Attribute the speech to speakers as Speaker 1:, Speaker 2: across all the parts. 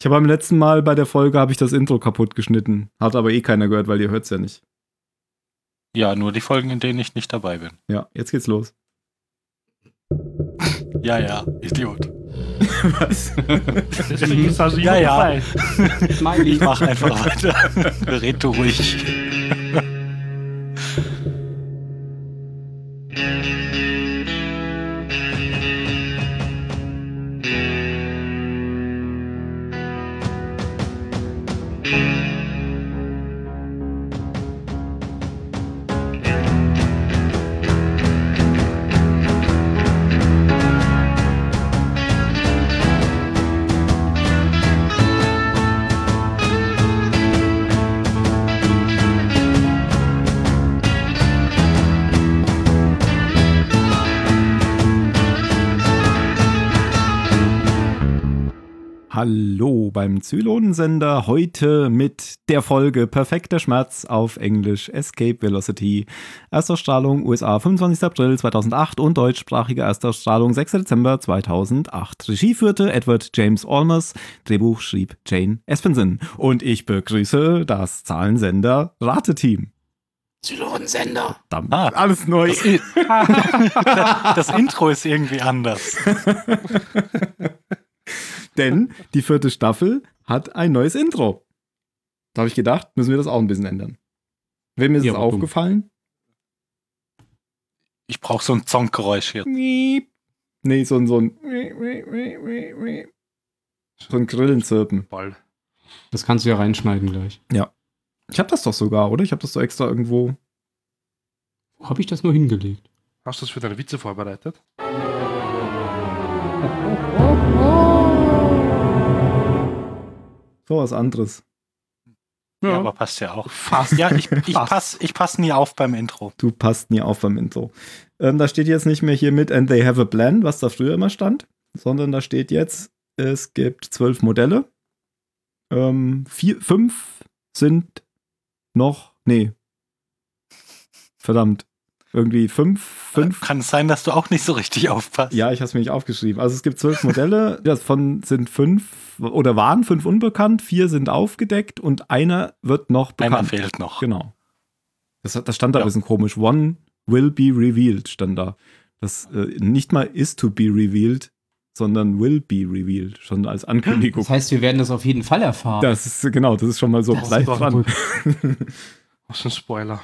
Speaker 1: Ich habe beim letzten Mal bei der Folge habe ich das Intro kaputt geschnitten. Hat aber eh keiner gehört, weil ihr hört es ja nicht.
Speaker 2: Ja, nur die Folgen, in denen ich nicht dabei bin.
Speaker 1: Ja, jetzt geht's los.
Speaker 2: Ja, ja, Idiot.
Speaker 1: Was?
Speaker 3: Deswegen ist also
Speaker 2: Ja, ja.
Speaker 3: überall. Das meine
Speaker 2: Ich
Speaker 3: ich.
Speaker 2: mach einfach weiter. Red du ruhig.
Speaker 1: Hallo beim Zylonensender heute mit der Folge Perfekter Schmerz auf Englisch Escape Velocity. Erstausstrahlung USA 25. April 2008 und deutschsprachige Erstausstrahlung 6. Dezember 2008. Regie führte Edward James Olmers, Drehbuch schrieb Jane Espenson. Und ich begrüße das Zahlensender Rateteam.
Speaker 4: Zylonensender.
Speaker 1: Verdammt,
Speaker 2: Ah.
Speaker 1: alles neu.
Speaker 2: Das, I- das Intro ist irgendwie anders.
Speaker 1: Denn die vierte Staffel hat ein neues Intro. Da habe ich gedacht, müssen wir das auch ein bisschen ändern. Wem ist
Speaker 4: Ja,
Speaker 1: es
Speaker 4: aber dumm.
Speaker 1: aufgefallen?
Speaker 2: Ich brauche so ein Zonggeräusch hier.
Speaker 1: Miep. Nee, so ein, so ein, so ein Grillenzirpen.
Speaker 2: Voll.
Speaker 4: Das kannst du ja reinschneiden gleich.
Speaker 1: Ich habe das doch sogar, oder? Ich habe das doch extra irgendwo.
Speaker 4: Wo habe ich das nur hingelegt?
Speaker 5: Hast du das für deine Witze vorbereitet?
Speaker 1: So was anderes.
Speaker 2: Ja, aber passt ja auch. Fast. Ja, ich, ich pass, ich pass nie auf beim Intro.
Speaker 1: Du passt nie auf beim Intro. Ähm, da steht jetzt nicht mehr hier mit and they have a plan, was da früher immer stand, sondern da steht jetzt, es gibt zwölf Modelle. Ähm, vier, fünf sind noch, nee. Verdammt. Irgendwie fünf, fünf.
Speaker 2: Kann es sein, dass du auch nicht so richtig aufpasst?
Speaker 1: Ja, ich habe es mir nicht aufgeschrieben. Also es gibt zwölf Modelle, davon sind fünf oder waren fünf unbekannt, vier sind aufgedeckt und einer wird noch
Speaker 2: Einer
Speaker 1: bekannt.
Speaker 2: fehlt noch.
Speaker 1: Genau. Das, hat- das stand da
Speaker 2: Ja.
Speaker 1: ein bisschen komisch. One will be revealed stand da. Das äh, nicht mal is to be revealed, sondern will be revealed, schon als Ankündigung.
Speaker 4: Das heißt, wir werden das auf jeden Fall erfahren.
Speaker 1: Das ist genau, das ist schon mal so.
Speaker 5: Das
Speaker 1: Bleib
Speaker 5: ist doch
Speaker 1: dran.
Speaker 5: gut. Was für ein Spoiler.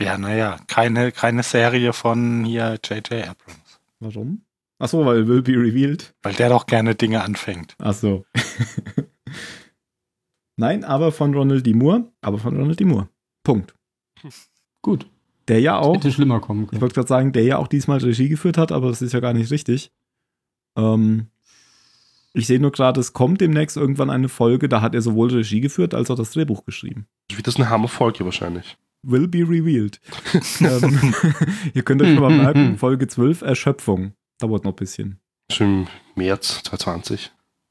Speaker 2: Ja, naja, keine, keine Serie von hier J.J. Abrams.
Speaker 1: Warum? Ach so, weil will be revealed.
Speaker 2: Weil der doch gerne Dinge anfängt.
Speaker 1: Ach so. Nein, aber von Ronald D. Moore, aber von Ronald D. Moore. Punkt.
Speaker 4: Gut.
Speaker 1: Der ja auch
Speaker 4: Hätte schlimmer kommen
Speaker 1: Ich
Speaker 4: können.
Speaker 1: wollte gerade sagen, der ja auch diesmal Regie geführt hat, aber das ist ja gar nicht richtig. Ähm, ich sehe nur gerade, es kommt demnächst irgendwann eine Folge, da hat er sowohl Regie geführt als auch das Drehbuch geschrieben.
Speaker 5: Das wird das eine Hammerfolge wahrscheinlich.
Speaker 1: Will be revealed. ähm, ihr könnt euch schon mal merken,
Speaker 2: Mhm.
Speaker 1: Folge 12, Erschöpfung. Dauert noch ein bisschen.
Speaker 5: Schon im März 2020.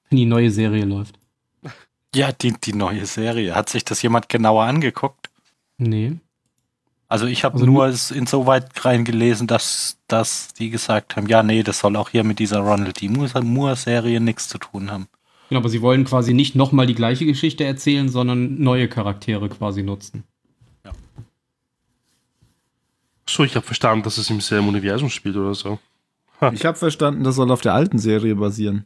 Speaker 4: Wenn die neue Serie läuft.
Speaker 2: Ja, die, die neue Serie. Hat sich das jemand genauer angeguckt?
Speaker 4: Nee.
Speaker 2: Also ich habe
Speaker 4: Also
Speaker 2: nur es insoweit reingelesen, dass, dass die gesagt haben, ja, nee, das soll auch hier mit dieser Ronald D. Moore- Moore-Serie nichts zu tun haben.
Speaker 4: Genau, aber sie wollen quasi nicht nochmal die gleiche Geschichte erzählen, sondern neue Charaktere quasi nutzen.
Speaker 5: So, ich habe verstanden, dass es im selben Universum spielt oder so.
Speaker 1: Ich habe verstanden, das soll auf der alten Serie basieren.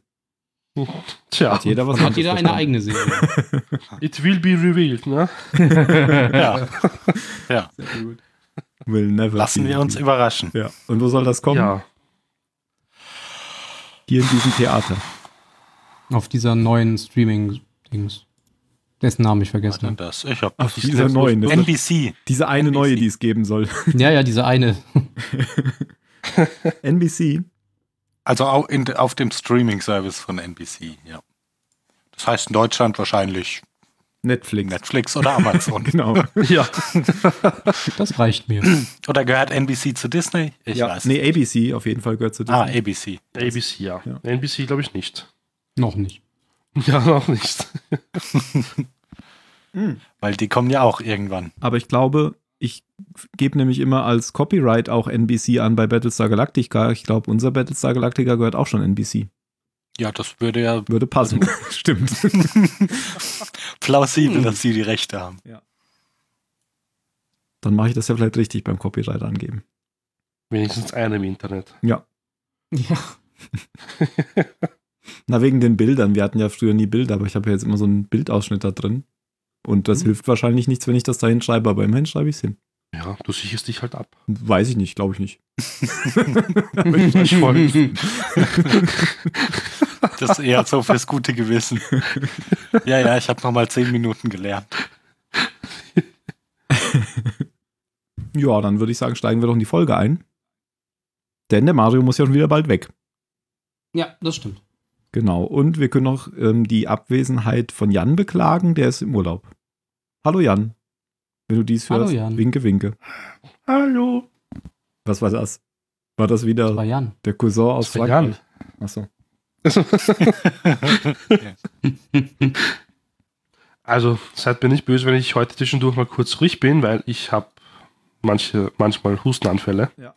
Speaker 5: Tja,
Speaker 1: Hat jeder was
Speaker 4: Hat jeder eine
Speaker 1: verstanden.
Speaker 4: eigene Serie.
Speaker 5: it will be revealed, ne?
Speaker 2: Ja. ja.
Speaker 1: Will never
Speaker 2: Lassen
Speaker 1: be
Speaker 2: wir uns
Speaker 1: revealed.
Speaker 2: überraschen.
Speaker 1: Ja. Und wo soll das kommen?
Speaker 5: Ja.
Speaker 1: Hier in diesem Theater.
Speaker 4: Auf dieser neuen Streaming-Dings. Dessen Namen ich vergessen
Speaker 2: Warte,
Speaker 4: habe.
Speaker 2: Das, ich hab,
Speaker 1: Auf dieser neuen. ne?
Speaker 2: NBC.
Speaker 1: Diese eine
Speaker 2: NBC.
Speaker 1: neue, die es geben soll.
Speaker 4: Ja, ja, diese eine.
Speaker 1: NBC.
Speaker 2: Also au- in, auf dem Streaming-Service von NBC, ja. Das heißt in Deutschland wahrscheinlich
Speaker 1: Netflix.
Speaker 2: Netflix oder Amazon.
Speaker 1: Genau.
Speaker 5: Ja.
Speaker 4: Das reicht mir.
Speaker 2: oder gehört NBC zu Disney? Ich
Speaker 1: ja.
Speaker 2: weiß.
Speaker 1: Nee, ABC auf jeden Fall gehört zu
Speaker 2: Ah,
Speaker 1: Disney.
Speaker 2: ABC.
Speaker 5: ABC, ja.
Speaker 1: Ja.
Speaker 5: NBC glaube ich nicht.
Speaker 4: Noch nicht.
Speaker 5: Ja, auch nicht.
Speaker 2: Weil die kommen ja auch irgendwann.
Speaker 1: Aber ich glaube, ich gebe nämlich immer als Copyright auch NBC an bei Battlestar Galactica. Ich glaube, unser Battlestar Galactica gehört auch schon NBC.
Speaker 2: Ja, das würde ja
Speaker 1: Würde passen. Stimmt.
Speaker 2: plausibel, dass sie die Rechte haben.
Speaker 1: Dann mache ich das ja vielleicht richtig beim Copyright angeben.
Speaker 5: Wenigstens einer im Internet.
Speaker 4: Ja.
Speaker 1: Na, wegen den Bildern. Wir hatten ja früher nie Bilder, aber ich habe ja jetzt immer so einen Bildausschnitt da drin. Und das
Speaker 2: Hm.
Speaker 4: Mhm.
Speaker 1: hilft wahrscheinlich nichts, wenn ich das da hinschreibe, aber immerhin schreibe ich es hin.
Speaker 5: Ja, du sicherst dich halt ab.
Speaker 1: Weiß ich nicht, glaube ich nicht.
Speaker 5: Ich wollte.
Speaker 2: Das ist eher so fürs gute Gewissen. Ja, ja, ich habe nochmal zehn Minuten gelernt.
Speaker 1: Ja, dann würde ich sagen, steigen wir doch in die Folge ein. Denn der Mario muss ja schon wieder bald weg.
Speaker 4: ja, das stimmt.
Speaker 1: Genau. Und wir können noch ähm, die Abwesenheit von Jan beklagen, der ist im Urlaub. Hallo Jan. Wenn du dies
Speaker 4: Hallo
Speaker 1: hörst,
Speaker 4: Jan.
Speaker 1: winke, winke.
Speaker 5: Hallo.
Speaker 1: Was war das? War das
Speaker 4: Das
Speaker 1: wieder
Speaker 4: war Jan.
Speaker 1: der Cousin aus
Speaker 5: Das war
Speaker 1: Frankreich? Achso.
Speaker 5: Also, seid mir nicht böse, wenn ich heute zwischendurch mal kurz ruhig bin, weil ich habe manche, manchmal Hustenanfälle.
Speaker 1: Ja.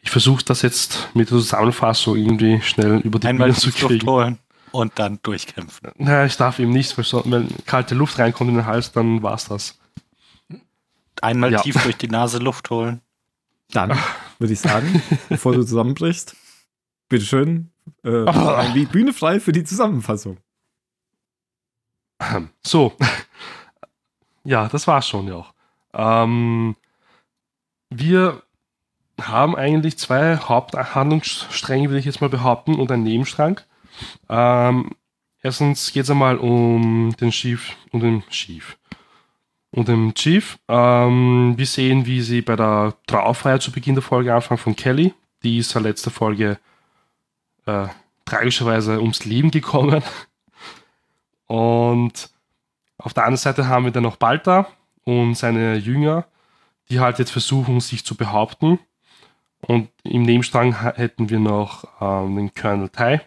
Speaker 5: Ich versuche das jetzt mit der Zusammenfassung irgendwie schnell über die
Speaker 2: Einmal
Speaker 5: Bühne zu
Speaker 2: tief Luft
Speaker 5: kriegen.
Speaker 2: holen und dann durchkämpfen.
Speaker 5: Naja, ich darf eben nicht, weil so, wenn kalte Luft reinkommt in den Hals, dann war's das.
Speaker 2: Einmal
Speaker 5: Ja.
Speaker 2: tief durch die Nase Luft holen.
Speaker 1: Dann würde ich sagen, bevor du zusammenbrichst, bitteschön, äh,
Speaker 5: Ah.
Speaker 1: die Bühne frei für die Zusammenfassung.
Speaker 5: So. Ja, das war's schon ja auch. Ähm, wir haben eigentlich zwei Haupthandlungsstränge, würde ich jetzt mal behaupten, und einen Nebenstrang. Ähm, erstens geht es einmal um den Chief und den Chief. Und den Chief. Ähm, wir sehen, wie sie bei der Trauerfeier zu Beginn der Folge anfangen von Kelly. Die ist ja letzte Folge äh, tragischerweise ums Leben gekommen. Und auf der anderen Seite haben wir dann noch Balta und seine Jünger, die halt jetzt versuchen, sich zu behaupten. Und im Nebenstrang h- hätten wir noch ähm, den Colonel Tai,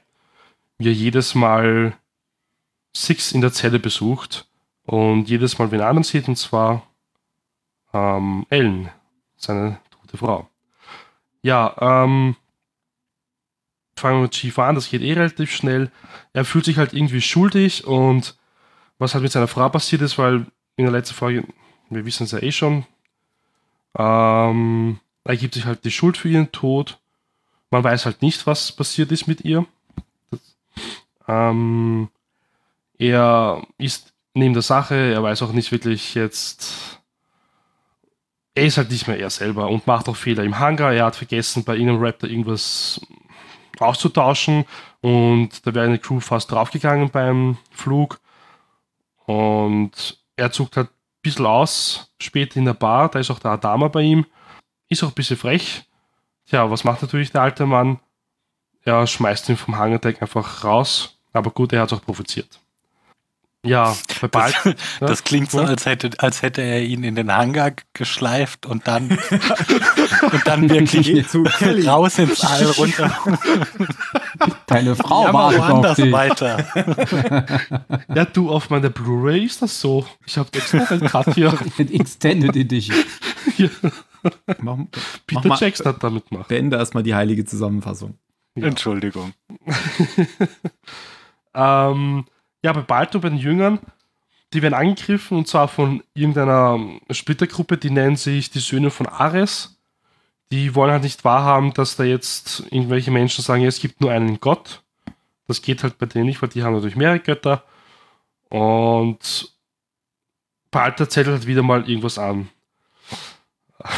Speaker 5: wie er jedes Mal Six in der Zelle besucht und jedes Mal wen anderen sieht, und zwar ähm, Ellen, seine tote Frau. Ja, ähm, fangen wir mit Chief an, das geht eh relativ schnell er fühlt sich halt irgendwie schuldig und was halt mit seiner Frau passiert ist, weil in der letzten Folge, wir wissen es ja eh schon, ähm, er gibt sich halt die Schuld für ihren Tod. Man weiß halt nicht, was passiert ist mit ihr. Das, ähm, er ist neben der Sache, er weiß auch nicht wirklich jetzt. Er ist halt nicht mehr er selber und macht auch Fehler im Hangar. Er hat vergessen, bei irgendeinem Raptor irgendwas auszutauschen. Und da wäre eine Crew fast draufgegangen beim Flug. Und er zuckt halt ein bisschen aus, spät in der Bar, da ist auch der Adama bei ihm. Ist auch ein bisschen frech. Tja, was macht natürlich der alte Mann? Er schmeißt ihn vom Hangardeck einfach raus. Aber gut, er hat es auch provoziert. Ja, bei Bald.
Speaker 2: Das, das klingt so,
Speaker 5: Ja.
Speaker 2: als hätte, als hätte er ihn in den Hangar geschleift und dann, und dann wirklich
Speaker 1: Geht zu Kelly.
Speaker 2: raus ins All runter.
Speaker 4: Deine Frau
Speaker 2: Ja,
Speaker 4: wartet auf
Speaker 2: woanders
Speaker 4: dich.
Speaker 2: weiter.
Speaker 5: Ja, du, auf meiner Blu-ray ist das so. Ich habe extra einen Cut hier.
Speaker 4: Mit Extended Edition.
Speaker 1: Mach, mach
Speaker 5: Peter
Speaker 1: mal,
Speaker 5: Jackson hat damit gemacht.
Speaker 1: beende erstmal die heilige Zusammenfassung.
Speaker 2: Entschuldigung.
Speaker 5: Ähm, ja, bei Balto, bei den Jüngern, die werden angegriffen und zwar von irgendeiner ähm, Splittergruppe, die nennen sich die Söhne von Ares. Die wollen halt nicht wahrhaben, dass da jetzt irgendwelche Menschen sagen, ja, es gibt nur einen Gott. Das geht halt bei denen nicht, weil die haben natürlich mehrere Götter. Und Balto zettelt halt wieder mal irgendwas an.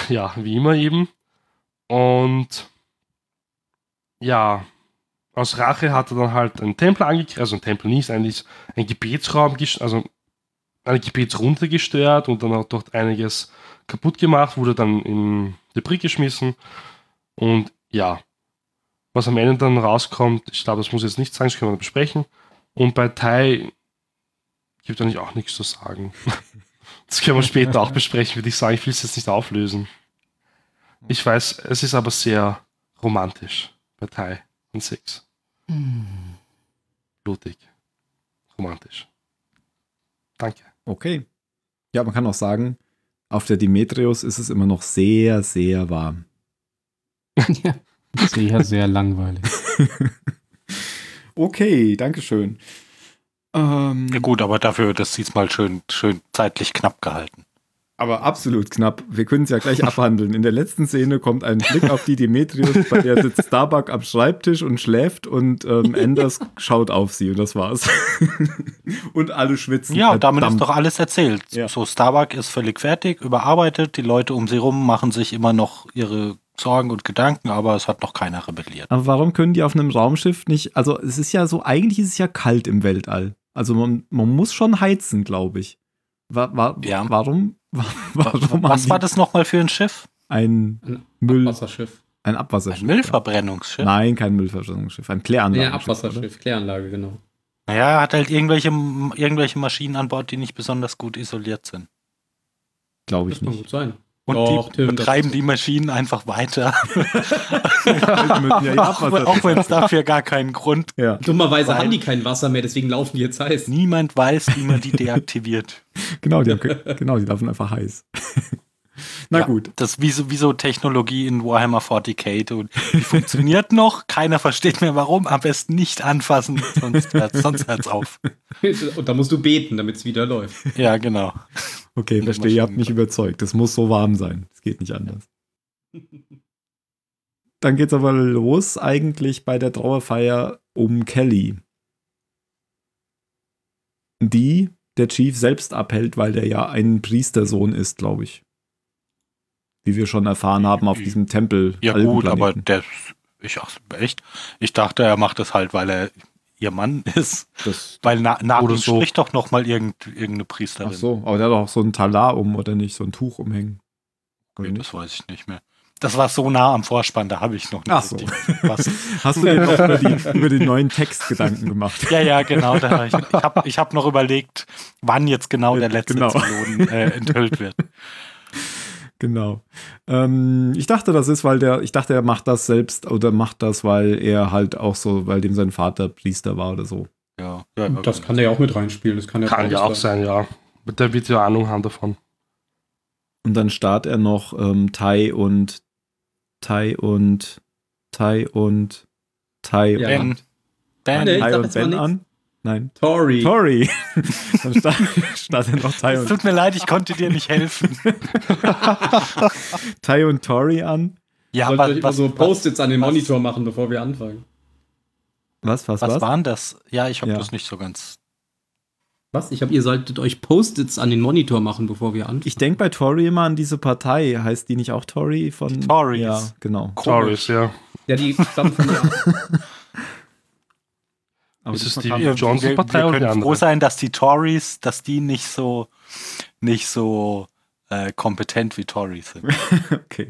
Speaker 5: Ja, wie immer eben. Und ja, aus Rache hat er dann halt einen Tempel angegriffen, also ein Tempel nicht, eigentlich ein Gebetsraum, gest- also eine Gebetsrunde gestört und dann auch dort einiges kaputt gemacht, wurde dann in die Brick geschmissen und ja, was am Ende dann rauskommt, ich glaube, das muss ich jetzt nicht sagen, das können wir dann besprechen. Und bei Tai gibt eigentlich auch nichts zu sagen. Das können wir später auch besprechen, würde ich sagen. Ich will es jetzt nicht auflösen. Ich weiß, es ist aber sehr romantisch bei Tai und Six blutig, romantisch. Danke.
Speaker 1: Okay. Ja, man kann auch sagen, auf der Demetrius ist es immer noch sehr, sehr warm.
Speaker 4: Sehr, sehr langweilig.
Speaker 1: Okay, Dankeschön. Ähm,
Speaker 2: Ja gut, aber dafür, das sieht's mal schön, schön zeitlich knapp gehalten.
Speaker 1: aber absolut knapp. Wir können es ja gleich abhandeln. In der letzten Szene kommt ein Blick auf die Demetrius, bei der sitzt Starbuck am Schreibtisch und schläft und ähm, Anders schaut auf sie und das war's. und alle schwitzen.
Speaker 2: Ja, damit ist
Speaker 1: verdammt.
Speaker 2: doch alles erzählt.
Speaker 1: Ja.
Speaker 2: So, Starbuck ist völlig fertig, überarbeitet, die Leute um sie rum machen sich immer noch ihre Sorgen und Gedanken, aber es hat noch keiner rebelliert.
Speaker 1: Aber warum können die auf einem Raumschiff nicht? Also, es ist ja so, eigentlich ist es ja kalt im Weltall. Also, man, man muss schon heizen, glaube ich. Wa wa
Speaker 2: Ja.
Speaker 1: Warum? wa- warum haben
Speaker 2: Was
Speaker 1: Also die
Speaker 2: war das nochmal für ein Schiff?
Speaker 1: Ein
Speaker 6: Ein
Speaker 1: Müll,
Speaker 6: Abwasserschiff.
Speaker 1: ein
Speaker 2: Ein
Speaker 1: Abwasserschiff.
Speaker 2: Müllverbrennungsschiff?
Speaker 1: Nein, kein Müllverbrennungsschiff. Ein Kläranlage.
Speaker 6: Ja, Abwasserschiff, Kläranlage, genau.
Speaker 2: Naja, er hat halt irgendwelche, irgendwelche Maschinen an Bord, die nicht besonders gut isoliert sind.
Speaker 1: Glaube
Speaker 6: Das
Speaker 1: ich
Speaker 6: kann
Speaker 1: nicht.
Speaker 6: gut sein.
Speaker 2: Und
Speaker 6: Doch,
Speaker 2: die
Speaker 6: Tim, das-
Speaker 2: betreiben die Maschinen einfach weiter,
Speaker 1: Die müssen ja ihr
Speaker 2: auch,
Speaker 1: Abwasser-
Speaker 2: auch wenn es dafür gar keinen Grund gibt.
Speaker 1: ja,
Speaker 6: Dummerweise
Speaker 2: Weil-
Speaker 6: haben die kein Wasser mehr, deswegen laufen die jetzt heiß.
Speaker 2: Niemand weiß, wie man die deaktiviert.
Speaker 1: genau, die, haben, ke- genau, die laufen einfach heiß. Na
Speaker 2: Ja,
Speaker 1: gut.
Speaker 2: Das ist wie so, wie so Technologie in Warhammer 40k. Du- Die funktioniert noch, keiner versteht mehr warum, am besten nicht anfassen, sonst hört's, sonst hört's auf.
Speaker 6: Und da musst du beten, damit es wieder läuft.
Speaker 2: Ja, genau.
Speaker 1: Okay,
Speaker 2: Eine
Speaker 1: verstehe, ihr habt
Speaker 2: Maschine-
Speaker 1: mich überzeugt. Es muss so warm sein. Es geht nicht anders. Dann geht's aber los eigentlich bei der Trauerfeier um Kelly. Die der Chief selbst abhält, weil der ja ein Priestersohn ist, glaube ich. Wie wir schon erfahren haben auf diesem Tempel.
Speaker 2: Ja, gut,
Speaker 1: Algenplaneten.
Speaker 2: aber der, ich, ach, echt, ich dachte, er macht das halt, weil er ihr Mann ist.
Speaker 1: Das,
Speaker 2: Weil na, nach
Speaker 1: Oder
Speaker 2: ihm
Speaker 1: so.
Speaker 2: spricht doch noch mal irgend, irgendeine Priesterin.
Speaker 1: ach so, aber der hat doch auch so ein Talar um oder nicht, so ein Tuch umhängen. Oder
Speaker 2: Nee,
Speaker 1: nicht?
Speaker 2: das weiß ich nicht mehr. Das war so nah am Vorspann, da habe ich noch nicht
Speaker 1: Ach so.
Speaker 2: richtig was.
Speaker 1: Hast du dir noch über, die, über den neuen Text Gedanken gemacht?
Speaker 2: Ja, ja, genau. Da war ich ich habe ich hab noch überlegt, wann jetzt genau der letzte
Speaker 1: Genau.
Speaker 2: Zylonen äh, enthüllt wird.
Speaker 1: Genau. Ähm, ich dachte, das ist, weil der, ich dachte, er macht das selbst oder macht das, weil er halt auch so, weil dem sein Vater Priester war oder so.
Speaker 2: Ja, ja, ja,
Speaker 6: Das kann der ja auch mit reinspielen. Das kann, der
Speaker 5: Kann ja auch sein, ja. Mit der wird ja Ahnung haben davon.
Speaker 1: Und dann starrt er noch ähm, Tai und Tai und Tai und Tai
Speaker 6: Ja.
Speaker 1: und
Speaker 2: Ben, ben,
Speaker 6: Nee, ich
Speaker 1: Tai
Speaker 6: sag
Speaker 1: und
Speaker 6: jetzt mal
Speaker 1: Ben
Speaker 6: nichts.
Speaker 1: an. Nein.
Speaker 6: Tori.
Speaker 1: Tori. dann starrt, starrt er noch Tai
Speaker 2: es
Speaker 1: und,
Speaker 2: tut mir leid, ich konnte dir nicht helfen.
Speaker 1: Tai und Tori an.
Speaker 2: Ja,
Speaker 6: Sollte euch
Speaker 2: aber
Speaker 6: immer
Speaker 2: was,
Speaker 6: so Post-its an den
Speaker 2: was-
Speaker 6: Monitor machen, bevor wir anfangen.
Speaker 1: Was, was,
Speaker 2: was,
Speaker 1: was?
Speaker 2: waren das? Ja, ich habe
Speaker 1: Ja.
Speaker 2: das nicht so ganz.
Speaker 6: Was? Ich habe, ihr solltet euch Post-its an den Monitor machen, bevor wir anfangen.
Speaker 1: Ich denke bei Tory immer an diese Partei. Heißt die nicht auch Tory von.
Speaker 2: Die Tories.
Speaker 1: Ja, genau.
Speaker 5: Taurus, ja.
Speaker 6: Ja, die stammen von mir.
Speaker 1: Aber
Speaker 5: Ist es
Speaker 1: diesmal kam-
Speaker 5: die- Ja, Johnson
Speaker 2: wir, wir
Speaker 5: Partei oder die
Speaker 2: können froh
Speaker 5: andere?
Speaker 2: sein, dass die Tories, dass die nicht so, nicht so äh, kompetent wie Tories sind.
Speaker 1: Okay.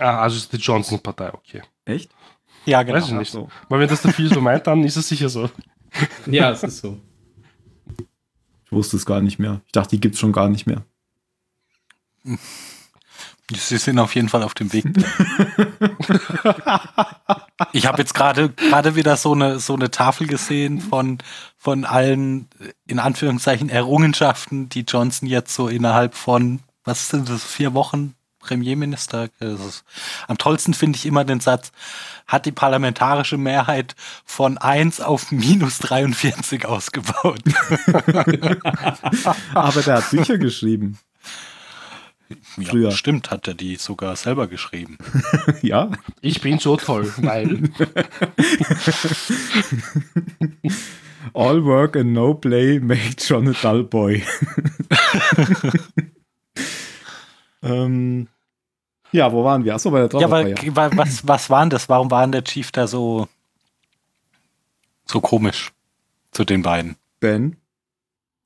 Speaker 5: Ah, also ist die Johnson-Partei, okay.
Speaker 1: Echt?
Speaker 2: Ja,
Speaker 5: Weiß ich
Speaker 2: genau.
Speaker 5: nicht.
Speaker 1: so.
Speaker 5: Weil wenn das der viel so meint, dann ist es sicher so.
Speaker 6: Ja, es ist so.
Speaker 1: Ich wusste es gar nicht mehr. Ich dachte, die gibt es schon gar nicht mehr.
Speaker 2: Sie sind auf jeden Fall auf dem Weg. ich habe jetzt gerade gerade wieder so eine so eine Tafel gesehen von von allen äh, in Anführungszeichen Errungenschaften, die Johnson jetzt so innerhalb von was sind das vier Wochen Premierminister. äh, Das ist, am tollsten finde ich immer den Satz: Hat die parlamentarische Mehrheit von 1 auf minus 43 ausgebaut.
Speaker 1: Aber der hat Bücher geschrieben. Früher.
Speaker 2: Ja, stimmt, hat er die sogar selber geschrieben.
Speaker 1: Ja.
Speaker 5: Ich bin so toll, weil.
Speaker 1: All work and no play made John a dull boy. ähm, ja, wo waren wir? Achso, bei der
Speaker 2: Ja, aber
Speaker 1: Trauerfeier.
Speaker 2: wa- was, was waren das? Warum waren der Chief da so, so komisch zu den beiden?
Speaker 1: ben.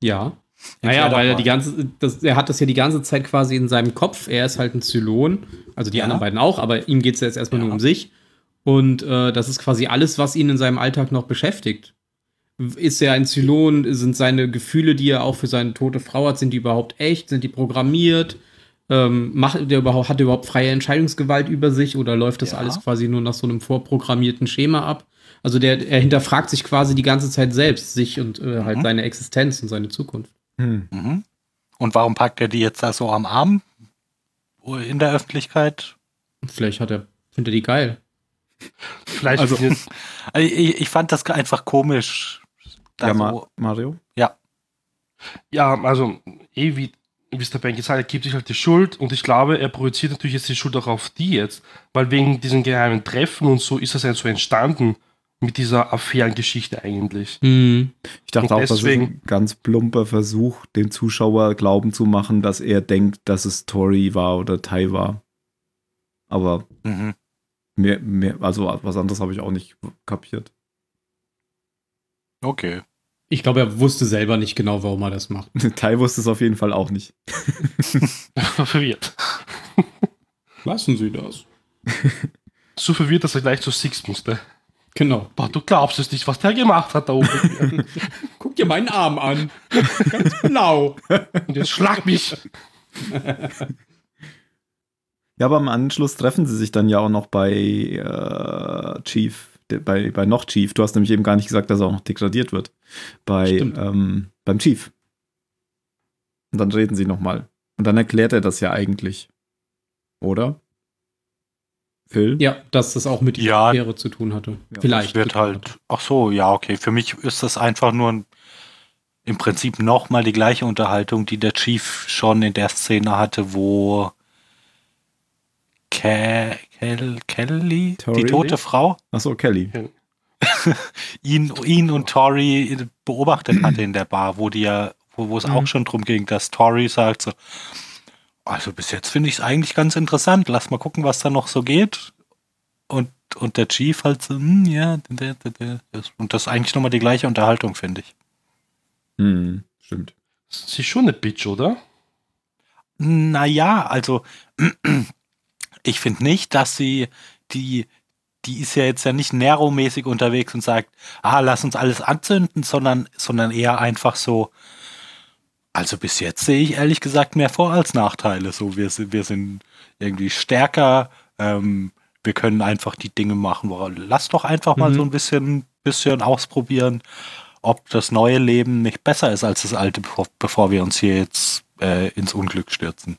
Speaker 6: Ja.
Speaker 2: Erklär
Speaker 6: Naja,
Speaker 2: doch
Speaker 6: weil er
Speaker 2: mal.
Speaker 6: die ganze, das, er hat das ja die ganze Zeit quasi in seinem Kopf. Er ist halt ein Zylon, also die
Speaker 2: Ja.
Speaker 6: anderen beiden auch, aber ihm geht es jetzt erstmal nur um sich. Und äh, das ist quasi alles, was ihn in seinem Alltag noch beschäftigt. Ist er ein Zylon? Sind seine Gefühle, die er auch für seine tote Frau hat, sind die überhaupt echt? Sind die programmiert? Ähm, macht der überhaupt, hat er überhaupt freie Entscheidungsgewalt über sich oder läuft das
Speaker 2: Ja.
Speaker 6: alles quasi nur nach so einem vorprogrammierten Schema ab? Also der, er hinterfragt sich quasi die ganze Zeit selbst, sich und äh, halt
Speaker 2: Mhm.
Speaker 6: seine Existenz und seine Zukunft.
Speaker 1: Hm.
Speaker 2: Mhm. Und warum packt er die jetzt da so am Arm in der Öffentlichkeit?
Speaker 6: Vielleicht hat er, findet er die geil.
Speaker 5: Vielleicht
Speaker 1: Also-
Speaker 5: bin ich jetzt,
Speaker 2: Also ich, ich fand das einfach komisch. Da
Speaker 1: ja,
Speaker 5: Also,
Speaker 1: Ma
Speaker 2: so,
Speaker 1: Mario.
Speaker 5: ja, also, eh, wie, wie es der Ben gesagt hat, er gibt sich halt die Schuld und ich glaube, er projiziert natürlich jetzt die Schuld auch auf die jetzt, weil wegen diesen geheimen Treffen und so ist das ja so entstanden mit dieser Affärengeschichte eigentlich.
Speaker 4: Hm.
Speaker 1: Ich dachte
Speaker 5: Und
Speaker 1: auch, das ist ein
Speaker 5: deswegen-
Speaker 1: ganz plumper Versuch, dem Zuschauer Glauben zu machen, dass er denkt, dass es Tori war oder Tai war. Aber
Speaker 2: mhm.
Speaker 1: mehr, mehr, also was anderes habe ich auch nicht kapiert.
Speaker 2: Okay.
Speaker 4: Ich glaube, er wusste selber nicht genau, warum er das macht.
Speaker 1: Tai wusste es auf jeden Fall auch nicht.
Speaker 5: War verwirrt.
Speaker 4: Lassen Sie das.
Speaker 5: So verwirrt, dass er gleich zu Six musste.
Speaker 4: Genau.
Speaker 5: Boah, du glaubst es nicht, was der gemacht hat da oben.
Speaker 4: Guck dir meinen Arm an. Ganz blau.
Speaker 5: und jetzt schlag mich.
Speaker 1: Ja, aber im Anschluss treffen sie sich dann ja auch noch bei äh, Chief, de- bei, bei noch Chief. Du hast nämlich eben gar nicht gesagt, dass er auch noch degradiert wird. Bei,
Speaker 4: Stimmt.
Speaker 1: ähm, beim Chief. Und dann reden sie nochmal. Und dann erklärt er das ja eigentlich. Oder? Phil?
Speaker 4: Ja, dass das auch mit
Speaker 2: Ja.
Speaker 4: Affäre zu tun hatte.
Speaker 1: Ja,
Speaker 4: Vielleicht.
Speaker 2: Das wird halt. Ach so, ja, okay. Für mich ist das einfach nur ein, im Prinzip nochmal die gleiche Unterhaltung, die der Chief schon in der Szene hatte, wo Ke Kel Kelly,
Speaker 1: Tori?
Speaker 2: die tote Frau,
Speaker 1: Achso, Kelly.
Speaker 2: ihn, ihn und Tori beobachtet hatte in der Bar, wo die ja, wo, wo es auch schon drum ging, dass Tori sagt so, also bis jetzt finde ich es eigentlich ganz interessant, lass mal gucken, was da noch so geht. Und, und der Chief halt so, hm, ja, da, da, da. Das- und das ist eigentlich nochmal die gleiche Unterhaltung, finde ich.
Speaker 1: Hm, stimmt.
Speaker 5: Sie ist schon eine Bitch, oder?
Speaker 2: Naja, also ich finde nicht, dass sie die, die ist ja jetzt ja nicht Nero-mäßig unterwegs und sagt, ah, lass uns alles anzünden, sondern, sondern eher einfach so, also bis jetzt sehe ich ehrlich gesagt mehr Vor- als Nachteile. So, wir, sind- wir sind irgendwie stärker, ähm, wir können einfach die Dinge machen. wora- Lass doch einfach mal
Speaker 4: Mhm.
Speaker 2: so ein bisschen, bisschen ausprobieren, ob das neue Leben nicht besser ist als das alte, bevor, bevor wir uns hier jetzt äh, ins Unglück stürzen.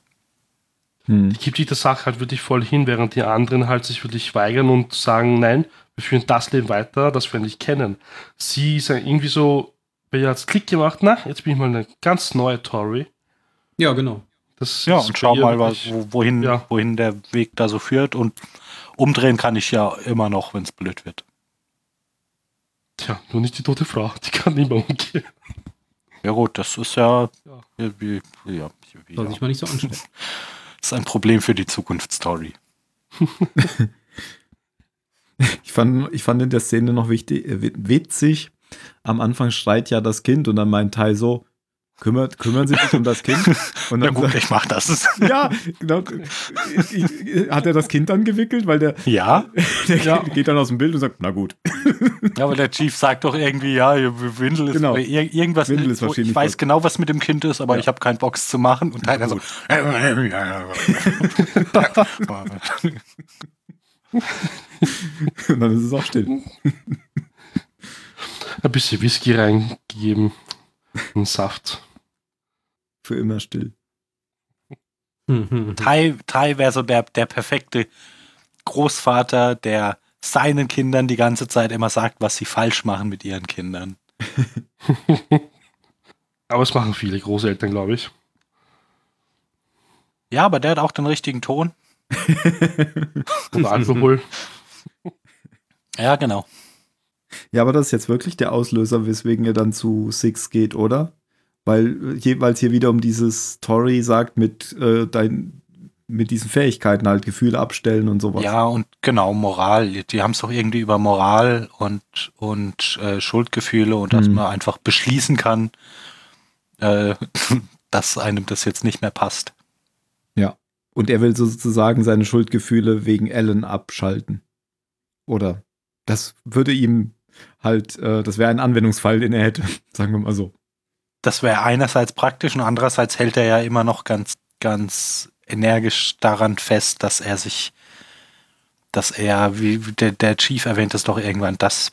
Speaker 1: Hm.
Speaker 5: Die gibt sich der Sache halt wirklich voll hin, während die anderen halt sich wirklich weigern und sagen, nein, wir führen das Leben weiter, das wir nicht kennen. Sie ist ja irgendwie so, bei ihr hat es Klick gemacht, na, jetzt bin ich mal eine ganz neue Tory.
Speaker 4: Ja, genau.
Speaker 5: Das
Speaker 2: Ja,
Speaker 5: ist
Speaker 2: und
Speaker 5: bei
Speaker 2: schau
Speaker 5: ihr
Speaker 2: mal, was,
Speaker 5: wirklich-
Speaker 2: wo- wohin,
Speaker 5: Ja.
Speaker 2: wohin der Weg da so führt. Und umdrehen kann ich ja immer noch, wenn es blöd wird.
Speaker 5: Tja, nur nicht die tote Frau, die kann nicht mehr umgehen.
Speaker 2: Ja gut, das ist ja,
Speaker 5: Ja.
Speaker 2: ja, wie- ja, ja.
Speaker 4: Soll sich mal nicht so anstellen.
Speaker 2: Das ist ein Problem für die Zukunftsstory.
Speaker 1: Ich fand, ich fand in der Szene noch wichtig, äh, wit- witzig. Am Anfang schreit ja das Kind und dann meint Tai so, kümmert, kümmern Sie sich um das Kind. Und
Speaker 2: Ja
Speaker 1: dann
Speaker 2: gut, ich mach das.
Speaker 1: Ja, genau. Hat er das Kind angewickelt, weil der,
Speaker 2: ja?
Speaker 1: der
Speaker 5: Ja.
Speaker 1: geht dann aus dem Bild und sagt, na gut.
Speaker 2: ja, aber der Chief sagt doch irgendwie, ja, Windel ist
Speaker 1: Genau.
Speaker 2: oder ir irgendwas.
Speaker 1: Windel ist
Speaker 2: wo-
Speaker 1: wahrscheinlich
Speaker 2: ich weiß
Speaker 1: was.
Speaker 2: genau, was mit dem Kind ist, aber
Speaker 1: Ja.
Speaker 2: ich habe keinen Bock es zu machen. Und einer so.
Speaker 1: Und dann ist es auch still.
Speaker 5: Ein bisschen Whisky reingegeben und Saft.
Speaker 1: Für immer still.
Speaker 4: Hm, hm, hm.
Speaker 2: Tai, Tai wäre so der, der perfekte Großvater, der seinen Kindern die ganze Zeit immer sagt, was sie falsch machen mit ihren Kindern.
Speaker 5: Aber es machen viele Großeltern, glaube ich.
Speaker 2: Ja, aber der hat auch den richtigen Ton.
Speaker 5: Und Alkohol.
Speaker 2: Ja, genau.
Speaker 1: Ja, aber das ist jetzt wirklich der Auslöser, weswegen er dann zu Six geht, oder? Weil jeweils hier wieder um dieses Tori sagt, mit, äh, dein, mit diesen Fähigkeiten halt Gefühle abstellen und sowas.
Speaker 2: Ja, und genau, Moral. Die haben es doch irgendwie über Moral und, und äh, Schuldgefühle und dass
Speaker 1: Hm.
Speaker 2: man einfach beschließen kann, äh, dass einem das jetzt nicht mehr passt.
Speaker 1: Und er will sozusagen seine Schuldgefühle wegen Ellen abschalten. Oder das würde ihm halt, äh, das wäre ein Anwendungsfall, den er hätte, sagen wir mal so.
Speaker 2: Das wäre einerseits praktisch und andererseits hält er ja immer noch ganz, ganz energisch daran fest, dass er sich, dass er, wie der, der Chief erwähnt es doch irgendwann, dass,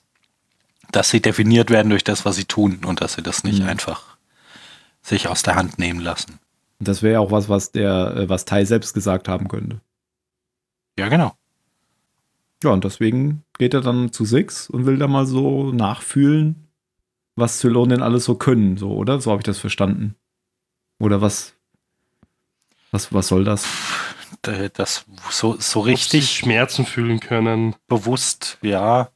Speaker 2: dass sie definiert werden durch das, was sie tun und dass sie das nicht
Speaker 1: Mhm.
Speaker 2: einfach sich aus der Hand nehmen lassen.
Speaker 1: Und das wäre ja auch was, was der, äh, was Tai selbst gesagt haben könnte.
Speaker 2: Ja, genau.
Speaker 1: Ja, und deswegen geht er dann zu Six und will da mal so nachfühlen, was Zylon denn alles so können, so, oder? So habe ich das verstanden. Oder was? Was, was soll das?
Speaker 2: D- Das so, so
Speaker 5: Ob sie
Speaker 2: richtig
Speaker 5: Schmerzen fühlen können.
Speaker 2: bewusst, ja.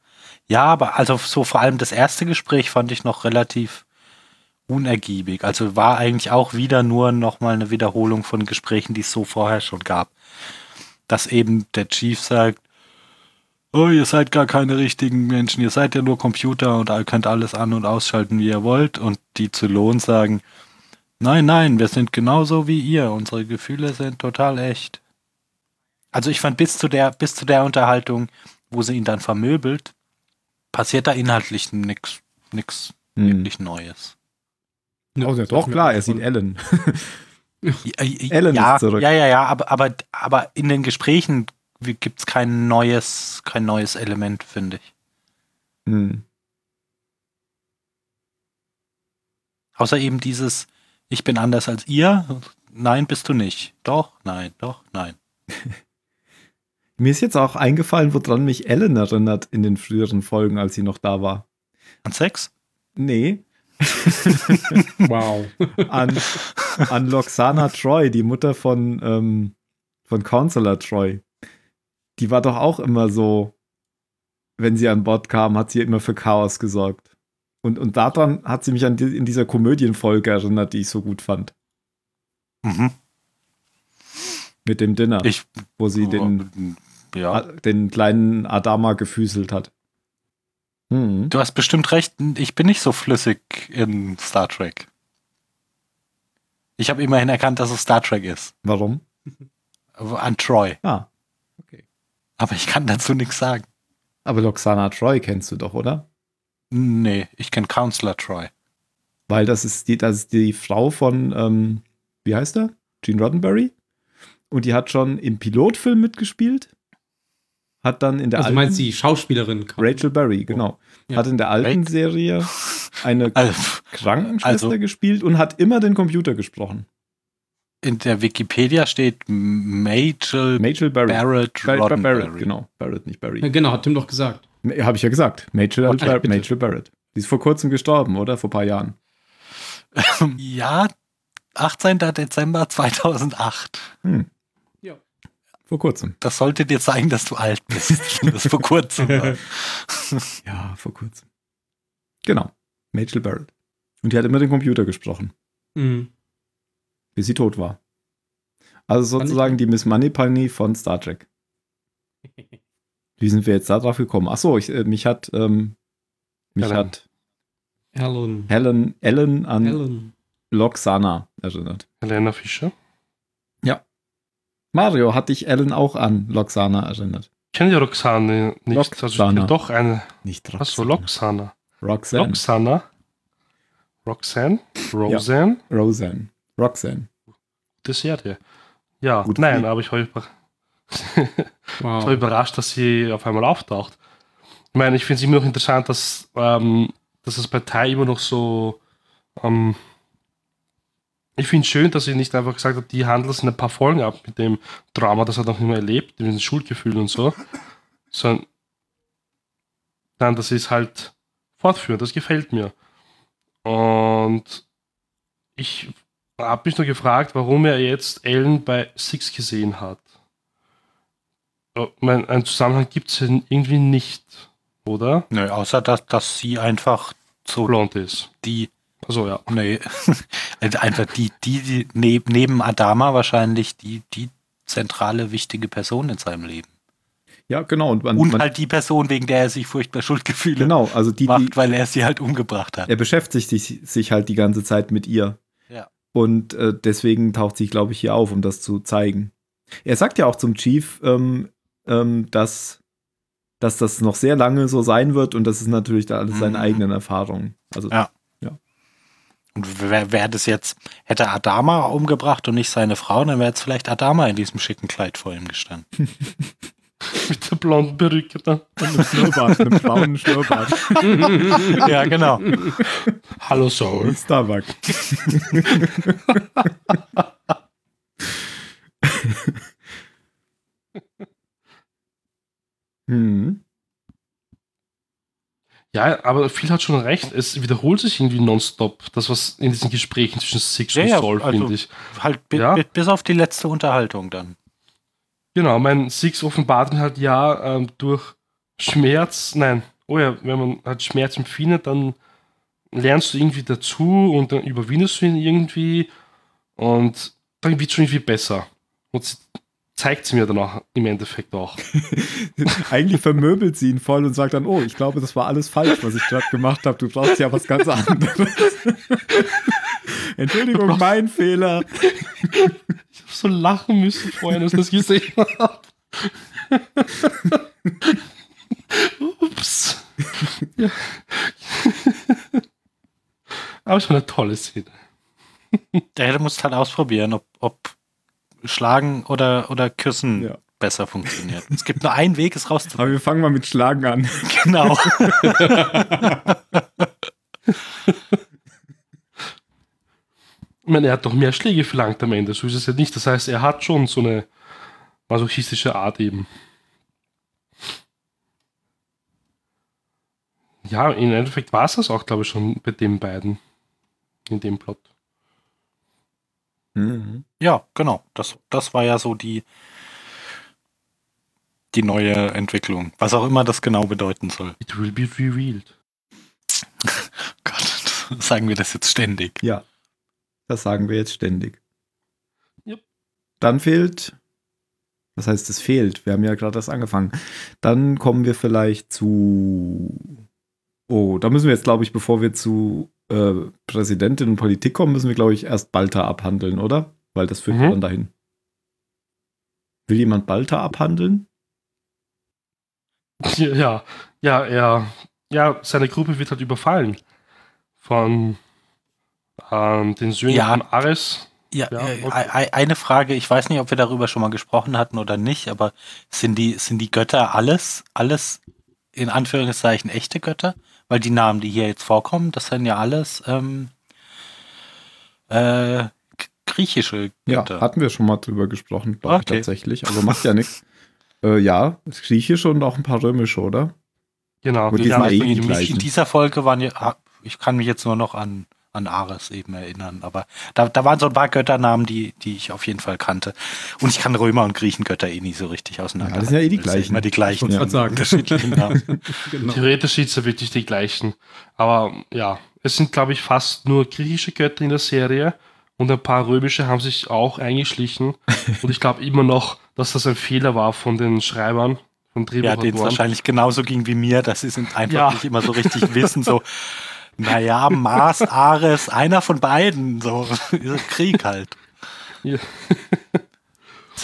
Speaker 2: Ja, aber also so vor allem das erste Gespräch fand ich noch relativ unergiebig. Also war eigentlich auch wieder nur nochmal eine Wiederholung von Gesprächen, die es so vorher schon gab. Dass eben der Chief sagt, oh, ihr seid gar keine richtigen Menschen, ihr seid ja nur Computer und ihr könnt alles an- und ausschalten, wie ihr wollt. Und die zu Lohn sagen, nein, nein, wir sind genauso wie ihr, unsere Gefühle sind total echt. Also ich fand bis zu der, bis zu der Unterhaltung, wo sie ihn dann vermöbelt, passiert da inhaltlich nix, nix
Speaker 1: Hm.
Speaker 2: wirklich Neues.
Speaker 1: Also, doch, klar, er sieht Ellen.
Speaker 2: Ja, ja,
Speaker 1: Ellen
Speaker 2: ja,
Speaker 1: ist zurück.
Speaker 2: Ja, ja, ja, aber, aber, aber in den Gesprächen gibt es kein neues, kein neues Element, finde ich.
Speaker 1: Hm.
Speaker 2: Außer eben dieses, ich bin anders als ihr. Nein, bist du nicht. Doch, nein, doch, nein.
Speaker 1: Mir ist jetzt auch eingefallen, woran mich Ellen erinnert in den früheren Folgen, als sie noch da war.
Speaker 2: An Sex?
Speaker 1: Nee,
Speaker 4: Wow. Also,
Speaker 1: an, an Loxana Troy, die Mutter von, ähm, von Counselor Troy. Die war doch auch immer so, wenn sie an Bord kam, hat sie immer für Chaos gesorgt. Und, und daran hat sie mich an die, in dieser Komödienfolge erinnert, die ich so gut fand.
Speaker 2: Mhm.
Speaker 1: Mit dem Dinner,
Speaker 2: Ich,
Speaker 1: wo sie den, äh,
Speaker 2: ja.
Speaker 1: den kleinen Adama gefüßelt hat. Hm.
Speaker 2: Du hast bestimmt recht, ich bin nicht so flüssig in Star Trek. Ich habe immerhin erkannt, dass es Star Trek ist.
Speaker 1: Warum?
Speaker 2: An Troy.
Speaker 1: Ah,
Speaker 2: Aber ich kann dazu nichts sagen.
Speaker 1: aber Loxana Troy kennst du doch, oder?
Speaker 2: Nee, ich kenne Counselor Troy.
Speaker 1: Weil das ist die, das ist die Frau von, ähm, wie heißt er? Gene Roddenberry. Und die hat schon im Pilotfilm mitgespielt. Hat dann in der
Speaker 4: Also
Speaker 1: alten.
Speaker 4: meinst du die Schauspielerin?
Speaker 1: Rachel Berry, genau.
Speaker 4: Ja.
Speaker 1: Hat in der alten
Speaker 2: Rachel.
Speaker 1: Serie eine
Speaker 2: Also,
Speaker 1: Krankenschwester
Speaker 2: also-
Speaker 1: gespielt und hat immer den Computer gesprochen.
Speaker 2: in der Wikipedia steht Major
Speaker 1: Rachel Berry.
Speaker 2: Barrett
Speaker 1: Bar- Bar- Barrett,
Speaker 2: Roddenberry.
Speaker 1: genau. Barrett, nicht
Speaker 4: Ja,
Speaker 1: Barry.
Speaker 4: genau, hat Tim doch gesagt.
Speaker 1: Habe ich ja gesagt. Rachel,
Speaker 4: Und-
Speaker 1: Bar
Speaker 4: bitte.
Speaker 1: Rachel Barrett. Die ist vor kurzem gestorben, oder? Vor ein paar Jahren.
Speaker 2: Ja, 18. Dezember 2008.
Speaker 1: Vor kurzem.
Speaker 2: Das sollte dir zeigen, dass du alt bist. wenn das vor kurzem war.
Speaker 1: Ja, vor kurzem. Genau. Rachel Barrett. Und die hat immer den Computer gesprochen.
Speaker 4: Mhm.
Speaker 1: bis sie tot war. Also
Speaker 4: Fand ich-
Speaker 1: sozusagen die Miss Moneypenny von Star Trek. Wie sind wir jetzt da drauf gekommen? Achso, ich, äh, mich hat, ähm, mich
Speaker 5: Helen.
Speaker 1: hat
Speaker 4: Helen.
Speaker 1: Helen, Ellen an
Speaker 4: Helen.
Speaker 1: Loxana erinnert.
Speaker 5: Helena Fischer.
Speaker 1: Mario, hat dich Ellen auch an Loxana erinnert?
Speaker 5: Ich kenne die Roxane nicht. Also ich
Speaker 1: Roxana.
Speaker 5: kenne doch eine.
Speaker 1: Nicht Roxana.
Speaker 5: Achso, Loxana.
Speaker 1: Roxanne.
Speaker 5: Loxana. Roxanne. Roseanne.
Speaker 1: Roseanne. Roxanne.
Speaker 5: Gute Serie. Ja,
Speaker 1: Gut.
Speaker 5: nein, aber ich war, über ich war
Speaker 4: Wow.
Speaker 5: überrascht, dass sie auf einmal auftaucht. Ich meine, ich finde es immer noch interessant, dass, ähm, dass es bei Tai immer noch so. Ähm, ich finde es schön, dass sie nicht einfach gesagt hat, die handelt es in ein paar Folgen ab mit dem Drama, das er noch nicht mehr erlebt, mit den Schuldgefühlen und so. Sondern dann, das ist halt fortführen, das gefällt mir. Und ich habe mich nur gefragt, warum er jetzt Ellen bei Six gesehen hat. Oh, mein, einen Zusammenhang gibt es irgendwie nicht, oder?
Speaker 2: Nö, außer dass, dass sie einfach so
Speaker 5: Blond ist.
Speaker 2: die,
Speaker 5: Also ja.
Speaker 2: nee, also einfach die, die, die neb, neben Adama wahrscheinlich die, die zentrale, wichtige Person in seinem Leben.
Speaker 1: Ja, genau. Und, man,
Speaker 2: Und
Speaker 1: man,
Speaker 2: halt die Person, wegen der er sich furchtbar Schuldgefühle
Speaker 1: genau, also die, die,
Speaker 2: macht, weil er sie halt umgebracht hat.
Speaker 1: er beschäftigt sich, sich halt die ganze Zeit mit ihr.
Speaker 2: Ja.
Speaker 1: Und äh, deswegen taucht sie, glaube ich, hier auf, um das zu zeigen. Er sagt ja auch zum Chief, ähm, ähm, dass, dass das noch sehr lange so sein wird und das ist natürlich da alles seine
Speaker 2: Mhm.
Speaker 1: eigenen Erfahrungen. Also
Speaker 2: Ja. Und wer, wer das jetzt, hätte Adama umgebracht und nicht seine Frau, dann wäre jetzt vielleicht Adama in diesem schicken Kleid vor ihm gestanden.
Speaker 5: Mit der blonden Perücke dann.
Speaker 1: mit Schnurrbart, einem blauen Schnurrbart.
Speaker 2: ja, genau.
Speaker 5: Hallo Soul.
Speaker 1: Starbuck. Hm.
Speaker 5: Ja, aber viel hat schon recht. Es wiederholt sich irgendwie nonstop. Das, was in diesen Gesprächen zwischen Six
Speaker 2: Ja,
Speaker 5: und
Speaker 2: ja,
Speaker 5: Sol,
Speaker 2: also-
Speaker 5: finde ich.
Speaker 2: Halt bi
Speaker 5: Ja.
Speaker 2: bi bis auf die letzte Unterhaltung dann.
Speaker 5: Genau, mein Six offenbart mir halt ja ähm, durch Schmerz, nein, oh ja, wenn man halt Schmerz empfindet, dann lernst du irgendwie dazu und dann überwindest du ihn irgendwie und dann wird schon irgendwie besser. Und sie zeigt sie mir dann auch im Endeffekt auch.
Speaker 1: Eigentlich vermöbelt sie ihn voll und sagt dann, oh, ich glaube, das war alles falsch, was ich gerade gemacht habe. Du brauchst ja was ganz anderes. Entschuldigung, mein Fehler.
Speaker 5: Ich hab so lachen müssen vorhin, als ich das gesehen habe. Ups. Ja. Aber schon eine tolle Szene.
Speaker 2: Der hätte muss halt ausprobieren, ob, ob Schlagen oder, oder Küssen
Speaker 1: Ja.
Speaker 2: besser funktioniert. Es gibt nur einen Weg, es rauszufinden.
Speaker 1: Aber wir fangen mal mit Schlagen an.
Speaker 2: Genau.
Speaker 5: Ich meine, er hat doch mehr Schläge verlangt am Ende, so ist es ja nicht. Das heißt, er hat schon so eine masochistische Art eben. Ja, im Endeffekt war es das auch, glaube ich, schon bei den beiden. In dem Plot.
Speaker 2: Ja, genau. Das, das war ja so die, die neue Entwicklung. Was auch immer das genau bedeuten soll.
Speaker 5: It will be revealed.
Speaker 2: Gott, sagen wir das jetzt ständig.
Speaker 1: Ja. Das sagen wir jetzt ständig.
Speaker 5: Jupp.
Speaker 1: Dann fehlt. Was heißt, es fehlt? Wir haben ja gerade erst angefangen. Dann kommen wir vielleicht zu. Oh, da müssen wir jetzt, glaube ich, bevor wir zu äh, Präsidentin und Politik kommen, müssen wir, glaube ich, erst Balta abhandeln, oder? Weil das führt
Speaker 5: Mhm.
Speaker 1: dann dahin. Will jemand Balta abhandeln?
Speaker 5: Ja, ja, ja. Ja, seine Gruppe wird halt überfallen. Von ähm, den Söhnen
Speaker 2: Ja.
Speaker 5: von Ares.
Speaker 2: Ja,
Speaker 5: Ja,
Speaker 2: äh,
Speaker 5: okay.
Speaker 2: ei- ei- eine Frage, ich weiß nicht, ob wir darüber schon mal gesprochen hatten oder nicht, aber sind die, sind die Götter alles, alles in Anführungszeichen echte Götter? Weil die Namen, die hier jetzt vorkommen, das sind ja alles ähm, äh, g- griechische
Speaker 1: Ja,
Speaker 2: Götter.
Speaker 1: hatten wir schon mal drüber gesprochen, glaube ich
Speaker 2: Okay.
Speaker 1: tatsächlich. Also macht ja nichts. äh, ja, das griechische und auch ein paar römische, oder?
Speaker 5: Genau.
Speaker 1: Mit
Speaker 5: die
Speaker 1: diesen
Speaker 5: haben
Speaker 1: Regen
Speaker 5: irgendwie
Speaker 1: gleich.
Speaker 5: mich-
Speaker 2: in dieser Folge waren ja, ah, ich kann mich jetzt nur noch an, an Ares eben erinnern, aber da, da waren so ein paar Götternamen, die, die ich auf jeden Fall kannte. Und ich kann Römer und Griechengötter eh nicht so richtig auseinander.
Speaker 1: Ja, das sind ja eh die
Speaker 2: halten, weil es
Speaker 1: gleichen.
Speaker 2: Immer die gleichen.
Speaker 4: wollte
Speaker 1: Ja.
Speaker 4: gerade sagen.
Speaker 2: unterschiedlichen Namen.
Speaker 4: Genau.
Speaker 5: Theoretisch sind es ja wirklich die gleichen. Aber ja, es sind, glaube ich, fast nur griechische Götter in der Serie. Und ein paar römische haben sich auch eingeschlichen. Und ich glaube immer noch, dass das ein Fehler war von den Schreibern, von
Speaker 2: Ja, denen es
Speaker 5: Drehbuchautoren.
Speaker 2: wahrscheinlich genauso ging wie mir, dass sie es einfach
Speaker 5: Ja.
Speaker 2: nicht immer so richtig wissen, so, naja, Mars, Ares, einer von beiden, so, Krieg halt.
Speaker 5: Ja.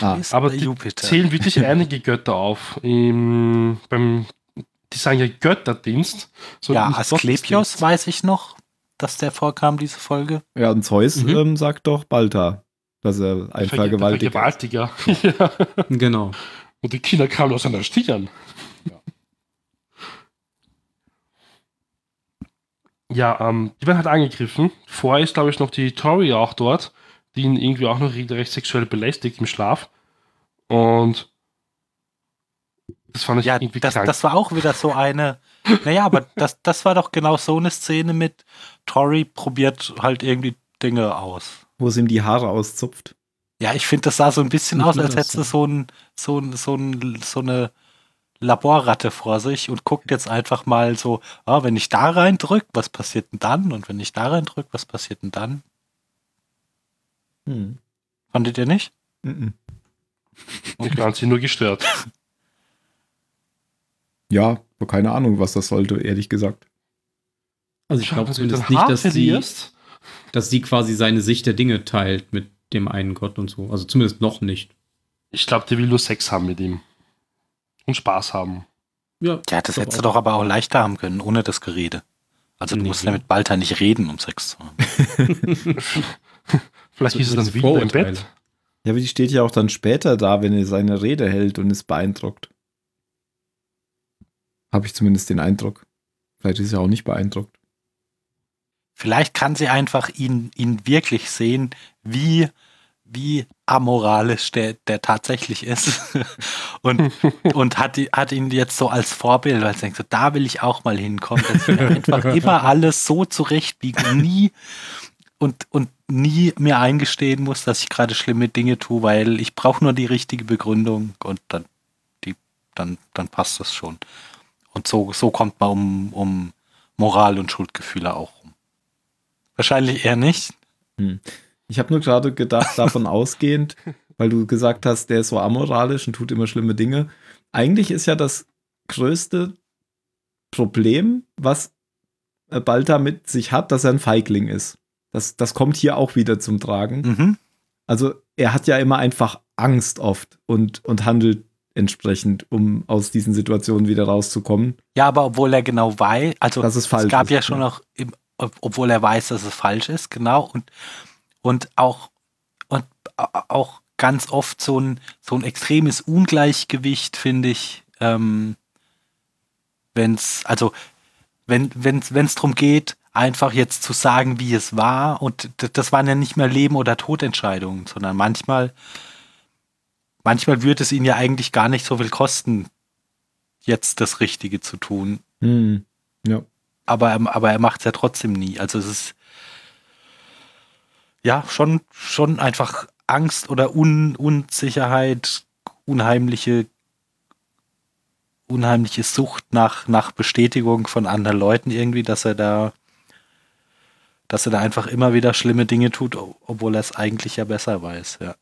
Speaker 1: Ah,
Speaker 2: Ist
Speaker 5: aber
Speaker 2: der
Speaker 5: die
Speaker 2: Jupiter.
Speaker 5: zählen wirklich einige Götter auf. Im, beim, die sagen ja Götterdienst. so
Speaker 2: ja,
Speaker 5: nicht
Speaker 2: Asklepios weiß ich noch, dass der vorkam, diese Folge.
Speaker 1: Ja, und Zeus
Speaker 4: Mhm.
Speaker 1: ähm, sagt doch Balta, dass er ein
Speaker 5: Ver- der
Speaker 1: Vergewaltiger ist.
Speaker 5: Vergewaltiger. ja.
Speaker 4: Genau.
Speaker 5: Und die Kinder kamen aus seiner Stirn. Ja, ähm, die werden halt angegriffen. Vorher ist, glaube ich, noch die Tori auch dort, die ihn irgendwie auch noch regelrecht sexuell belästigt im Schlaf. Und das fand ich
Speaker 2: Ja,
Speaker 5: irgendwie
Speaker 2: das,
Speaker 5: krank.
Speaker 2: das war auch wieder so eine. Naja, aber das, das war doch genau so eine Szene mit Tori probiert halt irgendwie Dinge aus.
Speaker 1: Wo es ihm die Haare auszupft.
Speaker 2: Ja, ich finde, das sah so ein bisschen
Speaker 4: Nicht
Speaker 2: aus,
Speaker 4: nur
Speaker 2: als
Speaker 4: das,
Speaker 2: hättest du so, ein, so, ein, so, ein, so eine Laborratte vor sich und guckt jetzt einfach mal so, ah, wenn ich da reindrück, was passiert denn dann? Und wenn ich da reindrück, was passiert denn dann?
Speaker 1: Hm.
Speaker 2: Fandet ihr nicht?
Speaker 1: Mhm.
Speaker 5: Ich fand sie nur gestört.
Speaker 1: Ja, aber keine Ahnung, was das sollte, ehrlich gesagt.
Speaker 4: Also ich glaube
Speaker 5: Wenn du
Speaker 4: zumindest
Speaker 5: dein
Speaker 4: nicht,
Speaker 5: Haar
Speaker 4: dass die,
Speaker 5: verlierst,
Speaker 4: dass die quasi seine Sicht der Dinge teilt mit dem einen Gott und so. Also zumindest noch nicht.
Speaker 5: Ich glaube, die will nur Sex haben mit ihm. Und Spaß haben.
Speaker 4: Ja,
Speaker 2: Ja, das
Speaker 4: ich glaub
Speaker 2: hättest du
Speaker 4: auch.
Speaker 2: doch aber auch leichter haben können, ohne das Gerede. Also du
Speaker 4: Nee.
Speaker 2: musst ja mit Balta nicht reden, um Sex zu haben.
Speaker 5: Vielleicht
Speaker 4: So
Speaker 5: ist es dann
Speaker 4: diese
Speaker 5: wieder im
Speaker 4: Vorurteile.
Speaker 5: Bett.
Speaker 1: Ja, aber die steht ja auch dann später da, wenn er seine Rede hält und ist beeindruckt. Habe ich zumindest den Eindruck. Vielleicht ist er auch nicht beeindruckt.
Speaker 2: Vielleicht kann sie einfach ihn, ihn wirklich sehen, wie, wie amoralisch der, der tatsächlich ist. und und hat, die- hat ihn jetzt so als Vorbild, weil er denkt, so, da will ich auch mal hinkommen, dass wir einfach immer alles so zurechtbiegen und nie und, und nie mir eingestehen muss, dass ich gerade schlimme Dinge tue, weil ich brauche nur die richtige Begründung und dann, die, dann, dann passt das schon. Und so, so kommt man um, um Moral und Schuldgefühle auch rum. Wahrscheinlich eher nicht.
Speaker 1: Ich habe nur gerade gedacht, davon ausgehend, weil du gesagt hast, der ist so amoralisch und tut immer schlimme Dinge. Eigentlich ist ja das größte Problem, was äh, Balta mit sich hat, dass er ein Feigling ist. Das, das kommt hier auch wieder zum Tragen.
Speaker 2: Mhm.
Speaker 1: Also er hat ja immer einfach Angst oft und, und handelt entsprechend, um aus diesen Situationen wieder rauszukommen.
Speaker 2: Ja, aber obwohl er genau weiß, also
Speaker 1: Das ist falsch.
Speaker 2: es gab ja
Speaker 1: ist,
Speaker 2: schon
Speaker 1: ne?
Speaker 2: auch, im, ob- obwohl er weiß, dass es falsch ist, genau. Und, und auch und a- auch ganz oft so ein, so ein extremes Ungleichgewicht, finde ich, ähm, wenn's, also wenn wenn's wenn's drum geht, einfach jetzt zu sagen, wie es war. Und d- das waren ja nicht mehr Leben- oder Todentscheidungen, sondern manchmal, manchmal würde es ihn ja eigentlich gar nicht so viel kosten, jetzt das Richtige zu tun
Speaker 1: Hm.
Speaker 2: aber, er- aber er macht es ja trotzdem nie. Also es ist ja schon, schon einfach Angst oder Un Unsicherheit, unheimliche, unheimliche Sucht nach, nach Bestätigung von anderen Leuten irgendwie, dass er da, dass er da einfach immer wieder schlimme Dinge tut, ob- obwohl er es eigentlich ja besser weiß, ja.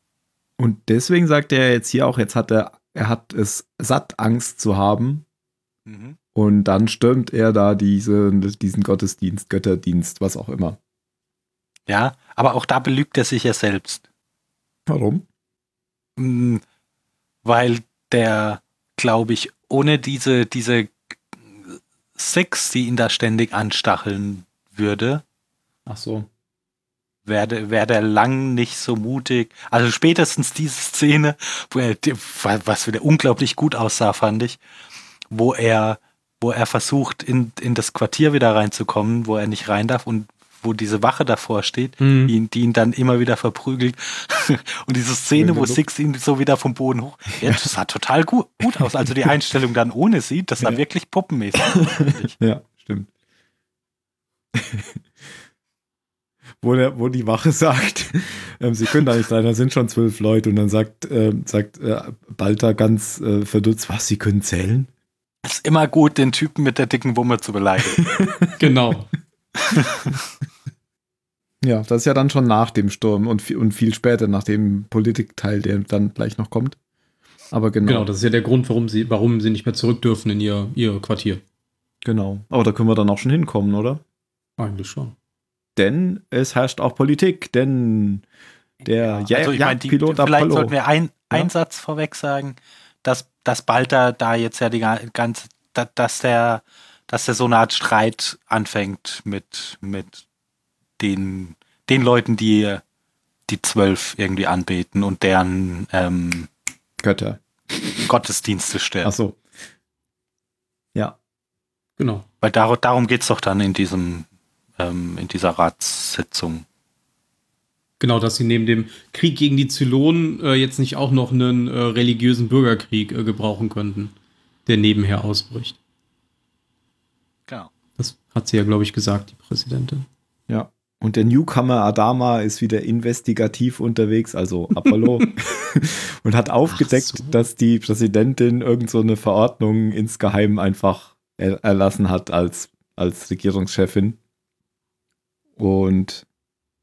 Speaker 1: Und deswegen sagt er jetzt hier auch, jetzt hat er, er hat es satt, Angst zu haben. Und dann stürmt er da diese, diesen Gottesdienst, Götterdienst, was auch immer.
Speaker 2: Ja, aber auch da belügt er sich ja selbst.
Speaker 1: Warum?
Speaker 2: Mm, weil der, glaube ich, ohne diese, diese Six, die ihn da ständig anstacheln würde,
Speaker 1: Ach so.
Speaker 2: wäre der- wäre der lang nicht so mutig. Also spätestens diese Szene, wo er, die- was wieder unglaublich gut aussah, fand ich, wo er, wo er versucht, in, in das Quartier wieder reinzukommen, wo er nicht rein darf und wo diese Wache davor steht
Speaker 4: Hm.
Speaker 1: Hm.
Speaker 2: die, ihn- die ihn dann immer wieder verprügelt. Und diese Szene, wo
Speaker 1: Genug.
Speaker 2: Six ihn so wieder vom Boden hoch. Ja, das sah total gut, gut aus. Also die Einstellung dann ohne sie, das sah
Speaker 1: Ja.
Speaker 2: wirklich puppenmäßig. aus, fand ich.
Speaker 1: Ja, stimmt. wo, der, wo die Wache sagt, ähm, sie können da nicht rein, da sind schon zwölf Leute. Und dann sagt, ähm, sagt äh, Balta ganz äh, verdutzt, was, sie können zählen?
Speaker 2: Ist immer gut, den Typen mit der dicken Wumme zu beleidigen.
Speaker 4: Genau.
Speaker 1: Ja, das ist ja dann schon nach dem Sturm und, viel- und viel später, nach dem Politikteil, der dann gleich noch kommt. Aber genau.
Speaker 4: Genau, das ist ja der Grund, warum sie, warum sie nicht mehr zurück dürfen in ihr, ihr Quartier.
Speaker 1: genau. Aber da können wir dann auch schon hinkommen, oder?
Speaker 4: Eigentlich schon.
Speaker 1: Denn es herrscht auch Politik, denn der ja,
Speaker 2: also ich meine, die-
Speaker 1: Jagdpilot
Speaker 2: vielleicht
Speaker 1: Apollo.
Speaker 2: sollten wir ein, einen
Speaker 1: Ja.
Speaker 2: Satz vorweg sagen, dass, dass Balta da jetzt ja die ga- ganze, da- dass der, dass der so eine Art Streit anfängt mit, mit den, den Leuten, die die zwölf irgendwie anbeten und deren ähm,
Speaker 1: Götter.
Speaker 2: Gottesdienste stellen.
Speaker 1: Ach so. Ja.
Speaker 4: Genau.
Speaker 2: Weil dar darum geht es doch dann in diesem, ähm, in dieser Ratssitzung.
Speaker 4: Genau, dass sie neben dem Krieg gegen die Zylonen äh, jetzt nicht auch noch einen äh, religiösen Bürgerkrieg äh, gebrauchen könnten, der nebenher ausbricht.
Speaker 2: Genau.
Speaker 4: Das hat sie ja, glaube ich, gesagt, die Präsidentin.
Speaker 1: Ja. Und der Newcomer Adama ist wieder investigativ unterwegs, also Apollo, und hat aufgedeckt,
Speaker 4: Ach so.
Speaker 1: dass die Präsidentin irgend so eine Verordnung insgeheim einfach er erlassen hat als, als Regierungschefin. Und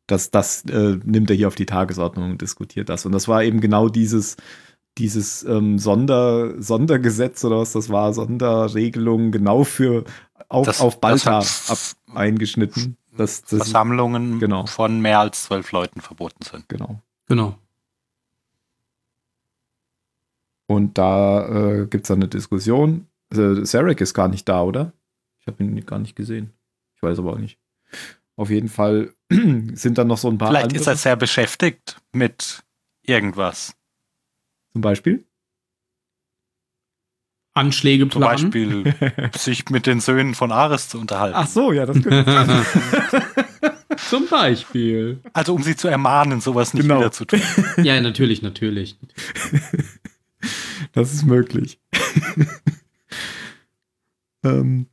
Speaker 1: das, das äh, nimmt er hier auf die Tagesordnung und diskutiert das. Und das war eben genau dieses, dieses ähm, Sonder, Sondergesetz oder was das war, Sonderregelung genau für auf,
Speaker 2: Das-
Speaker 1: auf
Speaker 2: das
Speaker 1: Balta
Speaker 2: hat-
Speaker 1: ab, eingeschnitten. Das, das,
Speaker 2: Versammlungen
Speaker 1: genau.
Speaker 2: von mehr als zwölf Leuten verboten sind.
Speaker 1: genau.
Speaker 4: Genau.
Speaker 1: Und da äh, gibt es dann eine Diskussion. Äh, Sarek ist gar nicht da, oder? Ich habe ihn gar nicht gesehen. Ich weiß aber auch nicht. Auf jeden Fall sind dann noch so ein paar
Speaker 2: Vielleicht ist
Speaker 1: andere,
Speaker 2: er sehr beschäftigt mit irgendwas.
Speaker 1: zum Beispiel.
Speaker 4: Anschläge
Speaker 2: Zum
Speaker 4: planen.
Speaker 2: Beispiel sich mit den Söhnen von Ares zu unterhalten.
Speaker 1: Ach so, ja, das könnte
Speaker 4: Zum Beispiel.
Speaker 2: Also um sie zu ermahnen, sowas nicht
Speaker 1: Genau.
Speaker 2: wieder zu tun.
Speaker 4: Ja, natürlich, natürlich.
Speaker 1: Das ist möglich. ähm,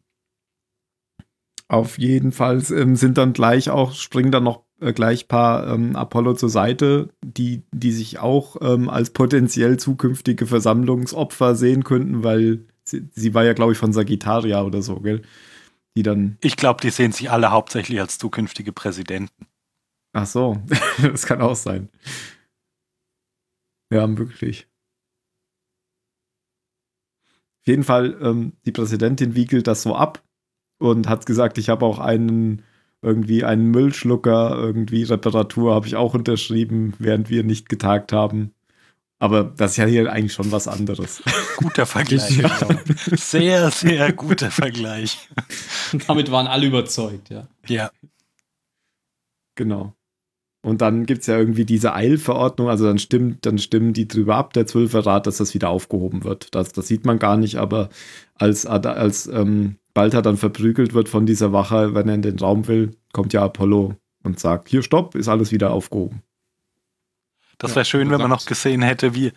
Speaker 1: auf jeden Fall ähm, sind dann gleich auch, springen dann noch äh, gleich paar ähm, Apollo zur Seite, die, die sich auch ähm, als potenziell zukünftige Versammlungsopfer sehen könnten, weil sie, sie war ja, glaube ich, von Sagittaria oder so, gell? Die dann,
Speaker 2: Ich glaube, die sehen sich alle hauptsächlich als zukünftige Präsidenten.
Speaker 1: ach so, das kann auch sein. Ja, wirklich. Auf jeden Fall, ähm, die Präsidentin wiegelt das so ab und hat gesagt, ich habe auch einen, irgendwie einen Müllschlucker, irgendwie Reparatur habe ich auch unterschrieben, während wir nicht getagt haben. Aber das ist ja hier eigentlich schon was anderes.
Speaker 2: Guter Vergleich.
Speaker 1: Ja.
Speaker 2: glaub. Sehr, sehr guter Vergleich.
Speaker 4: Und damit waren alle überzeugt, ja.
Speaker 2: Ja.
Speaker 1: Genau. Und dann gibt es ja irgendwie diese Eilverordnung, also dann stimmt, dann stimmen die drüber ab, der Zwölferrat, dass das wieder aufgehoben wird. Das, das sieht man gar nicht, aber als, Ad- als ähm, Balta dann verprügelt wird von dieser Wache, wenn er in den Raum will, kommt ja Apollo und sagt, hier stopp, ist alles wieder aufgehoben.
Speaker 2: Das
Speaker 4: Ja,
Speaker 2: wäre schön, wenn man noch
Speaker 4: gesagt.
Speaker 2: gesehen hätte, wie,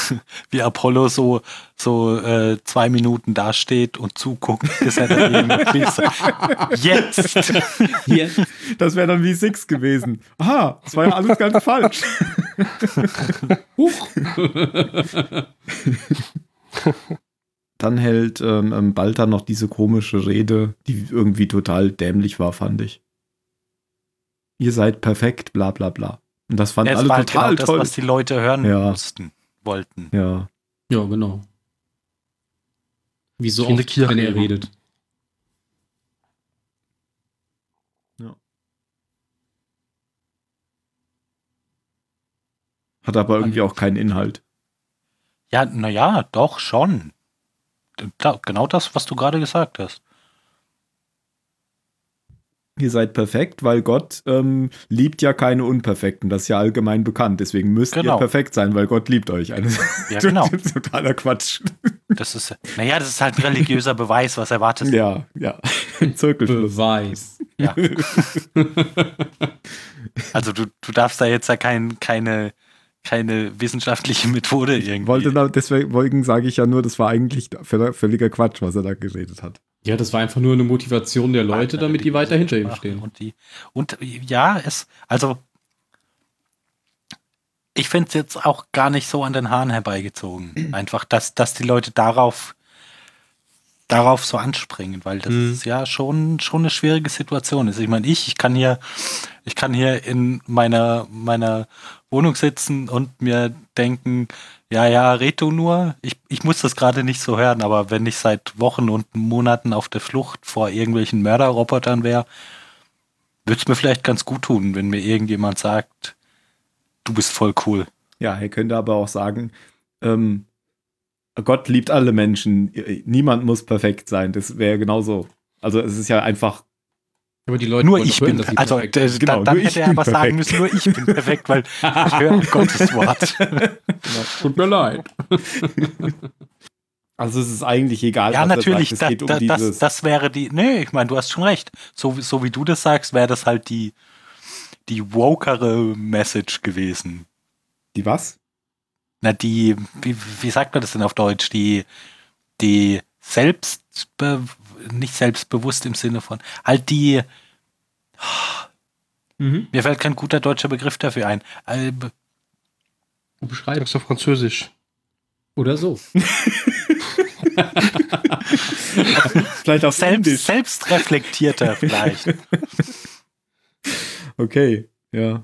Speaker 2: wie Apollo so, so äh, zwei Minuten dasteht und zuguckt, bis er daneben fließt. Jetzt!
Speaker 4: Hier,
Speaker 1: Das wäre dann wie Six gewesen. Aha, das war ja alles ganz falsch.
Speaker 4: huch.
Speaker 1: Dann hält ähm, ähm, Balta noch diese komische Rede, die irgendwie total dämlich war, fand ich. Ihr seid perfekt, bla bla bla. Und das fanden
Speaker 2: Das
Speaker 1: alle
Speaker 2: war halt
Speaker 1: total
Speaker 2: genau das,
Speaker 1: toll.
Speaker 2: was die Leute hören
Speaker 1: Ja.
Speaker 2: mussten, wollten.
Speaker 1: Ja,
Speaker 4: Ja, genau. Wie so
Speaker 5: In der
Speaker 4: oft,
Speaker 5: Kirche
Speaker 4: wenn er
Speaker 5: eben.
Speaker 4: redet.
Speaker 1: hat aber irgendwie auch keinen Inhalt.
Speaker 2: Ja, naja, doch schon. Da, genau das, was du gerade gesagt hast.
Speaker 1: Ihr seid perfekt, weil Gott ähm, liebt ja keine Unperfekten. Das ist ja allgemein bekannt. Deswegen müsst
Speaker 2: Genau.
Speaker 1: ihr perfekt sein, weil Gott liebt euch. Eine
Speaker 2: Ja, genau.
Speaker 1: Totaler Quatsch.
Speaker 2: Das ist, naja, das ist halt ein religiöser Beweis, was erwartet.
Speaker 1: Ja, ja. Ein Zirkelschluss.
Speaker 4: Beweis.
Speaker 2: Also du, du darfst da jetzt ja kein, keine, keine wissenschaftliche Methode irgendwie.
Speaker 1: Wollte da, deswegen sage ich ja nur, das war eigentlich völliger Quatsch, was er da geredet hat.
Speaker 4: Ja, das war einfach nur eine Motivation der Leute, damit die weiter hinter ihm
Speaker 2: Sprachen
Speaker 4: stehen.
Speaker 2: Und, die, und ja, es, also ich finde es jetzt auch gar nicht so an den Haaren herbeigezogen. Einfach, dass, dass die Leute darauf, darauf so anspringen, weil das
Speaker 4: Mhm.
Speaker 2: ist ja schon, schon eine schwierige Situation ist. Ich meine, ich, ich kann hier, ich kann hier in meiner, meiner Wohnung sitzen und mir denken, ja, ja, red du nur. Ich, ich muss das gerade nicht so hören, aber wenn ich seit Wochen und Monaten auf der Flucht vor irgendwelchen Mörderrobotern wäre, würde es mir vielleicht ganz gut tun, wenn mir irgendjemand sagt, du bist voll cool.
Speaker 1: Ja, er könnte aber auch sagen, ähm, Gott liebt alle Menschen. Niemand muss perfekt sein. Das wäre genauso. Also es ist ja einfach
Speaker 4: Aber die Leute
Speaker 2: nur
Speaker 4: wollen
Speaker 2: ich
Speaker 4: doch hören,
Speaker 2: bin,
Speaker 4: dass sie
Speaker 2: also
Speaker 4: perfekt
Speaker 2: äh,
Speaker 4: sind.
Speaker 1: Genau,
Speaker 2: da, dann
Speaker 1: nur ich
Speaker 2: hätte er
Speaker 1: bin
Speaker 2: aber
Speaker 1: perfekt.
Speaker 2: sagen müssen, nur ich bin perfekt, weil ich höre Gottes Wort.
Speaker 4: tut mir leid.
Speaker 1: Also es ist eigentlich egal.
Speaker 2: ja,
Speaker 1: was er
Speaker 2: natürlich,
Speaker 1: sagt.
Speaker 2: da,
Speaker 1: Es geht
Speaker 2: da,
Speaker 1: um dieses.
Speaker 2: das, das wäre die, nee, ich meine, du hast schon recht. So, wie- so wie du das sagst, wäre das halt die, die wokere Message gewesen.
Speaker 1: die was?
Speaker 2: Na, die, wie, wie sagt man das denn auf Deutsch? Die, die selbst, nicht selbstbewusst im Sinne von, halt die,
Speaker 4: Mhm.
Speaker 2: Mir fällt kein guter deutscher Begriff dafür ein. Äh, b-
Speaker 4: Beschreib.
Speaker 5: Sagst du auf Französisch?
Speaker 4: Oder so.
Speaker 1: Vielleicht auf
Speaker 2: Selbst,
Speaker 1: Indisch.
Speaker 2: selbstreflektierter vielleicht.
Speaker 1: Okay, ja.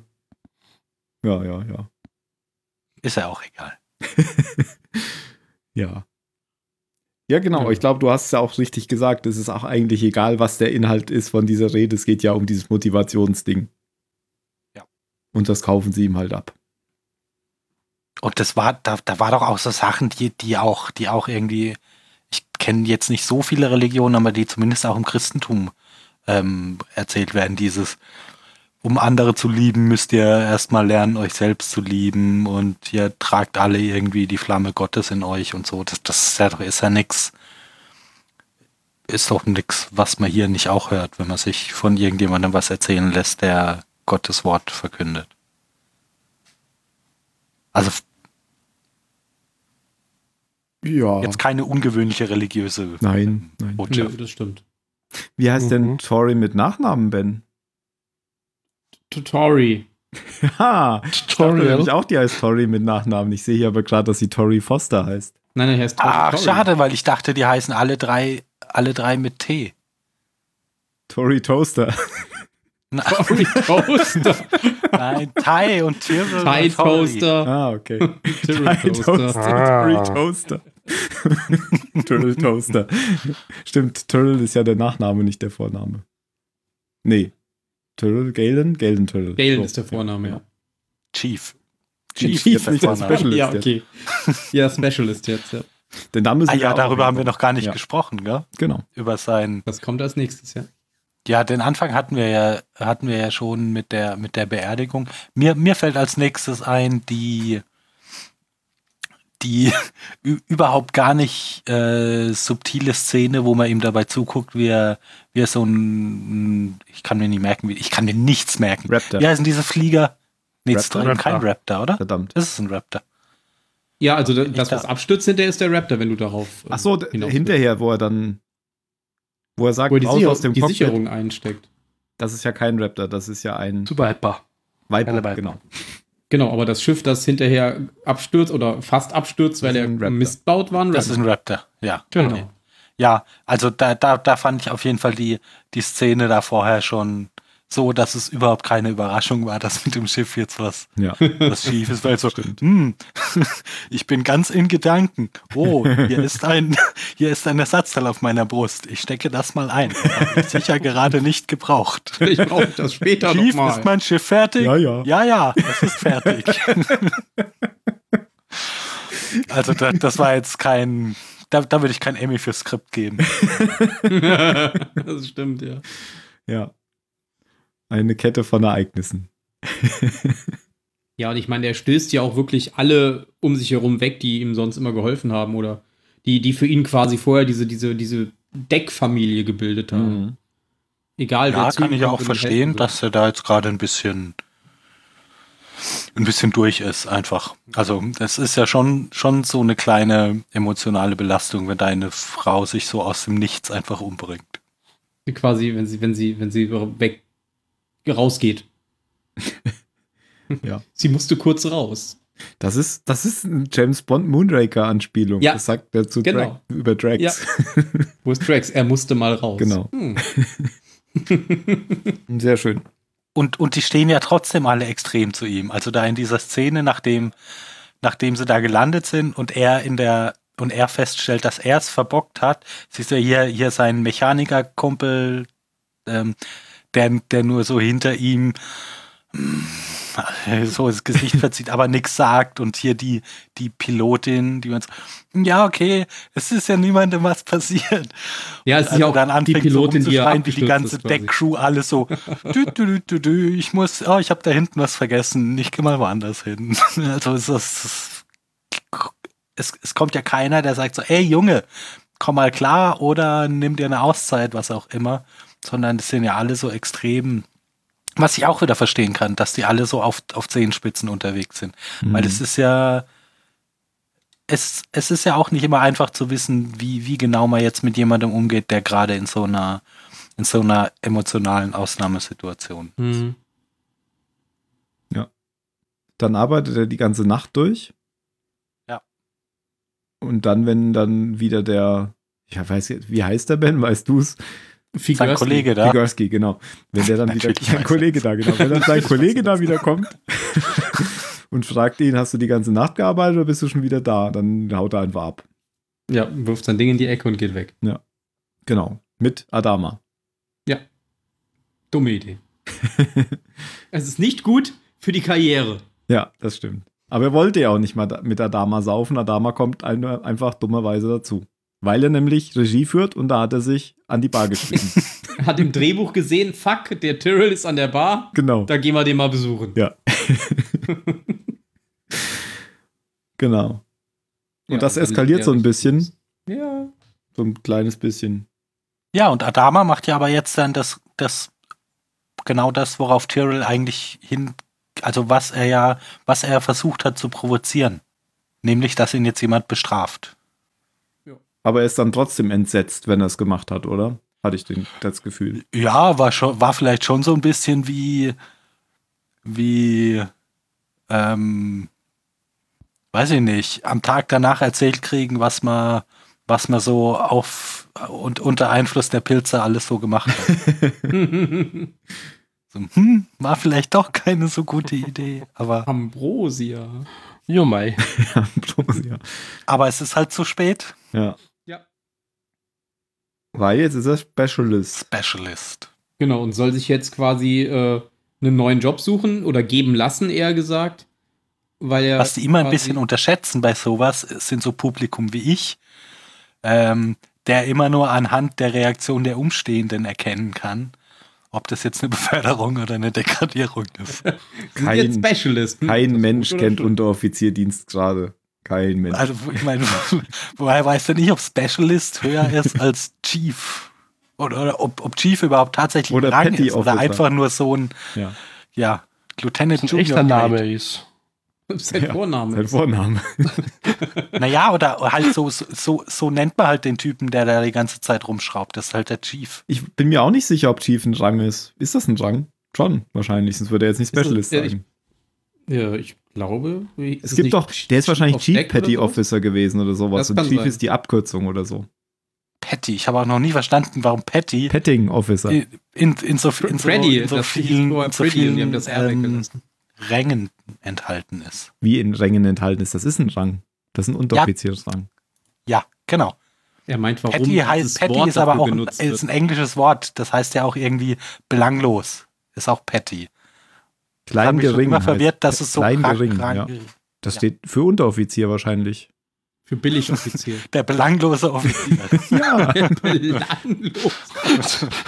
Speaker 1: Ja, ja, ja.
Speaker 2: Ist ja auch egal.
Speaker 1: Ja. Ja, genau.
Speaker 4: Ja.
Speaker 1: Ich glaube, du hast es ja auch richtig gesagt. Es ist auch eigentlich egal, was der Inhalt ist von dieser Rede. Es geht ja um dieses Motivationsding.
Speaker 2: Ja.
Speaker 1: Und das kaufen sie ihm halt ab.
Speaker 2: Und das war, da, da war doch auch so Sachen, die, die auch, die auch irgendwie, ich kenne jetzt nicht so viele Religionen, aber die zumindest auch im Christentum ähm, erzählt werden, dieses um andere zu lieben, müsst ihr erstmal lernen, euch selbst zu lieben und ihr tragt alle irgendwie die Flamme Gottes in euch und so. Das, das ist ja doch ist ja nix ist doch nichts, was man hier nicht auch hört, wenn man sich von irgendjemandem was erzählen lässt, der Gottes Wort verkündet. Also
Speaker 1: Ja.
Speaker 2: jetzt keine ungewöhnliche religiöse
Speaker 1: Nein, nein.
Speaker 6: Nö,
Speaker 2: Botschaft.
Speaker 6: das stimmt.
Speaker 1: Wie heißt denn
Speaker 5: Mhm.
Speaker 1: Tori mit Nachnamen, Ben?
Speaker 6: Tutori.
Speaker 1: Ha!
Speaker 5: Tutorial.
Speaker 1: Ich auch, die heißt Tori mit Nachnamen. Ich sehe hier aber gerade, dass sie Tori Foster heißt.
Speaker 6: Nein, nein, er ist
Speaker 2: Ach,
Speaker 6: Tutori.
Speaker 2: Ah, schade, weil ich dachte, die heißen alle drei, alle drei mit T.
Speaker 1: Tori Toaster.
Speaker 2: Na,
Speaker 6: Tutori Toaster.
Speaker 2: Nein, Thai und Tyrrell.
Speaker 6: Thai
Speaker 2: und Tori.
Speaker 6: Toaster.
Speaker 1: Ah, okay.
Speaker 6: Tutori Toaster.
Speaker 5: Ah.
Speaker 1: Turtle Toaster. Turtle Toaster. Stimmt, Turtle ist ja der Nachname, nicht der Vorname. Nee. Turtle, Galen? Galen Turtle.
Speaker 6: Galen
Speaker 1: So.
Speaker 6: ist der Vorname, ja.
Speaker 2: Chief.
Speaker 1: Chief,
Speaker 2: wird
Speaker 1: nicht der
Speaker 2: Vorname.
Speaker 1: Special.
Speaker 6: Ja,
Speaker 1: Specialist
Speaker 6: okay. Ja, Specialist jetzt, ja.
Speaker 1: Der Name ist
Speaker 2: Ah ja,
Speaker 1: auch-
Speaker 2: darüber haben wir noch gar nicht
Speaker 1: Genau. Ja.
Speaker 2: gesprochen, gell?
Speaker 1: Genau.
Speaker 2: Über sein.
Speaker 6: Was kommt als nächstes, ja?
Speaker 2: Ja, den Anfang hatten wir ja, hatten wir ja schon mit der, mit der Beerdigung. Mir, mir fällt als nächstes ein, die, die ü- überhaupt gar nicht äh, subtile Szene, wo man ihm dabei zuguckt, wie er, wie er so ein, ich kann mir nicht merken, wie, ich kann mir nichts merken.
Speaker 1: Raptor.
Speaker 2: Wie heißen diese Flieger? Nee, es ist
Speaker 1: Raptor.
Speaker 2: kein Raptor, oder?
Speaker 1: Verdammt.
Speaker 2: Das ist ein Raptor.
Speaker 6: Ja, also da- das,
Speaker 2: da-
Speaker 6: was abstürzt hinterher, ist der Raptor, wenn du darauf. äh,
Speaker 1: Ach so, d-
Speaker 6: hinaus willst.
Speaker 1: hinterher, wo er dann. Wo er sagt,
Speaker 6: Wo er die,
Speaker 1: raus
Speaker 6: Sicher
Speaker 1: aus dem
Speaker 6: die
Speaker 1: Cockpit.
Speaker 6: Sicherung einsteckt.
Speaker 1: Das ist ja kein Raptor, das ist ja ein
Speaker 5: Super hyper. Eine
Speaker 1: Viper.
Speaker 5: Viper.
Speaker 1: Genau.
Speaker 6: Genau, aber das Schiff, das hinterher abstürzt oder fast abstürzt, weil
Speaker 1: Das ist
Speaker 6: er
Speaker 1: ein Raptor.
Speaker 6: Mist baut, war ein
Speaker 2: Das ist
Speaker 6: Raptor.
Speaker 2: ein Raptor, ja.
Speaker 5: Genau.
Speaker 2: Okay. Ja, also da, da, da fand ich auf jeden Fall die, die Szene da vorher schon so, dass es überhaupt keine Überraschung war, dass mit dem Schiff jetzt was,
Speaker 1: Ja.
Speaker 2: was schief ist. Weil so, hm, ich bin ganz in Gedanken. Oh, hier ist ein, hier ist ein Ersatzteil auf meiner Brust. Ich stecke das mal ein. Hab ich sicher gerade nicht gebraucht.
Speaker 6: Ich brauche das später
Speaker 2: Schief
Speaker 6: nochmal.
Speaker 2: ist mein Schiff fertig.
Speaker 1: Ja, ja.
Speaker 2: Ja, ja, es ist fertig. also da, das war jetzt kein, da, da würde ich kein Emmy fürs Skript geben.
Speaker 6: das stimmt, ja.
Speaker 1: ja. Eine Kette von Ereignissen.
Speaker 6: Ja, und ich meine, der stößt ja auch wirklich alle um sich herum weg, die ihm sonst immer geholfen haben oder die, die für ihn quasi vorher diese, diese, diese Deckfamilie gebildet haben.
Speaker 1: Mhm.
Speaker 6: Egal,
Speaker 2: Mhm. Ja,
Speaker 6: zu ihm
Speaker 2: kann ich ja
Speaker 6: kommt
Speaker 2: auch
Speaker 6: und ihm
Speaker 2: verstehen,
Speaker 6: helfen ne? will.
Speaker 2: dass er da jetzt gerade ein bisschen ein bisschen durch ist einfach. Also das ist ja schon, schon so eine kleine emotionale Belastung, wenn deine Frau sich so aus dem Nichts einfach umbringt.
Speaker 6: quasi, wenn sie, wenn sie, wenn sie weg rausgeht.
Speaker 1: Ja.
Speaker 6: Sie musste kurz raus.
Speaker 1: Das ist, das ist eine James Bond Moonraker-Anspielung.
Speaker 6: Ja.
Speaker 1: Das sagt er zu
Speaker 6: Genau.
Speaker 1: Drag, über Drax.
Speaker 6: Ja. Wo ist Drax? Er musste mal raus.
Speaker 1: Genau.
Speaker 6: Hm.
Speaker 1: Sehr schön.
Speaker 2: Und, und die stehen ja trotzdem alle extrem zu ihm. Also da in dieser Szene, nachdem, nachdem sie da gelandet sind und er in der und er feststellt, dass er es verbockt hat, siehst du hier, hier seinen Mechanikerkumpel, ähm, der, der nur so hinter ihm mm, so das Gesicht verzieht, aber nichts sagt. Und hier die, die Pilotin, die man so, ja, okay, es ist ja niemandem was passiert.
Speaker 6: Ja, es ist
Speaker 2: Also
Speaker 6: ja auch
Speaker 2: dann
Speaker 6: die
Speaker 2: anfängt
Speaker 6: Pilotin,
Speaker 2: so
Speaker 6: die, ja
Speaker 2: rumzuschreien, wie die
Speaker 6: abgestürzt
Speaker 2: ganze
Speaker 6: ist quasi.
Speaker 2: Deckcrew alles so. dü, dü, dü, dü, dü, ich muss, oh, ich habe da hinten was vergessen. Ich gehe mal woanders hin. Also es, ist- es, es kommt ja keiner, der sagt so, ey Junge, komm mal klar oder nimm dir eine Auszeit, was auch immer. Sondern das sind ja alle so extrem, was ich auch wieder verstehen kann, dass die alle so auf, auf Zehenspitzen unterwegs sind.
Speaker 1: Mhm.
Speaker 2: Weil es ist ja, es, es ist ja auch nicht immer einfach zu wissen, wie, wie genau man jetzt mit jemandem umgeht, der gerade in so einer, in so einer emotionalen Ausnahmesituation.
Speaker 6: Hm.
Speaker 1: Dann arbeitet er die ganze Nacht durch.
Speaker 2: Ja.
Speaker 1: Und dann, wenn dann wieder der, ich weiß jetzt, wie heißt der Ben, weißt du es?
Speaker 2: Sein
Speaker 6: Figurski.
Speaker 2: Kollege da,
Speaker 1: Figurski, genau. Wenn der dann wieder,
Speaker 2: Natürlich weiß
Speaker 1: sein
Speaker 2: er
Speaker 1: Kollege da, genau. Wenn dann sein Kollege da wieder kommt und fragt ihn, hast du die ganze Nacht gearbeitet oder bist du schon wieder da? Dann haut er einfach ab.
Speaker 6: Ja, wirft sein Ding in die Ecke und geht weg.
Speaker 1: Genau. Mit Adama.
Speaker 6: Dumme Idee. es ist nicht gut für die Karriere.
Speaker 1: Ja, das stimmt. Aber er wollte ja auch nicht mal da- mit Adama saufen. Adama kommt ein, einfach dummerweise dazu. Weil er nämlich Regie führt und da hat er sich an die Bar geschrieben.
Speaker 6: Hat im Drehbuch gesehen, fuck, der Tyrrell ist an der Bar,
Speaker 1: genau.
Speaker 6: da gehen wir den mal besuchen.
Speaker 1: Ja. Genau. Und
Speaker 6: Ja,
Speaker 1: das
Speaker 6: dann-
Speaker 1: eskaliert
Speaker 6: ja,
Speaker 1: so ein
Speaker 6: richtig.
Speaker 1: bisschen.
Speaker 6: Ja.
Speaker 1: So ein kleines bisschen.
Speaker 2: Ja, und Adama macht ja aber jetzt dann das, das, genau das, worauf Tyrell eigentlich hin, also was er ja, was er versucht hat zu provozieren. Nämlich, dass ihn jetzt jemand bestraft.
Speaker 1: Aber er ist dann trotzdem entsetzt, wenn er es gemacht hat, oder? Hatte ich den, das Gefühl.
Speaker 2: Ja, war schon, war vielleicht schon so ein bisschen wie, wie, ähm, weiß ich nicht, am Tag danach erzählt kriegen, was man, was man so auf und unter Einfluss der Pilze alles so gemacht hat. So, hm, war vielleicht doch keine so gute Idee, aber,
Speaker 6: Ambrosia.
Speaker 5: Jo, Mai.
Speaker 1: Bloß, ja.
Speaker 2: aber es ist halt zu spät.
Speaker 1: ja.
Speaker 6: Ja.
Speaker 1: Weil jetzt ist er Specialist.
Speaker 2: Specialist.
Speaker 6: Genau, und soll sich jetzt quasi äh, einen neuen Job suchen oder geben lassen, eher gesagt. Weil er
Speaker 2: Was die immer ein
Speaker 6: quasi-
Speaker 2: bisschen unterschätzen bei sowas, sind so Publikum wie ich, ähm, der immer nur anhand der Reaktion der Umstehenden erkennen kann, ob das jetzt eine Beförderung oder eine Degradierung ist.
Speaker 6: sind jetzt
Speaker 1: Kein-
Speaker 6: Specialist. hm?
Speaker 1: Kein Mensch
Speaker 6: oder
Speaker 1: kennt
Speaker 6: schlimm?
Speaker 1: Unteroffizierdienst gerade. Kein Mensch.
Speaker 2: Also ich meine, woher weißt du nicht, ob Specialist höher ist als Chief? Oder, oder ob, ob Chief überhaupt tatsächlich
Speaker 1: Oder
Speaker 2: ein Rang
Speaker 1: Petty
Speaker 2: ist oder
Speaker 1: Officer.
Speaker 2: einfach nur so ein,
Speaker 1: Ja.
Speaker 2: ja, Lieutenant
Speaker 5: Ein echter
Speaker 2: Grade.
Speaker 5: Name ist.
Speaker 6: Sein
Speaker 1: Ja.
Speaker 6: Vorname.
Speaker 1: Sein Vorname.
Speaker 2: Naja, oder halt so, so, so nennt man halt den Typen, der da die ganze Zeit rumschraubt. Das ist halt der Chief.
Speaker 1: Ich bin mir auch nicht sicher, ob Chief ein Rang ist. Ist das ein Rang? Schon, wahrscheinlich. Sonst würde er jetzt nicht
Speaker 6: das-
Speaker 1: Specialist
Speaker 6: ja, ich-
Speaker 1: sein.
Speaker 6: Ja, ich glaube. wie-
Speaker 1: Es
Speaker 6: ist
Speaker 1: gibt
Speaker 6: nicht
Speaker 1: doch, der ist wahrscheinlich
Speaker 6: auf
Speaker 1: Chief
Speaker 6: Deck oder
Speaker 1: Petty
Speaker 6: so?
Speaker 1: Officer gewesen oder sowas.
Speaker 6: Das
Speaker 1: Und
Speaker 6: kann
Speaker 1: Chief
Speaker 6: sein.
Speaker 1: ist die Abkürzung oder so.
Speaker 2: Patty. Ich habe auch noch nie verstanden, warum Patty
Speaker 1: Petting Officer.
Speaker 2: in, in, in so, in so,
Speaker 6: Freddy,
Speaker 2: in so
Speaker 6: das
Speaker 2: vielen,
Speaker 6: hieß vorher
Speaker 2: in so
Speaker 6: Freddy und die haben
Speaker 2: vielen
Speaker 6: das R
Speaker 2: ähm,
Speaker 6: weggelassen.
Speaker 2: Rängen enthalten ist.
Speaker 1: Wie in Rängen enthalten ist. Das ist ein Rang. Das ist ein Unteroffiziersrang.
Speaker 2: Ja, genau.
Speaker 6: Er meint, warum
Speaker 2: Patty, heißt,
Speaker 6: dieses
Speaker 2: Patty
Speaker 6: Wort
Speaker 2: ist aber
Speaker 6: dafür
Speaker 2: auch ein,
Speaker 6: benutzt wird.
Speaker 2: ist ein englisches Wort. Das heißt ja auch irgendwie belanglos. Ist auch Patty. Das hat
Speaker 1: Klein
Speaker 2: mich schon
Speaker 1: gering.
Speaker 2: immer
Speaker 1: heißt-
Speaker 2: verwirrt, dass es so
Speaker 1: Klein
Speaker 2: krank-
Speaker 1: gering,
Speaker 2: krank-
Speaker 1: ja. Das
Speaker 2: Ja.
Speaker 1: steht für Unteroffizier wahrscheinlich.
Speaker 6: Für Billigoffizier.
Speaker 2: der belanglose Offizier.
Speaker 1: Ja.
Speaker 6: Belanglos.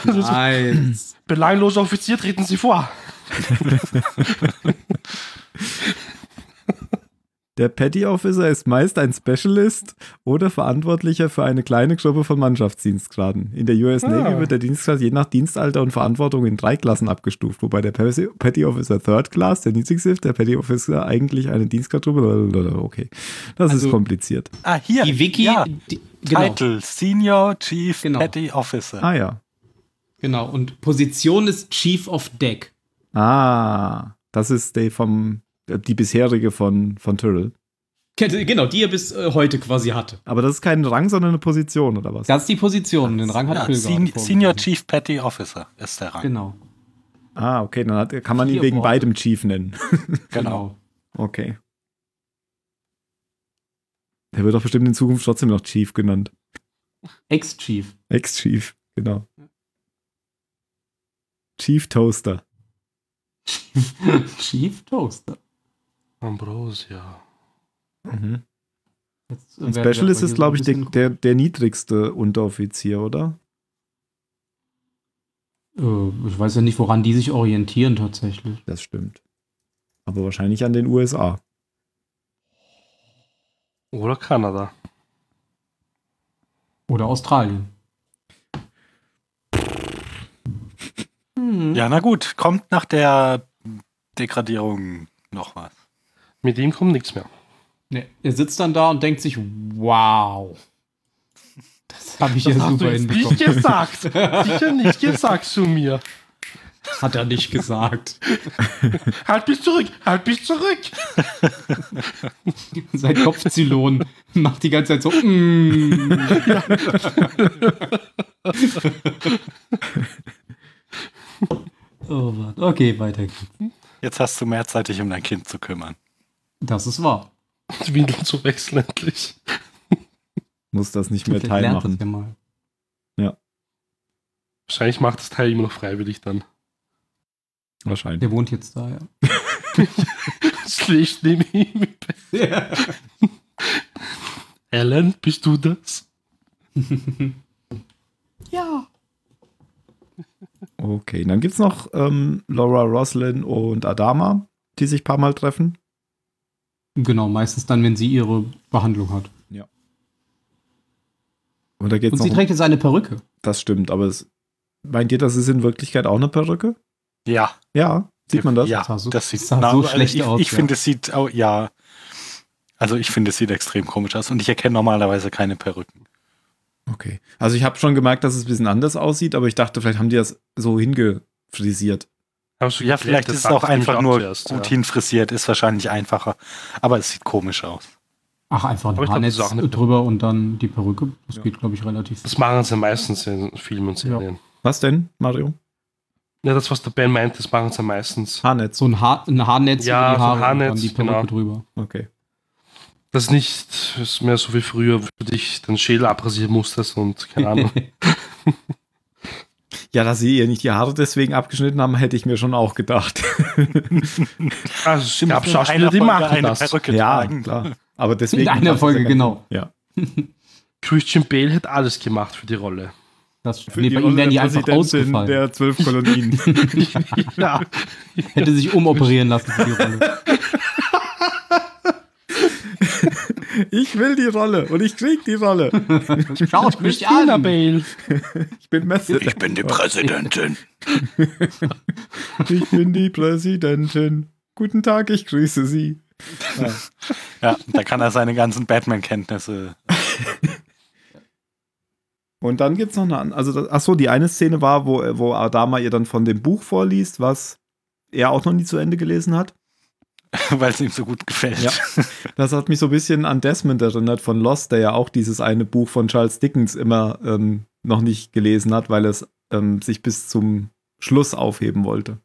Speaker 6: Nice.
Speaker 5: Belangloser Offizier, treten Sie vor.
Speaker 1: Der Petty Officer ist meist ein Specialist oder Verantwortlicher für eine kleine Gruppe von Mannschaftsdienstgraden. In der US Navy
Speaker 5: Ah.
Speaker 1: wird der Dienstgrad je nach Dienstalter und Verantwortung in drei Klassen abgestuft, wobei der Pe- Petty Officer Third Class, der niedrigste, ist, der Petty Officer eigentlich eine Dienstgradgruppe. blablabla. Okay, das
Speaker 6: Also-
Speaker 1: ist kompliziert.
Speaker 2: ah, hier.
Speaker 6: Die Wiki.
Speaker 2: Ja.
Speaker 6: Die, genau,
Speaker 2: Title Senior Chief
Speaker 6: Genau.
Speaker 2: Petty Officer.
Speaker 1: Ah ja.
Speaker 6: genau. Und Position ist Chief of Deck.
Speaker 1: Ah, das ist die vom äh, die bisherige von von Tyrrell.
Speaker 6: Kennt- Genau, die er bis äh, heute quasi hatte.
Speaker 1: Aber das ist kein Rang, sondern eine Position oder was?
Speaker 6: Das ist die Position. Den Rang hat
Speaker 2: Ja,
Speaker 6: Phil gerade
Speaker 2: Sen
Speaker 6: vorgelesen.
Speaker 2: Senior Chief Petty Officer ist der Rang.
Speaker 6: Genau.
Speaker 1: Ah, okay, dann hat, kann man ihn
Speaker 6: Vier
Speaker 1: wegen
Speaker 6: Worte.
Speaker 1: beidem Chief nennen.
Speaker 6: Genau.
Speaker 1: Okay. Der wird doch bestimmt in Zukunft trotzdem noch Chief genannt.
Speaker 6: Ex-Chief.
Speaker 1: Ex-Chief, genau. Chief Toaster.
Speaker 6: Chief Toaster.
Speaker 5: Ambrosia.
Speaker 1: Mhm.
Speaker 6: Jetzt äh,
Speaker 1: Und
Speaker 6: werden wir aber
Speaker 1: Specialist
Speaker 6: hier
Speaker 1: ist,
Speaker 6: so
Speaker 1: glaube ich,
Speaker 6: ein
Speaker 1: der,
Speaker 6: bisschen-
Speaker 1: der, der niedrigste Unteroffizier, oder?
Speaker 6: Äh, ich weiß ja nicht, woran die sich orientieren tatsächlich.
Speaker 1: Das stimmt. Aber wahrscheinlich an den USA.
Speaker 5: Oder Kanada.
Speaker 6: Oder Australien.
Speaker 2: Ja, na gut, kommt nach der Degradierung noch was.
Speaker 5: Mit ihm kommt nichts mehr.
Speaker 6: Nee, er sitzt dann da und denkt sich, wow. Das habe ich ja super hinbekommen.
Speaker 5: nicht gesagt. Sicher nicht gesagt zu mir.
Speaker 6: Hat er nicht gesagt.
Speaker 5: Halt mich zurück, halt mich zurück.
Speaker 6: Sein Kopfzylon macht die ganze Zeit so. Mm. oh Mann. Okay, weiter geht's.
Speaker 2: Jetzt hast du mehr Zeit, dich um dein Kind zu kümmern.
Speaker 6: Das ist wahr.
Speaker 5: Die Windeln zu wechseln endlich.
Speaker 1: Muss das nicht mehr
Speaker 6: Vielleicht
Speaker 1: Teil
Speaker 6: lernt das
Speaker 1: machen.
Speaker 6: ja mal.
Speaker 5: Wahrscheinlich macht das Teil immer noch freiwillig dann.
Speaker 1: Wahrscheinlich.
Speaker 6: Der wohnt jetzt da,
Speaker 5: Schlecht neben ihm.
Speaker 6: ja.
Speaker 5: Alan, bist du das?
Speaker 6: ja.
Speaker 1: Okay, dann gibt es noch ähm, Laura Roslin und Adama, die sich ein paar Mal treffen.
Speaker 6: Genau, meistens dann, wenn sie ihre Behandlung hat.
Speaker 1: Und da geht es
Speaker 6: Und
Speaker 1: noch
Speaker 6: sie
Speaker 1: um
Speaker 6: trägt jetzt eine Perücke.
Speaker 1: Das stimmt, aber es, meint ihr, das ist in Wirklichkeit auch eine Perücke?
Speaker 2: Ja.
Speaker 1: Ja, sieht man das?
Speaker 2: Ja,
Speaker 6: sah so-
Speaker 2: das sieht
Speaker 6: sah
Speaker 2: na,
Speaker 6: so
Speaker 2: also
Speaker 6: schlecht
Speaker 2: ich,
Speaker 6: aus,
Speaker 2: Ich
Speaker 6: ja.
Speaker 2: finde, es sieht, au- ja. Also ich finde, es sieht extrem komisch aus und ich erkenne normalerweise keine Perücken.
Speaker 1: Okay. Also ich habe schon gemerkt, dass es ein bisschen anders aussieht, aber ich dachte, vielleicht haben die das so hingefrisiert.
Speaker 5: Hast du
Speaker 2: Ja,
Speaker 5: geklärt,
Speaker 2: vielleicht
Speaker 5: das
Speaker 2: ist es
Speaker 5: dachte
Speaker 2: auch
Speaker 5: ich nämlich
Speaker 2: einfach nur
Speaker 5: zuerst,
Speaker 2: gut
Speaker 5: ja.
Speaker 2: hinfrisiert, ist wahrscheinlich einfacher. Aber es sieht komisch aus.
Speaker 6: Ach, einfach ein
Speaker 5: Aber ich glaub,
Speaker 6: Haarnetz
Speaker 5: das ist auch eine-
Speaker 6: drüber und dann die Perücke. Das geht, glaube ich, relativ.
Speaker 5: Das machen sie meistens in Filmen und Serien.
Speaker 1: Was denn, Mario?
Speaker 5: Ja, das, was der Ben meint, das machen sie meistens.
Speaker 1: Haarnetz.
Speaker 6: so ein, Haar, ein Haarnetz
Speaker 5: Ja,
Speaker 6: über die
Speaker 5: so ein
Speaker 6: Haare und dann
Speaker 5: Haarnetz,
Speaker 6: die Perücke
Speaker 5: genau.
Speaker 6: drüber.
Speaker 1: Okay.
Speaker 5: Das ist nicht ist mehr so wie früher, wo du dich den Schädel abrasieren musstest und keine Ahnung.
Speaker 1: Ja, dass sie ihr nicht die Haare deswegen abgeschnitten haben, hätte ich mir schon auch gedacht.
Speaker 5: Also, es gab
Speaker 2: In einer
Speaker 5: Schauspieler, die
Speaker 2: Folge
Speaker 5: machen
Speaker 2: eine
Speaker 5: das.
Speaker 2: Perücke
Speaker 1: ja,
Speaker 2: tragen.
Speaker 1: klar. Aber deswegen.
Speaker 6: In einer Folge, genau.
Speaker 1: Ja.
Speaker 5: Christian Bale hat alles gemacht für die Rolle.
Speaker 6: Das, nee, bei ihm wären die einfach ausgefallen.
Speaker 1: der zwölf Kolonien.
Speaker 5: ja.
Speaker 6: Hätte sich umoperieren lassen für die Rolle.
Speaker 1: ich will die Rolle und ich krieg die Rolle.
Speaker 6: Schaut mich
Speaker 5: Christina
Speaker 6: an!
Speaker 5: Bale.
Speaker 1: Ich bin Messer.
Speaker 2: Ich bin die Präsidentin.
Speaker 1: Ich bin die Präsidentin. Guten Tag, ich grüße Sie.
Speaker 2: Ja, da kann er seine ganzen Batman-Kenntnisse.
Speaker 1: Und dann gibt es noch eine an- also das, ach so, die eine Szene war, wo, äh, wo Adama ihr dann von dem Buch vorliest, was er auch noch nie zu Ende gelesen hat.
Speaker 2: weil es ihm so gut gefällt.
Speaker 1: Ja. Das hat mich so ein bisschen an Desmond erinnert von Lost, der ja auch dieses eine Buch von Charles Dickens immer ähm, noch nicht gelesen hat, weil es ähm, sich bis zum Schluss aufheben wollte.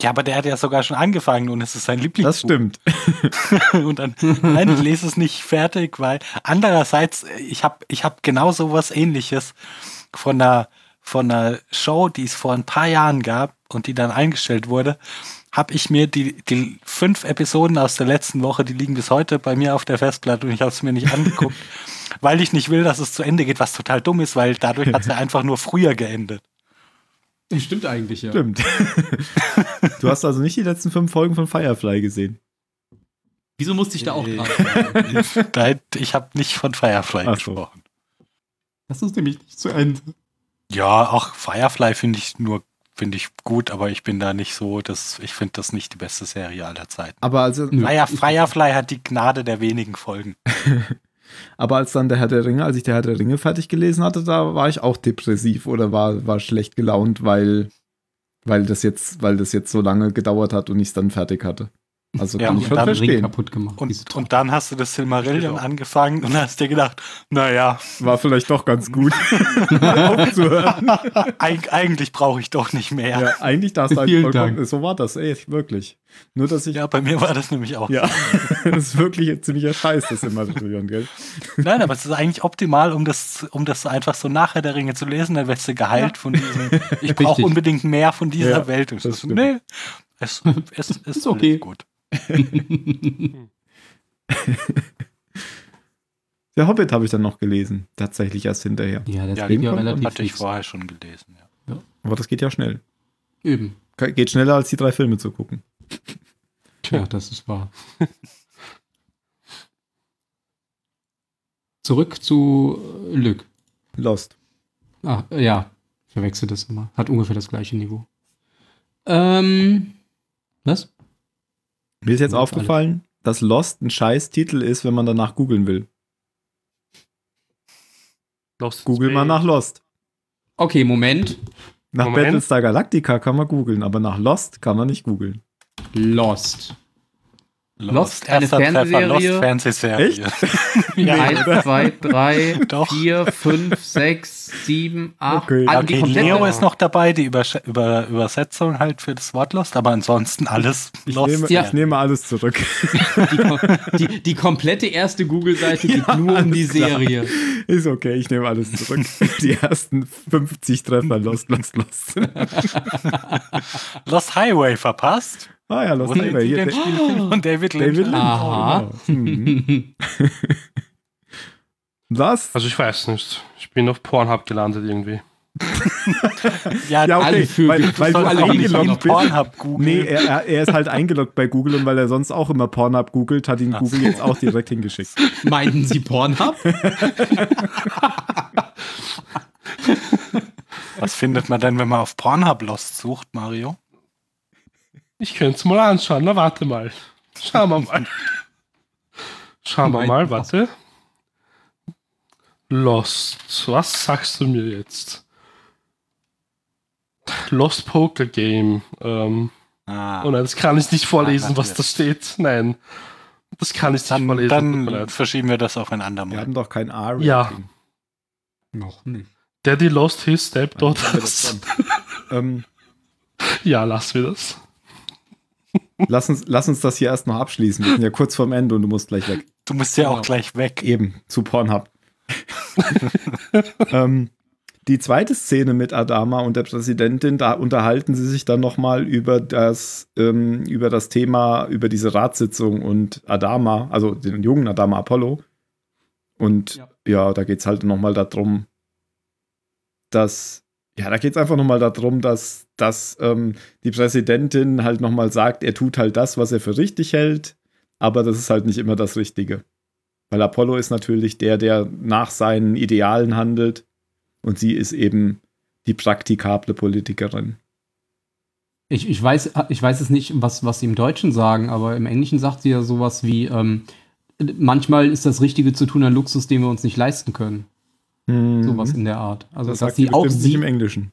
Speaker 2: Ja, aber der hat ja sogar schon angefangen und es ist sein Lieblingsbuch.
Speaker 1: Das stimmt.
Speaker 2: Und dann, nein, ich lese es nicht fertig, weil andererseits, äh, ich habe ich hab genau sowas ähnliches von einer, von einer Show, die es vor ein paar Jahren gab und die dann eingestellt wurde, habe ich mir die, die fünf Episoden aus der letzten Woche, die liegen bis heute bei mir auf der Festplatte und ich habe es mir nicht angeguckt, weil ich nicht will, dass es zu Ende geht, was total dumm ist, weil dadurch hat es ja einfach nur früher geendet.
Speaker 6: Stimmt eigentlich, ja.
Speaker 1: Stimmt. du hast also nicht die letzten fünf Folgen von Firefly gesehen.
Speaker 6: Wieso musste ich da auch dran?
Speaker 2: Nein, ich habe nicht von Firefly
Speaker 1: Ach so.
Speaker 2: gesprochen.
Speaker 6: Das ist nämlich nicht zu Ende.
Speaker 2: Ja, auch Firefly finde ich nur finde ich gut, aber ich bin da nicht so, dass ich finde das nicht die beste Serie aller Zeiten.
Speaker 1: Aber als,
Speaker 6: also
Speaker 2: Fire, Firefly hat die Gnade der wenigen Folgen.
Speaker 1: aber als dann der Herr der Ringe, als ich der Herr der Ringe fertig gelesen hatte, da war ich auch depressiv oder war, war schlecht gelaunt, weil, weil, das jetzt, weil das jetzt so lange gedauert hat und ich es dann fertig hatte. Also
Speaker 2: Ja,
Speaker 1: kann
Speaker 2: und
Speaker 1: ich
Speaker 6: Die
Speaker 1: schon
Speaker 6: haben den Ring
Speaker 1: verstehen.
Speaker 6: kaputt gemacht. diese
Speaker 2: Und,
Speaker 6: Trottel.
Speaker 2: und dann hast du das Silmarillion angefangen und hast dir gedacht, naja,
Speaker 1: War vielleicht doch ganz gut, aufzuhören.
Speaker 2: eig eigentlich brauche ich doch nicht mehr. Ja.
Speaker 1: Ja, eigentlich darfst du halt
Speaker 6: Vielen
Speaker 1: vollkommen,
Speaker 6: Dank.
Speaker 1: so war das, ey, wirklich. Nur, dass ich, ja,
Speaker 2: bei mir war das nämlich auch.
Speaker 1: das ist wirklich ein ziemlicher Scheiß, das immer Trillion, gell?
Speaker 2: Nein, aber es ist eigentlich optimal, um das, um das einfach so nachher der Ringe zu lesen, dann wirst du geheilt von diesem, ich brauche
Speaker 6: Richtig.
Speaker 2: unbedingt mehr von dieser
Speaker 1: Ja,
Speaker 2: Welt. Und
Speaker 1: das
Speaker 2: es ist-
Speaker 1: stimmt.
Speaker 2: nee, es, es, es ist alles
Speaker 6: okay.
Speaker 2: gut.
Speaker 1: Der Hobbit habe ich dann noch gelesen, tatsächlich erst hinterher.
Speaker 6: ja, das
Speaker 2: Ja,
Speaker 6: geht
Speaker 1: den
Speaker 6: ja
Speaker 1: kommt-
Speaker 6: relativ
Speaker 2: Hatte ich
Speaker 6: fix.
Speaker 2: vorher schon gelesen, ja.
Speaker 1: Aber das geht ja schnell.
Speaker 6: Eben.
Speaker 1: Ke- Geht schneller, als die drei Filme zu gucken.
Speaker 6: Ja, das ist wahr. Zurück zu äh, Lück.
Speaker 1: Lost.
Speaker 6: Ah, äh, ja. Ich verwechsel das immer. Hat ungefähr das gleiche Niveau. Ähm. Was?
Speaker 1: Mir ist jetzt
Speaker 6: Ja,
Speaker 1: aufgefallen, dass Lost ein Scheiß-Titel ist, wenn man danach googeln will.
Speaker 5: Lost in
Speaker 1: Google mal
Speaker 5: Space.
Speaker 1: nach Lost.
Speaker 6: Okay, Moment.
Speaker 1: Nach
Speaker 5: Moment.
Speaker 1: Battlestar Galactica kann man googeln, aber nach Lost kann man nicht googeln.
Speaker 6: Lost. Lost, eine
Speaker 2: erster Treffer,
Speaker 6: Fernsehserie.
Speaker 2: Lost Fernsehserie. ja,
Speaker 6: Eins, zwei, drei,
Speaker 2: Doch.
Speaker 6: vier, fünf, sechs, sieben, acht.
Speaker 1: Okay.
Speaker 6: Ah, die
Speaker 2: okay,
Speaker 6: komplette-
Speaker 2: Leo ist noch dabei, die Übersch über Übersetzung halt für das Wort Lost, aber ansonsten alles
Speaker 1: Ich,
Speaker 2: Lost.
Speaker 1: nehme,
Speaker 6: ja.
Speaker 1: ich nehme alles zurück.
Speaker 6: die, kom- die, die komplette erste Google-Seite geht nur um die
Speaker 1: alles klar.
Speaker 6: Serie.
Speaker 1: Ist okay, ich nehme alles zurück. Die ersten 50 Treffer, Lost, Lost, Lost.
Speaker 2: Lost Highway verpasst.
Speaker 1: Ah ja, Lost
Speaker 2: Wo sind
Speaker 1: Highway.
Speaker 2: Sie
Speaker 1: Hier,
Speaker 2: denn
Speaker 1: Da-
Speaker 2: Spielfilm von David Lynch?
Speaker 1: David Lynch.
Speaker 6: Aha.
Speaker 1: Genau. Hm. Was?
Speaker 5: Also ich weiß nicht. Ich bin auf Pornhub gelandet irgendwie.
Speaker 2: Ja,
Speaker 1: Ja,
Speaker 6: alle
Speaker 1: okay,
Speaker 6: für-
Speaker 1: weil,
Speaker 6: das
Speaker 1: weil du
Speaker 6: soll
Speaker 2: alle
Speaker 6: auch nicht
Speaker 1: eingeloggt
Speaker 6: auf
Speaker 1: bist.
Speaker 2: Pornhub googeln.
Speaker 1: Nee, er, er- er ist halt eingeloggt bei Google und weil er sonst auch immer Pornhub googelt, hat ihn Google jetzt auch direkt hingeschickt.
Speaker 6: Meinten Sie Pornhub?
Speaker 2: Was findet man denn, wenn man auf Pornhub Lost sucht, Mario?
Speaker 5: Ich könnte es mal anschauen. Na, warte mal. Schauen wir mal. Schauen wir mal, warte. Lost. Was sagst du mir jetzt? Lost Poker Game. Ähm,
Speaker 2: Ah,
Speaker 5: oh nein, das kann ich nicht vorlesen,
Speaker 2: Ah,
Speaker 5: was
Speaker 2: warte.
Speaker 5: da steht. Nein. Das kann ich nicht
Speaker 2: dann,
Speaker 5: vorlesen. tut mir
Speaker 2: dann
Speaker 5: leid.
Speaker 2: verschieben wir das auf ein andermal.
Speaker 1: Wir haben doch kein R-Rating.
Speaker 5: Ja.
Speaker 6: Noch nicht.
Speaker 5: Daddy lost his
Speaker 1: Dann
Speaker 5: stepdaughter.
Speaker 1: haben wir das schon. ähm,
Speaker 5: Ja, lass wir das.
Speaker 1: lass, uns, lass uns das hier erst noch abschließen. Wir sind ja kurz vorm Ende und du musst gleich weg.
Speaker 2: Du musst ja auch
Speaker 6: Genau.
Speaker 2: gleich weg.
Speaker 1: Eben, zu Pornhub. ähm, die zweite Szene mit Adama und der Präsidentin, da unterhalten sie sich dann nochmal über das, ähm, über das Thema, über diese Ratssitzung und Adama, also den jungen Adama Apollo. Und ja,
Speaker 6: Ja.
Speaker 1: da geht es halt nochmal darum, dass, ja, da geht es einfach nochmal darum, dass, dass ähm, die Präsidentin halt nochmal sagt, er tut halt das, was er für richtig hält, aber das ist halt nicht immer das Richtige. Weil Apollo ist natürlich der, der nach seinen Idealen handelt und sie ist eben die praktikable Politikerin.
Speaker 6: Ich, ich, weiß, ich weiß es nicht, was, was sie im Deutschen sagen, aber im Englischen sagt sie ja sowas wie, ähm, manchmal ist das Richtige zu tun ein Luxus, den wir uns nicht leisten können.
Speaker 2: Mhm.
Speaker 6: Sowas in der Art. Also,
Speaker 1: Mhm. das
Speaker 6: dass
Speaker 1: sagt sie
Speaker 6: sie auch
Speaker 1: bestimmt nicht im
Speaker 6: sie,
Speaker 1: Englischen.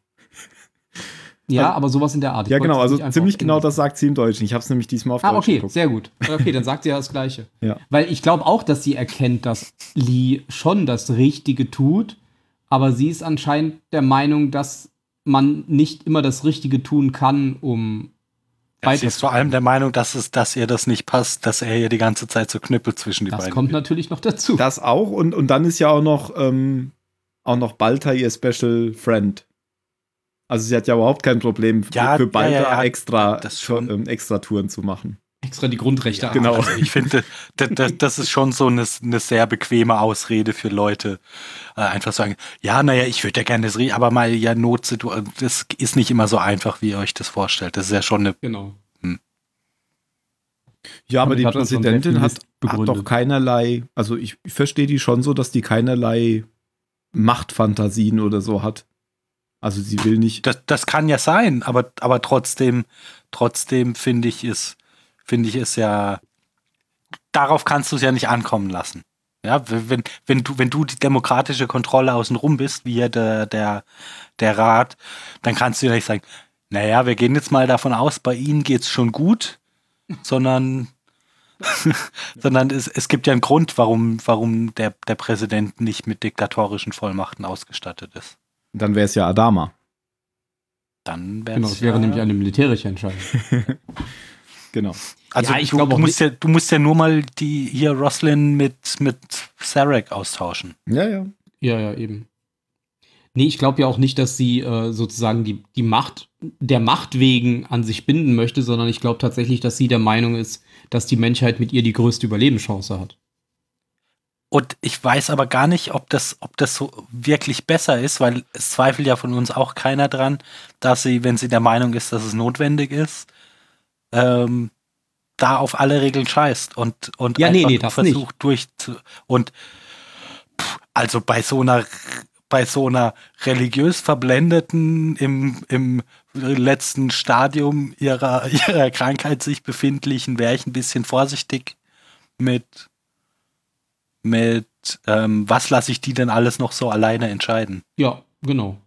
Speaker 6: ja,
Speaker 1: also-
Speaker 6: aber sowas in der Art. Ich
Speaker 1: ja,
Speaker 6: wollte
Speaker 1: genau,
Speaker 6: es
Speaker 1: also
Speaker 6: nicht einfach
Speaker 1: ziemlich
Speaker 6: auf
Speaker 1: genau
Speaker 6: Englisch
Speaker 1: das sagt sie im Deutschen. Ich habe es nämlich diesmal auf
Speaker 6: Ah,
Speaker 1: Deutsch
Speaker 6: okay,
Speaker 1: geguckt.
Speaker 6: sehr gut. Okay, dann sagt sie ja das Gleiche.
Speaker 1: Ja.
Speaker 6: Weil ich glaube auch, dass sie erkennt, dass Lee schon das Richtige tut, aber sie ist anscheinend der Meinung, dass man nicht immer das Richtige tun kann, um
Speaker 2: Ja, Sie ist vor allem der Meinung, dass, es, dass ihr das nicht passt, dass er hier die ganze Zeit so knüppelt zwischen die
Speaker 6: Das
Speaker 2: beiden.
Speaker 6: kommt natürlich noch dazu.
Speaker 1: Das auch und, und dann ist ja auch noch, ähm, auch noch Balta ihr Special Friend. Also sie hat ja überhaupt kein Problem für,
Speaker 2: Ja,
Speaker 1: für
Speaker 2: ja,
Speaker 1: Balta
Speaker 2: ja, ja,
Speaker 1: extra,
Speaker 2: das schon.
Speaker 1: ähm, extra Touren zu machen.
Speaker 4: Extra die Grundrechte.
Speaker 1: genau.
Speaker 4: ab.
Speaker 2: Also ich finde, das, das, das ist schon so eine, eine sehr bequeme Ausrede für Leute. Äh, einfach sagen, ja, naja, ich würde ja gerne das reden, aber mal ja Notsituation, das ist nicht immer so einfach, wie ihr euch das vorstellt. Das ist ja schon eine,
Speaker 6: Genau.
Speaker 1: Ja, aber
Speaker 6: Damit
Speaker 1: die
Speaker 6: hat man so einen
Speaker 1: Präsidentin hat,
Speaker 6: Feminist
Speaker 1: hat
Speaker 6: begründet.
Speaker 1: doch keinerlei, also ich, ich verstehe die schon so, dass die keinerlei Machtfantasien oder so hat. Also sie will nicht.
Speaker 2: das, das kann ja sein, aber, aber trotzdem, trotzdem finde ich es, finde ich es ja, darauf kannst du es ja nicht ankommen lassen. Ja, wenn, wenn du, wenn du die demokratische Kontrolle außenrum bist, wie ja der, der, der Rat, dann kannst du ja nicht sagen, naja, wir gehen jetzt mal davon aus, bei ihnen geht's schon gut, sondern, sondern es, es gibt ja einen Grund, warum, warum der, der Präsident nicht mit diktatorischen Vollmachten ausgestattet ist.
Speaker 1: Dann wäre es ja Adama.
Speaker 2: Dann
Speaker 6: Genau,
Speaker 2: wär's
Speaker 6: das wäre
Speaker 2: ja,
Speaker 6: nämlich eine militärische Entscheidung.
Speaker 1: Genau.
Speaker 2: Also
Speaker 6: Ja, ich
Speaker 2: du,
Speaker 6: glaub
Speaker 2: du,
Speaker 6: auch
Speaker 2: musst ja, du musst ja nur mal die hier Roslyn mit, mit Sarek austauschen.
Speaker 1: Ja, ja.
Speaker 6: ja, ja, eben. Nee, ich glaube ja auch nicht, dass sie äh, sozusagen die, die Macht, der Macht wegen an sich binden möchte, sondern ich glaube tatsächlich, dass sie der Meinung ist, dass die Menschheit mit ihr die größte Überlebenschance hat.
Speaker 2: Und ich weiß aber gar nicht, ob das, ob das so wirklich besser ist, weil es zweifelt ja von uns auch keiner dran, dass sie, wenn sie der Meinung ist, dass es notwendig ist, ähm, da auf alle Regeln scheißt und, und
Speaker 6: Ja, nee,
Speaker 2: einfach
Speaker 6: nee, das
Speaker 2: versucht durchzu. Und pff, also bei so einer bei so einer religiös verblendeten, im, im letzten Stadium ihrer, ihrer Krankheit sich befindlichen, wäre ich ein bisschen vorsichtig mit, mit ähm, was lasse ich die denn alles noch so alleine entscheiden.
Speaker 6: Ja, genau.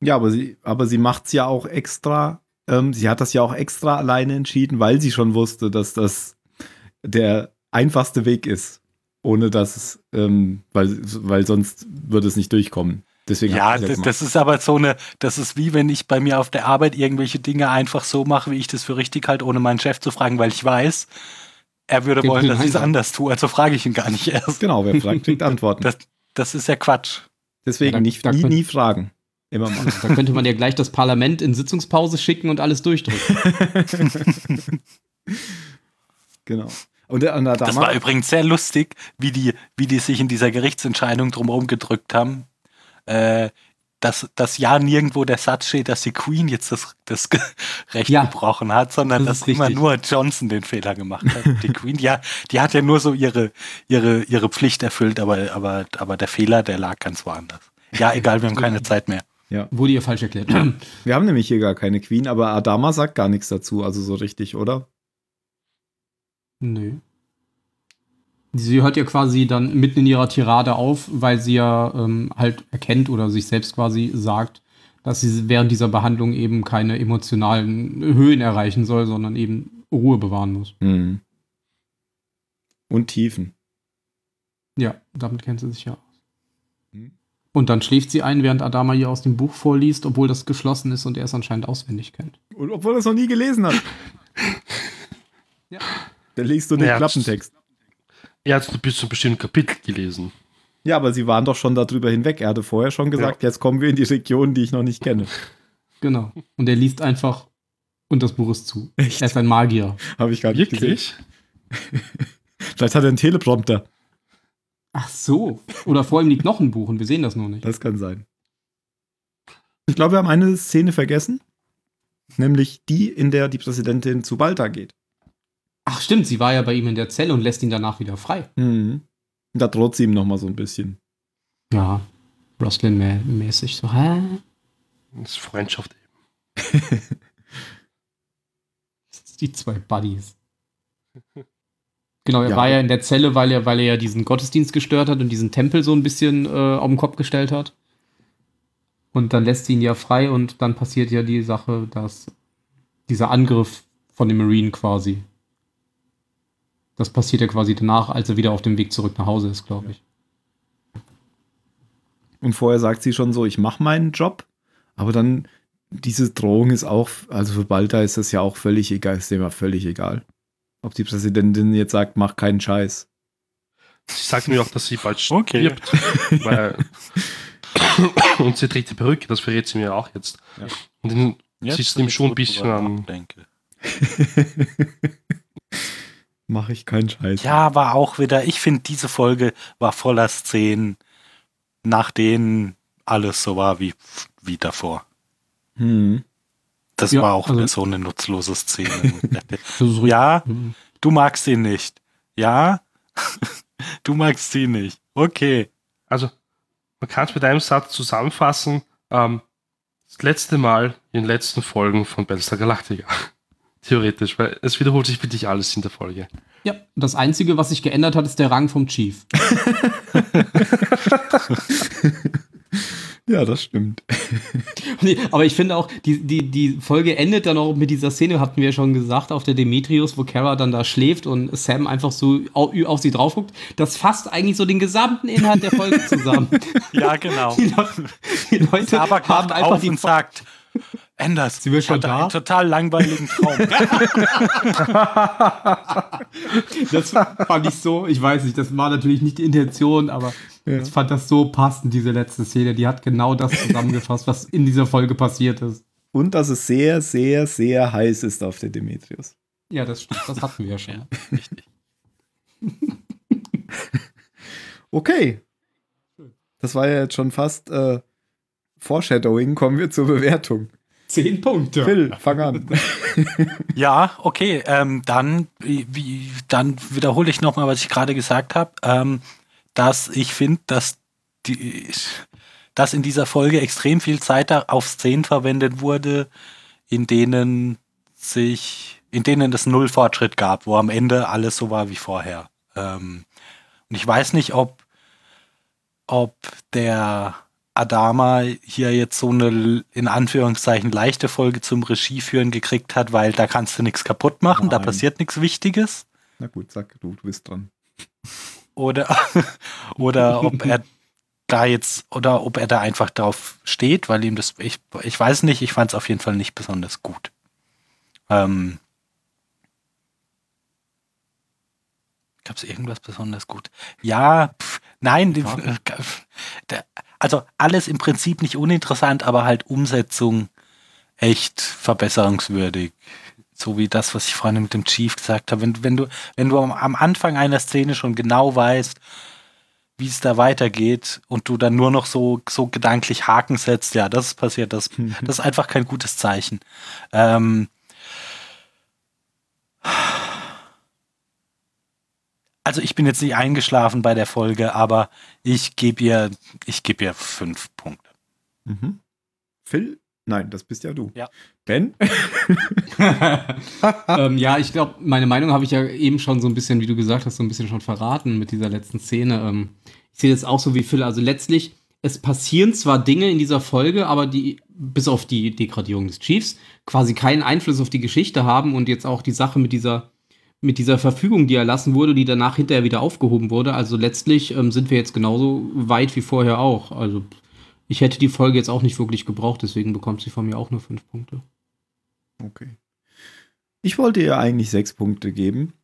Speaker 1: Ja, aber sie, aber sie macht es ja auch extra. Ähm, sie hat das ja auch extra alleine entschieden, weil sie schon wusste, dass das der einfachste Weg ist. Ohne dass es, ähm, weil, weil sonst würde es nicht durchkommen. Deswegen
Speaker 2: Ja,
Speaker 1: hat sie es
Speaker 2: das,
Speaker 1: gemacht.
Speaker 2: das ist aber so eine, das ist wie wenn ich bei mir auf der Arbeit irgendwelche Dinge einfach so mache, wie ich das für richtig halte, ohne meinen Chef zu fragen, weil ich weiß, er würde
Speaker 6: Der
Speaker 2: wollen,
Speaker 6: will
Speaker 2: dass ich es
Speaker 6: einfach.
Speaker 2: anders tue, also frage ich ihn gar nicht erst.
Speaker 1: Genau, wer fragt, kriegt Antworten.
Speaker 2: Das, das ist ja Quatsch.
Speaker 1: Deswegen
Speaker 6: Ja, da-
Speaker 1: nicht,
Speaker 6: da
Speaker 1: nie,
Speaker 6: könnt-
Speaker 1: nie fragen. Immer machen.
Speaker 6: Da könnte man ja gleich das Parlament in Sitzungspause schicken und alles durchdrücken.
Speaker 1: genau. Und der Anadama,
Speaker 2: Das war übrigens sehr lustig, wie die, wie die sich in dieser Gerichtsentscheidung drumherum gedrückt haben, äh, dass, dass ja nirgendwo der Satz steht, dass die Queen jetzt das, das Ge- Recht
Speaker 6: Ja,
Speaker 2: gebrochen hat, sondern
Speaker 6: das ist
Speaker 2: dass immer
Speaker 6: richtig.
Speaker 2: nur Johnson den Fehler gemacht hat. Die Queen, ja, die hat ja nur so ihre, ihre, ihre Pflicht erfüllt, aber, aber, aber der Fehler, der lag ganz woanders. Ja, egal, wir haben keine Zeit mehr.
Speaker 1: Ja.
Speaker 6: Wurde ihr falsch erklärt.
Speaker 1: Wir haben nämlich hier gar keine Queen, aber Adama sagt gar nichts dazu, also so richtig, oder?
Speaker 6: Nö. Sie hört ja quasi dann mitten in ihrer Tirade auf, weil sie ja ähm, halt erkennt oder sich selbst quasi sagt, dass sie während dieser Behandlung eben keine emotionalen Höhen erreichen soll, sondern eben Ruhe bewahren muss.
Speaker 1: Mhm. Und Tiefen.
Speaker 6: Ja, damit kennt sie sich ja aus. Hm.
Speaker 1: Mhm.
Speaker 6: Und dann schläft sie ein, während Adama ihr aus dem Buch vorliest, obwohl das geschlossen ist und er es anscheinend auswendig kennt.
Speaker 1: Und obwohl er es noch nie gelesen hat.
Speaker 6: Ja.
Speaker 1: Dann liest du den
Speaker 5: Ja.
Speaker 1: Klappentext.
Speaker 5: Er hat bis zum bestimmten Kapitel gelesen.
Speaker 1: Ja, aber sie waren doch schon darüber hinweg. Er hatte vorher schon gesagt, jetzt kommen wir in die Region, die ich noch nicht kenne.
Speaker 6: Genau. Und er liest einfach und das Buch ist zu.
Speaker 1: Echt?
Speaker 6: Er ist ein Magier.
Speaker 1: Habe ich gar nicht gesehen. Vielleicht hat er einen Teleprompter.
Speaker 6: Ach so. Oder vor ihm liegt noch ein Buch und wir sehen das nur nicht.
Speaker 1: Das kann sein. Ich glaube, wir haben eine Szene vergessen. Nämlich die, in der die Präsidentin zu Balta geht.
Speaker 6: Ach stimmt, sie war ja bei ihm in der Zelle und lässt ihn danach wieder frei.
Speaker 1: Mhm. Und da droht sie ihm noch mal so ein bisschen.
Speaker 6: Ja, Roslin-mäßig so. Hä?
Speaker 5: Das ist Freundschaft.
Speaker 6: Die zwei Buddies. Genau, er
Speaker 1: Ja.
Speaker 6: war ja in der Zelle, weil er, weil er ja diesen Gottesdienst gestört hat und diesen Tempel so ein bisschen äh, auf den Kopf gestellt hat. Und dann lässt sie ihn ja frei und dann passiert ja die Sache, dass dieser Angriff von dem Marine quasi. Das passiert ja quasi danach, als er wieder auf dem Weg zurück nach Hause ist, glaube ich.
Speaker 1: Und vorher sagt sie schon so, ich mache meinen Job. Aber dann, diese Drohung ist auch, also für Balta ist das ja auch völlig egal, ist dem ja völlig egal. Ob die Präsidentin jetzt sagt, mach keinen Scheiß.
Speaker 5: Sie sagt mir auch, dass sie bald
Speaker 2: Okay.
Speaker 5: stirbt. Weil und sie trägt die Perücke, das verrät sie mir auch jetzt.
Speaker 1: Ja.
Speaker 5: Und in,
Speaker 2: Jetzt
Speaker 5: sie ist
Speaker 2: bin
Speaker 5: ihm
Speaker 2: ich
Speaker 5: schon ein
Speaker 2: gut
Speaker 5: bisschen
Speaker 2: drüber
Speaker 5: am.
Speaker 2: nachdenke.
Speaker 1: mach ich keinen Scheiß.
Speaker 2: Ja, aber auch wieder, ich finde, diese Folge war voller Szenen, nach denen alles so war wie, wie davor.
Speaker 1: Hm.
Speaker 2: Das
Speaker 6: Ja,
Speaker 2: war auch
Speaker 6: also-
Speaker 2: so eine nutzlose Szene.
Speaker 6: Das ist richtig.
Speaker 2: ja, du magst ihn nicht. Ja, du magst sie nicht. Okay.
Speaker 5: Also, man kann es mit einem Satz zusammenfassen. Ähm, das letzte Mal in den letzten Folgen von Battlestar Galactica. Theoretisch, weil es wiederholt sich wirklich alles in der Folge.
Speaker 6: Ja, das Einzige, was sich geändert hat, ist der Rang vom Chief.
Speaker 1: Ja, das stimmt.
Speaker 6: Nee, aber ich finde auch, die, die, die Folge endet dann auch mit dieser Szene, hatten wir ja schon gesagt, auf der Demetrius, wo Kara dann da schläft und Sam einfach so au- auf sie drauf guckt. Das fasst eigentlich so den gesamten Inhalt der Folge zusammen.
Speaker 2: Ja, genau.
Speaker 6: Die, Le die Leute
Speaker 2: Aber
Speaker 6: haben einfach
Speaker 2: auf
Speaker 6: die
Speaker 2: und sagt, Anders,
Speaker 6: Sie will
Speaker 2: ich
Speaker 6: schon
Speaker 2: hatte
Speaker 6: da?
Speaker 2: einen total langweiligen Traum.
Speaker 6: Das fand ich so, ich weiß nicht, das war natürlich nicht die Intention, aber ich fand das so passend, diese letzte Szene. Die hat genau das zusammengefasst, was in dieser Folge passiert ist.
Speaker 1: Und dass es sehr, sehr, sehr heiß ist auf der Demetrius.
Speaker 6: Ja, das stimmt, das hatten wir ja schon.
Speaker 1: Okay. Das war ja jetzt schon fast äh, Foreshadowing. Kommen wir zur Bewertung.
Speaker 6: Zehn Punkte.
Speaker 1: Phil, fang an.
Speaker 2: Ja, okay, ähm, dann, wie, wie- dann wiederhole ich nochmal, was ich gerade gesagt habe, ähm, dass ich finde, dass, die, dass in dieser Folge extrem viel Zeit da- auf Szenen verwendet wurde, in denen sich, in denen es null Fortschritt gab, wo am Ende alles so war wie vorher. Ähm, und ich weiß nicht, ob, ob der Adama hier jetzt so eine in Anführungszeichen leichte Folge zum Regieführen gekriegt hat, weil da kannst du nichts kaputt machen, da
Speaker 1: Nein.
Speaker 2: passiert nichts Wichtiges
Speaker 1: Na gut, sag du, du bist dran.
Speaker 2: oder, oder ob er da jetzt oder ob er da einfach drauf steht, weil ihm das ich, ich weiß nicht, ich fand es auf jeden Fall nicht besonders gut. Ähm, Gab es irgendwas besonders gut? Ja, pf, nein, die- äh, der- also alles im Prinzip nicht uninteressant, aber halt Umsetzung echt verbesserungswürdig. So wie das, was ich vorhin mit dem Chief gesagt habe. Wenn, wenn du wenn du am, am Anfang einer Szene schon genau weißt, wie es da weitergeht und du dann nur noch so, so gedanklich Haken setzt, ja, das ist passiert, das, das ist einfach kein gutes Zeichen. Ähm, also ich bin jetzt nicht eingeschlafen bei der Folge, aber ich gebe ihr, ich gebe ihr fünf Punkte.
Speaker 1: Mhm. Phil? Nein, das bist ja du.
Speaker 2: Ja.
Speaker 1: Ben? Ah.
Speaker 6: ähm, ja, ich glaube, meine Meinung habe ich ja eben schon so ein bisschen, wie du gesagt hast, so ein bisschen schon verraten mit dieser letzten Szene. Ähm, ich sehe das auch so wie Phil. Also letztlich, es passieren zwar Dinge in dieser Folge, aber die, bis auf die Degradierung des Chiefs, quasi keinen Einfluss auf die Geschichte haben und jetzt auch die Sache mit dieser, mit dieser Verfügung, die erlassen wurde, die danach hinterher wieder aufgehoben wurde. Also letztlich ähm, sind wir jetzt genauso weit wie vorher auch. Also ich hätte die Folge jetzt auch nicht wirklich gebraucht, deswegen bekommt sie von mir auch nur fünf Punkte.
Speaker 1: Okay. Ich wollte ihr eigentlich sechs Punkte geben.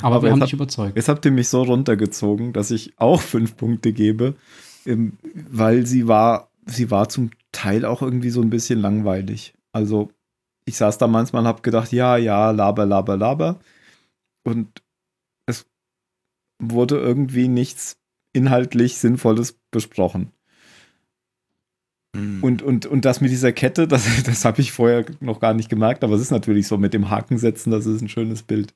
Speaker 6: Aber,
Speaker 1: Aber
Speaker 6: wir
Speaker 1: jetzt
Speaker 6: haben
Speaker 1: hat-
Speaker 6: dich überzeugt.
Speaker 1: Jetzt habt ihr mich so runtergezogen, dass ich auch fünf Punkte gebe, ähm, weil sie war, sie war zum Teil auch irgendwie so ein bisschen langweilig. Also ich saß da manchmal und hab gedacht, ja, ja, laber, laber, laber. Und es wurde irgendwie nichts inhaltlich Sinnvolles besprochen.
Speaker 2: Und
Speaker 1: Und, und, und das mit dieser Kette, das, das habe ich vorher noch gar nicht gemerkt, aber es ist natürlich so mit dem Haken setzen, das ist ein schönes Bild.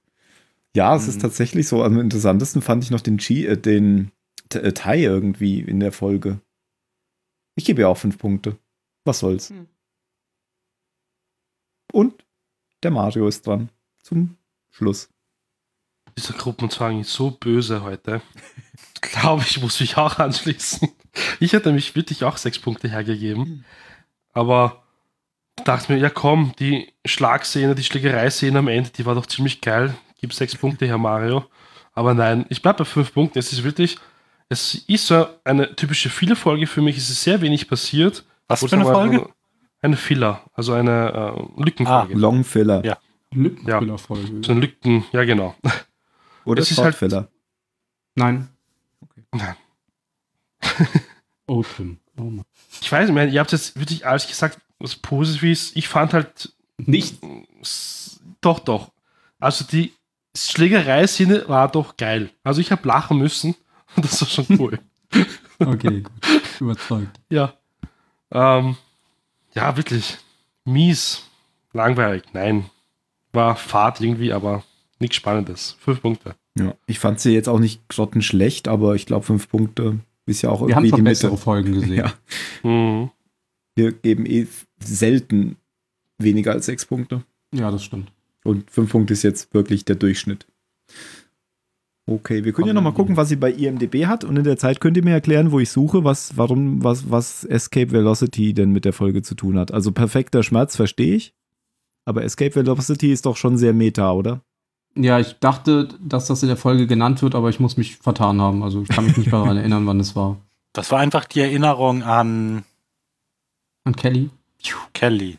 Speaker 1: Ja, es ist
Speaker 2: Mhm.
Speaker 1: tatsächlich so. Am interessantesten fand ich noch den, Chi, äh, den T- äh, Tai irgendwie in der Folge. Ich gebe ja auch fünf Punkte. Was soll's.
Speaker 6: Hm.
Speaker 1: Und der Mario ist dran. Zum Schluss.
Speaker 5: Dieser Gruppenzwang ist so böse heute. Ich glaube, ich muss mich auch anschließen. Ich hätte mich wirklich auch sechs Punkte hergegeben. Aber dachte mir, ja komm, die Schlagszene, die Schlägerei-Szene am Ende, die war doch ziemlich geil. Gib sechs Punkte her, Mario. Aber nein, ich bleibe bei fünf Punkten. Es ist wirklich, es ist so eine typische Filler-Folge für mich. Es ist sehr wenig passiert.
Speaker 2: was
Speaker 5: Und
Speaker 2: für eine
Speaker 5: aber
Speaker 2: Folge? Ah.
Speaker 5: Eine Filler, also eine äh, Lückenfolge.
Speaker 1: Long Filler.
Speaker 2: Ja.
Speaker 6: Lückenfüllerfolge.
Speaker 5: So eine Lücken, ja genau.
Speaker 1: Oder
Speaker 5: Es ist halt-
Speaker 1: Short Filler.
Speaker 6: Nein.
Speaker 5: Nein.
Speaker 6: Oh, Tim. Oh, Mann.
Speaker 5: Ich weiß nicht, mehr, ihr habt jetzt wirklich alles gesagt, was Positives. Ich fand halt,
Speaker 6: Nicht.
Speaker 5: s- doch, doch. Also die Schlägerei-Szene war doch geil. Also ich habe lachen müssen. Das war schon cool.
Speaker 6: Okay, gut. Überzeugt.
Speaker 5: ja. Ähm, ja, wirklich. Mies. Langweilig. Nein. War Fahrt irgendwie, aber nichts Spannendes. Fünf Punkte.
Speaker 1: Ja. Ich fand sie jetzt auch nicht grottenschlecht, aber ich glaube, fünf Punkte ist ja auch
Speaker 6: Wir
Speaker 1: irgendwie
Speaker 6: haben
Speaker 1: die
Speaker 6: schon
Speaker 1: Mitte.
Speaker 6: bessere Folgen gesehen.
Speaker 1: Ja.
Speaker 5: Mhm.
Speaker 1: Wir geben eh selten weniger als sechs Punkte.
Speaker 6: Ja, das stimmt.
Speaker 1: Und fünf Punkte ist jetzt wirklich der Durchschnitt. Okay, wir können ja nochmal gucken, was sie bei IMDB hat. Und in der Zeit könnt ihr mir erklären, wo ich suche, was, warum, was, was Escape Velocity denn mit der Folge zu tun hat. Also perfekter Schmerz, verstehe ich. Aber Escape Velocity ist doch schon sehr meta, oder?
Speaker 6: Ja, ich dachte, dass das in der Folge genannt wird, aber ich muss mich vertan haben. Also ich kann mich nicht mehr daran erinnern, wann es war.
Speaker 2: Das war einfach die Erinnerung an
Speaker 6: Und Kelly?
Speaker 2: Kelly.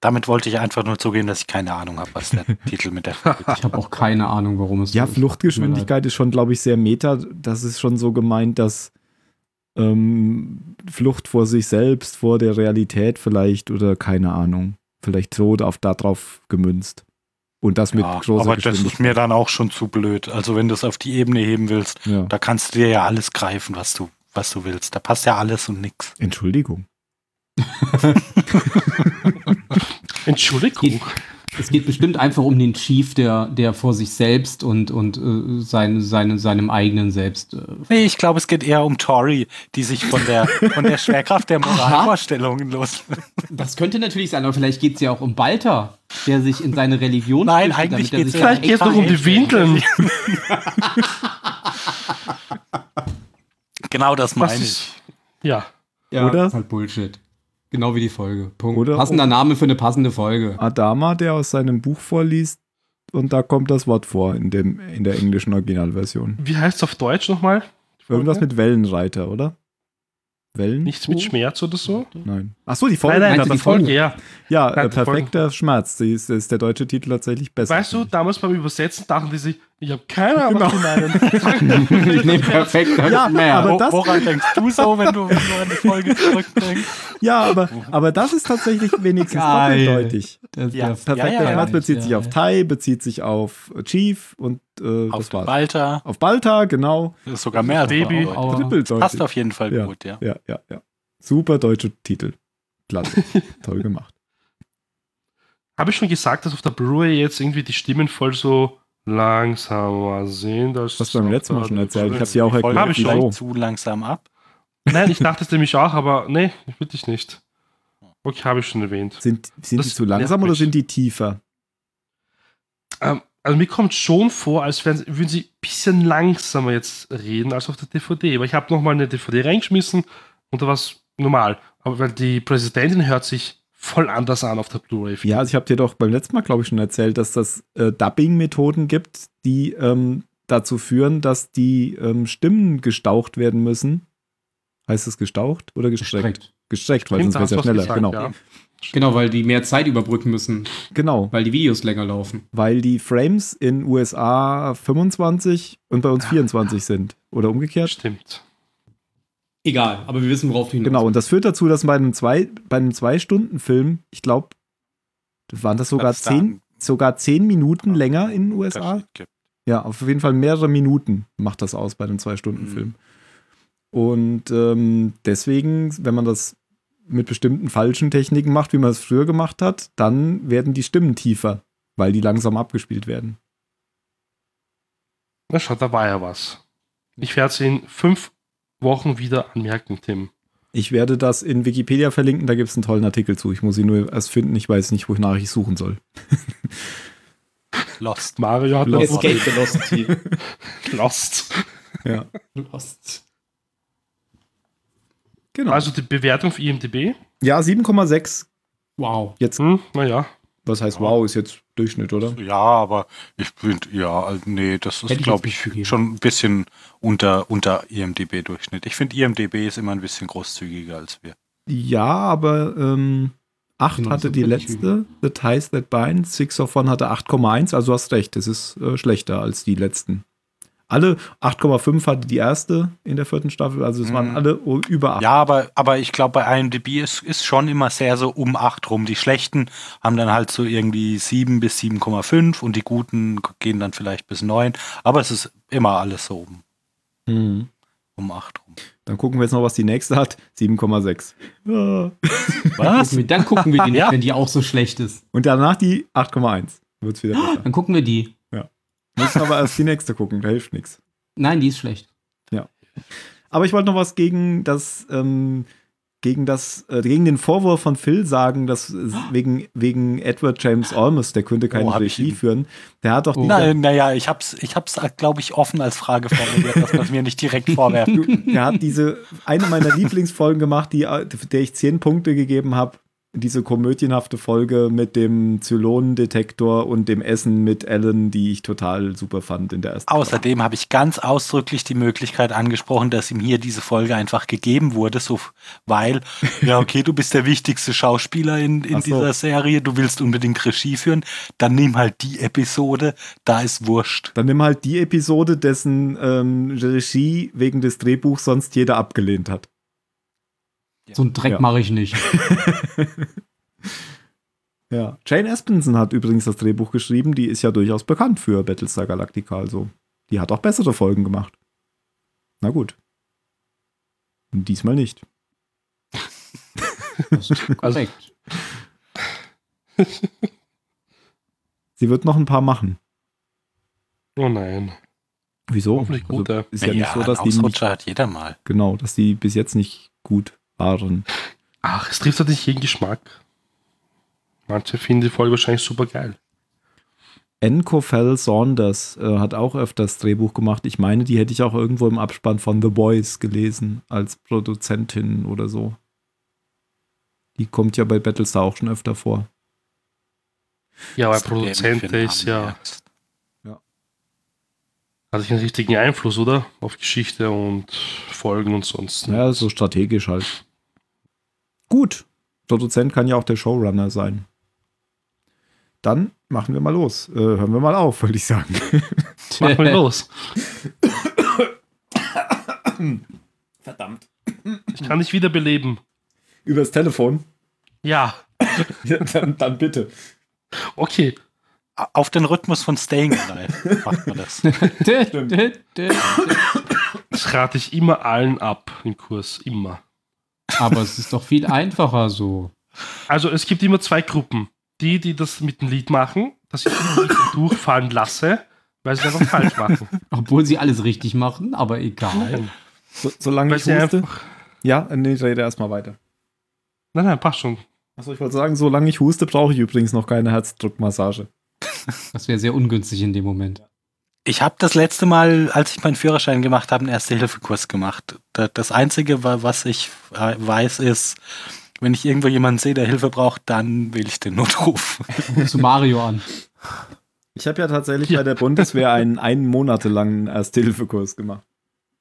Speaker 2: Damit wollte ich einfach nur zugeben, dass ich keine Ahnung habe, was der Titel mit der Folge
Speaker 6: Ich habe auch keine Ahnung, warum es
Speaker 1: Ja,
Speaker 6: so ist.
Speaker 1: Fluchtgeschwindigkeit ist schon, glaube ich, sehr meta. Das ist schon so gemeint, dass ähm, Flucht vor sich selbst, vor der Realität vielleicht oder keine Ahnung. Vielleicht so auf darauf gemünzt. Und das mit
Speaker 2: Ja,
Speaker 1: großer
Speaker 2: aber das ist
Speaker 1: Geschwindigkeit.
Speaker 2: mir dann auch schon zu blöd. Also wenn du es auf die Ebene heben willst,
Speaker 1: ja.
Speaker 2: da kannst du dir ja alles greifen, was du, was du willst. Da passt ja alles und nix.
Speaker 1: Entschuldigung.
Speaker 5: Entschuldigung.
Speaker 6: Es geht bestimmt einfach um den Chief, der, der vor sich selbst und, und äh, sein, seine, seinem eigenen Selbst. Äh,
Speaker 2: Nee, ich glaube, es geht eher um Tori, die sich von der, von der Schwerkraft der Moralvorstellungen los.
Speaker 6: das könnte natürlich sein, aber vielleicht geht es ja auch um Balta, der sich in seine Religion.
Speaker 2: Nein,
Speaker 6: flüchtet,
Speaker 2: eigentlich
Speaker 6: damit er
Speaker 2: geht's
Speaker 6: sich
Speaker 2: ja-
Speaker 5: Vielleicht geht es doch um die Windeln.
Speaker 2: Genau das
Speaker 5: Was
Speaker 2: meine ich.
Speaker 5: ist, ja.
Speaker 6: Ja,
Speaker 1: Oder?
Speaker 6: Ist halt Bullshit. Genau wie die Folge. Punkt.
Speaker 1: Oder- Oh.
Speaker 6: Passender Name für eine passende Folge.
Speaker 1: Adama, der aus seinem Buch vorliest, und da kommt das Wort vor in, dem, in der englischen Originalversion.
Speaker 5: Wie heißt es auf Deutsch nochmal?
Speaker 1: Irgendwas mit Wellenreiter, oder? Wellen?
Speaker 5: Nichts mit Schmerz oder so?
Speaker 1: Nein. Achso, die
Speaker 5: Nein,
Speaker 1: Folge.
Speaker 5: nein,
Speaker 6: Meinst du
Speaker 5: die
Speaker 6: die Folge?
Speaker 5: Folge, ja.
Speaker 1: Ja,
Speaker 5: Nein,
Speaker 1: äh,
Speaker 5: die Folge.
Speaker 1: perfekter Schmerz. Die ist, ist der deutsche Titel tatsächlich besser.
Speaker 5: Weißt du, damals beim Übersetzen dachten die sich, ich habe keine Ahnung,
Speaker 1: Genau.
Speaker 5: was die meinen.
Speaker 6: Ich nehme perfekt.
Speaker 1: Ja, aber
Speaker 2: Wo,
Speaker 1: das-
Speaker 2: woran denkst du so, wenn du, wenn du an die Folge zurückdenkst?
Speaker 1: Ja, aber, aber das ist tatsächlich wenigstens
Speaker 6: Geil.
Speaker 1: doppeldeutig.
Speaker 6: das,
Speaker 2: Ja,
Speaker 6: das,
Speaker 1: Perfekter
Speaker 2: Ja, ja,
Speaker 1: Schmerz
Speaker 6: ja.
Speaker 1: bezieht
Speaker 6: Ja,
Speaker 1: sich
Speaker 6: ja.
Speaker 1: auf Tai, bezieht sich auf Chief und äh,
Speaker 2: Auf
Speaker 1: das war's.
Speaker 2: Walter,
Speaker 1: Auf Balta, genau.
Speaker 2: das ist sogar mehr als
Speaker 5: Baby.
Speaker 2: Bauer.
Speaker 6: aber-
Speaker 1: Trippeldeutig.
Speaker 2: Passt auf jeden Fall
Speaker 1: Ja.
Speaker 2: gut, ja.
Speaker 1: Ja, ja, ja. Super deutsche Titel. Klasse. Toll gemacht.
Speaker 5: Habe ich schon gesagt, dass auf der Blu-ray jetzt irgendwie die Stimmen voll so langsamer sind als.
Speaker 1: Das hast du beim letzten Mal schon erzählt. Ich habe dir auch
Speaker 2: Die Folge
Speaker 1: erklärt,
Speaker 5: Hab ich schon.
Speaker 1: wieso.
Speaker 2: steigt zu langsam ab.
Speaker 5: Nein, ich dachte es nämlich auch, aber nee, ich will dich nicht. Okay, habe ich schon erwähnt.
Speaker 1: Sind, sind die
Speaker 5: Das
Speaker 1: zu langsam
Speaker 5: nervt
Speaker 1: oder
Speaker 5: mich.
Speaker 1: sind die tiefer?
Speaker 5: Ähm, also mir kommt schon vor, als wären, sie- würden sie ein bisschen langsamer jetzt reden als auf der DVD. Aber ich habe nochmal eine DVD reingeschmissen und da war es normal. Aber weil die Präsidentin hört sich voll anders an auf der Blu-ray.
Speaker 1: Ja, also ich habe dir doch beim letzten Mal, glaube ich, schon erzählt, dass das äh, Dubbing-Methoden gibt, die ähm, dazu führen, dass die ähm, Stimmen gestaucht werden müssen. Heißt es gestaucht oder gestreckt? Gestreckt, weil
Speaker 5: Stimmt,
Speaker 1: sonst wäre es
Speaker 5: da
Speaker 1: ja
Speaker 5: hast du
Speaker 1: schneller.
Speaker 5: was gesagt,
Speaker 1: genau.
Speaker 5: ja.
Speaker 4: Genau, weil die mehr Zeit überbrücken müssen,
Speaker 1: genau,
Speaker 4: weil die Videos länger laufen.
Speaker 1: weil die Frames in USA 25 und bei
Speaker 5: Ah.
Speaker 1: uns 24 sind oder umgekehrt.
Speaker 5: Stimmt.
Speaker 4: Egal, aber wir wissen, worauf die hinaus.
Speaker 1: Genau, und das führt dazu, dass bei einem zwei, bei einem zwei Stunden Film, ich glaube, waren das sogar
Speaker 2: Dass da
Speaker 1: zehn, sogar zehn Minuten länger in den
Speaker 2: einen
Speaker 1: USA?
Speaker 2: Unterschied gibt.
Speaker 1: Ja, auf jeden Fall mehrere Minuten macht das aus bei einem Zwei-Stunden-Film. Und ähm, deswegen, wenn man das mit bestimmten falschen Techniken macht, wie man es früher gemacht hat, dann werden die Stimmen tiefer, weil die langsam abgespielt werden.
Speaker 5: Na schau, da war ja was. Ich werde es in fünf Wochen wieder anmerken, Tim.
Speaker 1: Ich werde das in Wikipedia verlinken, da gibt es einen tollen Artikel zu. Ich muss ihn nur erst finden, ich weiß nicht, wo ich Nachricht suchen soll.
Speaker 2: Lost.
Speaker 5: Mario hat
Speaker 1: Lost.
Speaker 5: noch
Speaker 7: Escape Velocity.
Speaker 5: Lost.
Speaker 1: Ja.
Speaker 4: Lost.
Speaker 1: Genau.
Speaker 5: Also die Bewertung für IMDb.
Speaker 1: ja, 7,6.
Speaker 4: Wow.
Speaker 5: Hm, naja.
Speaker 1: Was heißt,
Speaker 2: Ja.
Speaker 1: wow, ist jetzt Durchschnitt, oder?
Speaker 2: Ja, aber ich bin, ja, also nee, das
Speaker 4: Hätte
Speaker 2: ist,
Speaker 4: ich jetzt
Speaker 2: glaube
Speaker 4: nicht
Speaker 2: ich,
Speaker 4: gegeben.
Speaker 2: schon ein bisschen unter, unter IMDB-Durchschnitt. Ich finde, IMDB ist immer ein bisschen großzügiger als wir.
Speaker 1: Ja, aber ähm, 8
Speaker 4: Genau,
Speaker 1: hatte
Speaker 4: das
Speaker 1: die
Speaker 4: hab ich
Speaker 1: letzte, The Ties That Bind, Six of One hatte 8,1, also hast recht, es ist äh, schlechter als die letzten. Alle 8,5 hatte die erste in der vierten Staffel, also es
Speaker 2: Mhm.
Speaker 1: waren alle o- über 8.
Speaker 2: Ja, aber, aber ich glaube, bei IMDb ist, ist schon immer sehr so um 8 rum. Die Schlechten haben dann halt so irgendwie 7 bis 7,5 und die Guten gehen dann vielleicht bis 9. Aber es ist immer alles so um,
Speaker 1: Mhm.
Speaker 2: um 8 rum.
Speaker 1: Dann gucken wir jetzt noch, was die nächste hat. 7,6. Ja.
Speaker 2: Was?
Speaker 4: Gucken wir- Dann gucken wir die nicht,
Speaker 2: Ja.
Speaker 4: wenn die auch so schlecht ist.
Speaker 1: Und danach die 8,1. Wird es wieder besser.
Speaker 4: Dann gucken wir die.
Speaker 1: Müssen aber erst die nächste gucken, da hilft nichts.
Speaker 4: Nein, die ist schlecht.
Speaker 1: Aber ich wollte noch was gegen das, ähm, gegen das, äh, gegen den Vorwurf von Phil sagen, dass äh, wegen, wegen Edward James Olmos, der könnte keine
Speaker 2: Oh, hab ich
Speaker 1: Regie
Speaker 2: ihn. Oh.
Speaker 1: führen. Der hat doch die,
Speaker 2: Nein, naja, ich hab's, ich hab's glaube ich, offen als Frage formuliert, dass man es mir nicht direkt vorwerfen
Speaker 1: Du, der hat diese eine meiner Lieblingsfolgen gemacht, die, äh, der ich zehn Punkte gegeben habe. Diese komödienhafte Folge mit dem Zylonendetektor und dem Essen mit Ellen, die ich total super fand in der ersten.
Speaker 2: Außerdem habe ich ganz ausdrücklich die Möglichkeit angesprochen, dass ihm hier diese Folge einfach gegeben wurde, so f- weil, ja, okay, du bist der wichtigste Schauspieler in, in
Speaker 1: Ach so.
Speaker 2: dieser Serie, du willst unbedingt Regie führen, dann nimm halt die Episode, da ist wurscht.
Speaker 1: Dann nimm halt die Episode, dessen ähm, Regie wegen des Drehbuchs sonst jeder abgelehnt hat.
Speaker 6: So einen Dreck
Speaker 1: Ja.
Speaker 6: mache ich nicht.
Speaker 1: Ja. Jane Espenson hat übrigens das Drehbuch geschrieben, die ist ja durchaus bekannt für Battlestar Galactica, also die hat auch bessere Folgen gemacht. Na gut. Diesmal nicht.
Speaker 6: Das ist
Speaker 1: Also-
Speaker 6: korrekt.
Speaker 1: Sie wird noch ein paar machen.
Speaker 5: Oh nein.
Speaker 1: Wieso?
Speaker 5: Hoffentlich gute.
Speaker 1: Also, ist ja, nicht so, dass die
Speaker 2: Ausrutscher
Speaker 1: nicht,
Speaker 2: hat jeder mal.
Speaker 1: genau, dass die bis jetzt nicht gut waren.
Speaker 5: Ach, es trifft halt nicht jeden Geschmack. Manche finden die Folge wahrscheinlich super geil.
Speaker 1: Enco Fell Saunders äh, hat auch öfters Drehbuch gemacht. Ich meine, die hätte ich auch irgendwo im Abspann von The Boys gelesen, als Produzentin oder so. Die kommt ja bei Battlestar auch schon öfter vor.
Speaker 5: Ja, weil
Speaker 2: Das Problem
Speaker 5: Produzent
Speaker 2: für
Speaker 5: der
Speaker 2: einen
Speaker 5: ist ja,
Speaker 2: Arzt.
Speaker 5: hat sich einen richtigen Einfluss, oder? Auf Geschichte und Folgen und sonst.
Speaker 1: Ja, so strategisch halt. Gut. Produzent kann ja auch der Showrunner sein. Dann machen wir mal los. Äh, hören wir mal auf, würde ich sagen.
Speaker 5: Mach mal los.
Speaker 7: Verdammt.
Speaker 5: Ich kann dich wiederbeleben.
Speaker 1: Übers Telefon?
Speaker 5: Ja,
Speaker 1: dann, bitte.
Speaker 5: okay.
Speaker 2: Auf den Rhythmus von Staying Alive macht man das.
Speaker 6: Dö, dö, dö.
Speaker 5: Das rate ich immer allen ab im Kurs. Immer.
Speaker 6: Aber es ist doch viel einfacher so.
Speaker 5: Also es gibt immer zwei Gruppen. Die, die das mit dem Lied machen, dass ich immer Lied durchfallen lasse, weil sie es einfach falsch machen.
Speaker 6: Obwohl sie alles richtig machen, aber egal.
Speaker 5: Nein.
Speaker 1: So, solange
Speaker 5: Weil
Speaker 1: ich
Speaker 5: sie
Speaker 1: huste. Ja, äh, nee, rede erstmal weiter.
Speaker 5: Nein, nein, passt schon.
Speaker 1: Achso, ich wollte sagen, solange ich huste, brauche ich übrigens noch keine Herzdruckmassage.
Speaker 6: Das wäre sehr ungünstig in dem Moment.
Speaker 2: Ich habe das letzte Mal, als ich meinen Führerschein gemacht habe, einen Erste-Hilfe-Kurs gemacht. Da- Das Einzige, wa- was ich äh, weiß, ist, wenn ich irgendwo jemanden sehe, der Hilfe braucht, dann wähle ich den Notruf.
Speaker 6: Guck zu Mario an.
Speaker 1: Ich habe ja tatsächlich bei der Bundeswehr einen einen Monate langen Ersthilfekurs gemacht.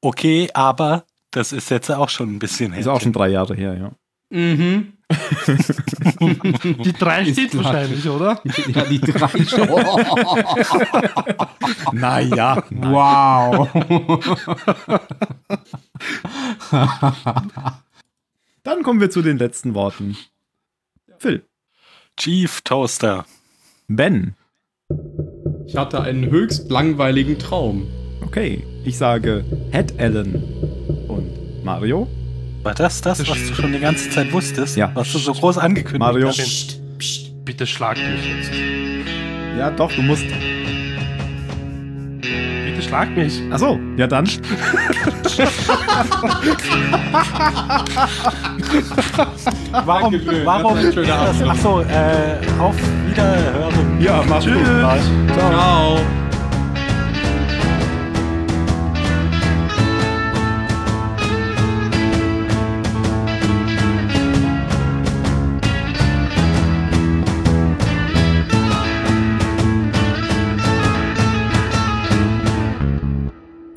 Speaker 2: Okay, aber das ist jetzt auch schon ein bisschen
Speaker 1: Ist auch schon drei Jahre her, ja.
Speaker 4: Mhm.
Speaker 5: Die drei
Speaker 6: Ist
Speaker 5: steht
Speaker 6: klar.
Speaker 5: wahrscheinlich, oder?
Speaker 6: Ja, die drei schon.
Speaker 1: Naja.
Speaker 6: Wow.
Speaker 1: Dann kommen wir zu den letzten Worten. Phil.
Speaker 2: Chief Toaster.
Speaker 1: Ben.
Speaker 4: Ich hatte einen höchst langweiligen Traum.
Speaker 1: Okay. Ich sage Head Allen. Und Mario?
Speaker 2: War das das, was du schon die ganze Zeit wusstest?
Speaker 1: Ja.
Speaker 2: Was du so groß angekündigt
Speaker 1: Mario.
Speaker 2: hast?
Speaker 5: Bitte schlag mich jetzt.
Speaker 1: Ja, doch, du musst.
Speaker 5: Bitte schlag mich.
Speaker 1: Achso, ja dann.
Speaker 2: Warum?
Speaker 4: Dankeschön,
Speaker 2: warum
Speaker 4: das war ein schöner
Speaker 2: das,
Speaker 4: Abend.
Speaker 2: ach so, äh, auf Wiederhören.
Speaker 1: Ja, mach's Ah,
Speaker 5: Tschüss.
Speaker 4: Ciao.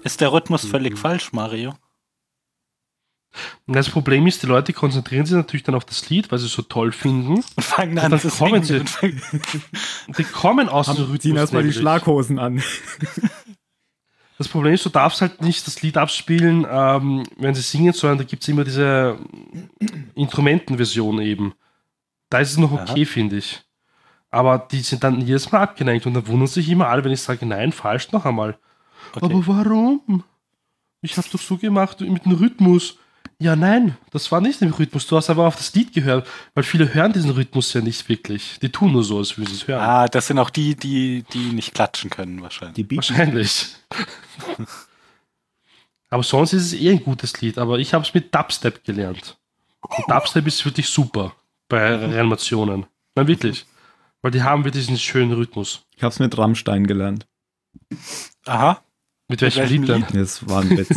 Speaker 2: Ist der Rhythmus völlig falsch, Mario?
Speaker 5: Und das Problem ist, die Leute konzentrieren sich natürlich dann auf das Lied, weil sie es so toll finden.
Speaker 2: Und fangen an
Speaker 5: Dann
Speaker 2: zu
Speaker 5: kommen sie.
Speaker 2: singen. Sie.
Speaker 5: Und die kommen aus dem Rhythmus.
Speaker 1: Ziehen erstmal die
Speaker 5: nämlich.
Speaker 1: Schlaghosen an.
Speaker 5: Das Problem ist, du darfst halt nicht das Lied abspielen, ähm, wenn sie singen, sondern da gibt es immer diese Instrumentenversion eben. Da ist es noch okay, finde ich. Aber die sind dann jedes Mal abgeneigt und dann wundern sich immer alle, wenn ich sage, nein, falsch noch einmal.
Speaker 2: Okay.
Speaker 5: Aber warum? Ich habe doch so gemacht mit dem Rhythmus. Ja, nein, das war nicht im Rhythmus. Du hast aber auf das Lied gehört, weil viele hören diesen Rhythmus ja nicht wirklich. Die tun nur so, als würden sie es hören.
Speaker 2: Ah, das sind auch die, die, die nicht klatschen können wahrscheinlich.
Speaker 1: Die Beach.
Speaker 5: Wahrscheinlich. aber sonst ist es eh ein gutes Lied, aber ich habe es mit Dubstep gelernt. Und Dubstep ist wirklich super bei Reanimationen. Nein, wirklich. Weil die haben wirklich einen schönen Rhythmus.
Speaker 1: Ich hab's mit Rammstein gelernt.
Speaker 2: Aha.
Speaker 5: Mit welchem
Speaker 2: welchem
Speaker 5: Lied denn?
Speaker 1: Das war ein Witz.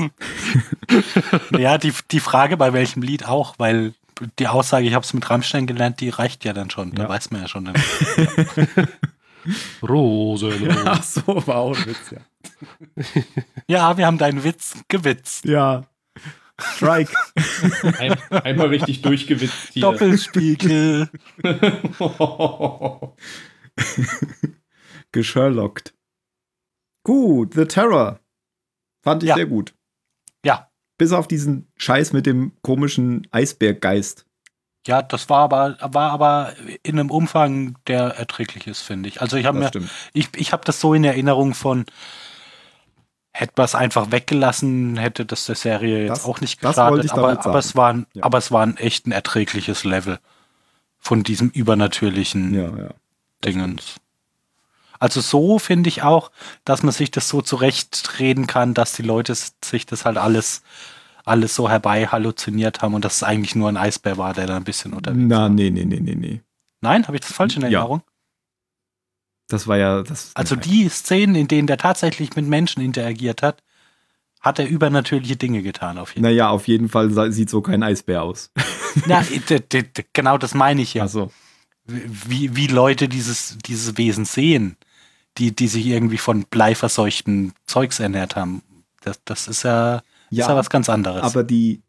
Speaker 2: Ja, die, die Frage bei welchem Lied auch, weil die Aussage, ich habe es mit Rammstein gelernt, die reicht ja dann schon. Da
Speaker 1: Ja.
Speaker 2: weiß man ja schon.
Speaker 5: Rosen.
Speaker 1: Ach so, war auch ein Witz, ja.
Speaker 2: Ja, wir haben deinen Witz gewitzt.
Speaker 1: Ja. Strike.
Speaker 4: Ein, einmal richtig durchgewitzt hier.
Speaker 2: Doppelspiegel.
Speaker 1: Gesherlockt. Gut, The Terror. Fand ich
Speaker 2: Ja.
Speaker 1: sehr gut.
Speaker 2: Ja.
Speaker 1: Bis auf diesen Scheiß mit dem komischen Eisberggeist.
Speaker 2: Ja, das war aber, war aber in einem Umfang, der erträglich ist, finde ich. Also ich habe mir,
Speaker 1: stimmt.
Speaker 2: ich, ich habe das so in Erinnerung von, hätte man es einfach weggelassen, hätte das der Serie jetzt
Speaker 1: Das-
Speaker 2: auch nicht
Speaker 1: das
Speaker 2: geschadet.
Speaker 1: wollte ich
Speaker 2: aber,
Speaker 1: damit
Speaker 2: aber,
Speaker 1: sagen.
Speaker 2: es war ein,
Speaker 1: Ja.
Speaker 2: aber es war ein echt ein erträgliches Level von diesem übernatürlichen
Speaker 1: Ja, ja.
Speaker 2: Dingens. Also so finde ich auch, dass man sich das so zurechtreden kann, dass die Leute s- sich das halt alles, alles so herbei halluziniert haben und dass es eigentlich nur ein Eisbär war, der da ein bisschen unterwegs
Speaker 1: Na, nee, nee, nee, nee, nee.
Speaker 2: Nein, habe ich das falsch in
Speaker 1: Ja.
Speaker 2: Erinnerung?
Speaker 1: Das war ja das.
Speaker 2: Also die Szenen, in denen der tatsächlich mit Menschen interagiert hat, hat er übernatürliche Dinge getan auf jeden Fall.
Speaker 1: Naja, auf jeden Fall sa- sieht so kein Eisbär aus.
Speaker 2: Na, d- d- d- genau das meine ich ja.
Speaker 1: Also,
Speaker 2: Wie, wie Leute dieses, dieses Wesen sehen, die, die sich irgendwie von bleiverseuchten Zeugs ernährt haben. Das, das ist ja, ist ja
Speaker 1: ja,
Speaker 2: was ganz anderes.
Speaker 1: aber die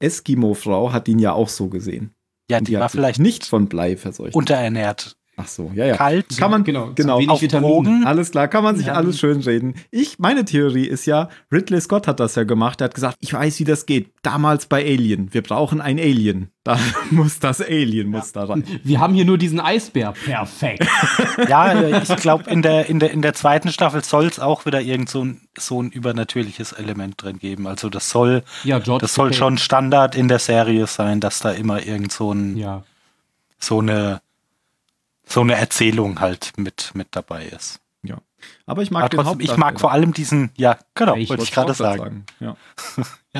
Speaker 1: Eskimo-Frau hat ihn ja auch so gesehen.
Speaker 2: ja,
Speaker 1: Und
Speaker 2: die war
Speaker 1: hat sich
Speaker 2: vielleicht
Speaker 1: nicht von Blei verseucht.
Speaker 2: unterernährt.
Speaker 1: Ach so, ja, ja.
Speaker 2: Kalt,
Speaker 1: Kann man,
Speaker 4: genau,
Speaker 1: genau.
Speaker 4: zu wenig
Speaker 2: auf
Speaker 4: Vitamine.
Speaker 2: Drogen.
Speaker 1: Alles klar, kann man sich
Speaker 2: Ja.
Speaker 1: alles schön reden. Ich, meine Theorie ist ja, Ridley Scott hat das ja gemacht. Er hat gesagt, ich weiß, wie das geht. Damals bei Alien. Wir brauchen ein Alien. Da muss das Alien muss da rein.
Speaker 6: Wir haben hier nur diesen Eisbär. Perfekt.
Speaker 2: Ja, ich glaube, in der, in, der, in der zweiten Staffel soll es auch wieder irgend so ein, so ein übernatürliches Element drin geben. Also das soll
Speaker 6: Ja, George.
Speaker 2: Das soll
Speaker 6: okay.
Speaker 2: schon Standard in der Serie sein, dass da immer irgend so, ein,
Speaker 6: Ja.
Speaker 2: so eine so eine Erzählung halt mit, mit dabei ist.
Speaker 1: Aber ich mag
Speaker 2: Aber
Speaker 1: den
Speaker 2: trotzdem, ich mag vor allem diesen, ja, genau,
Speaker 6: Ich
Speaker 2: wollte ich gerade sagen.
Speaker 1: Ja.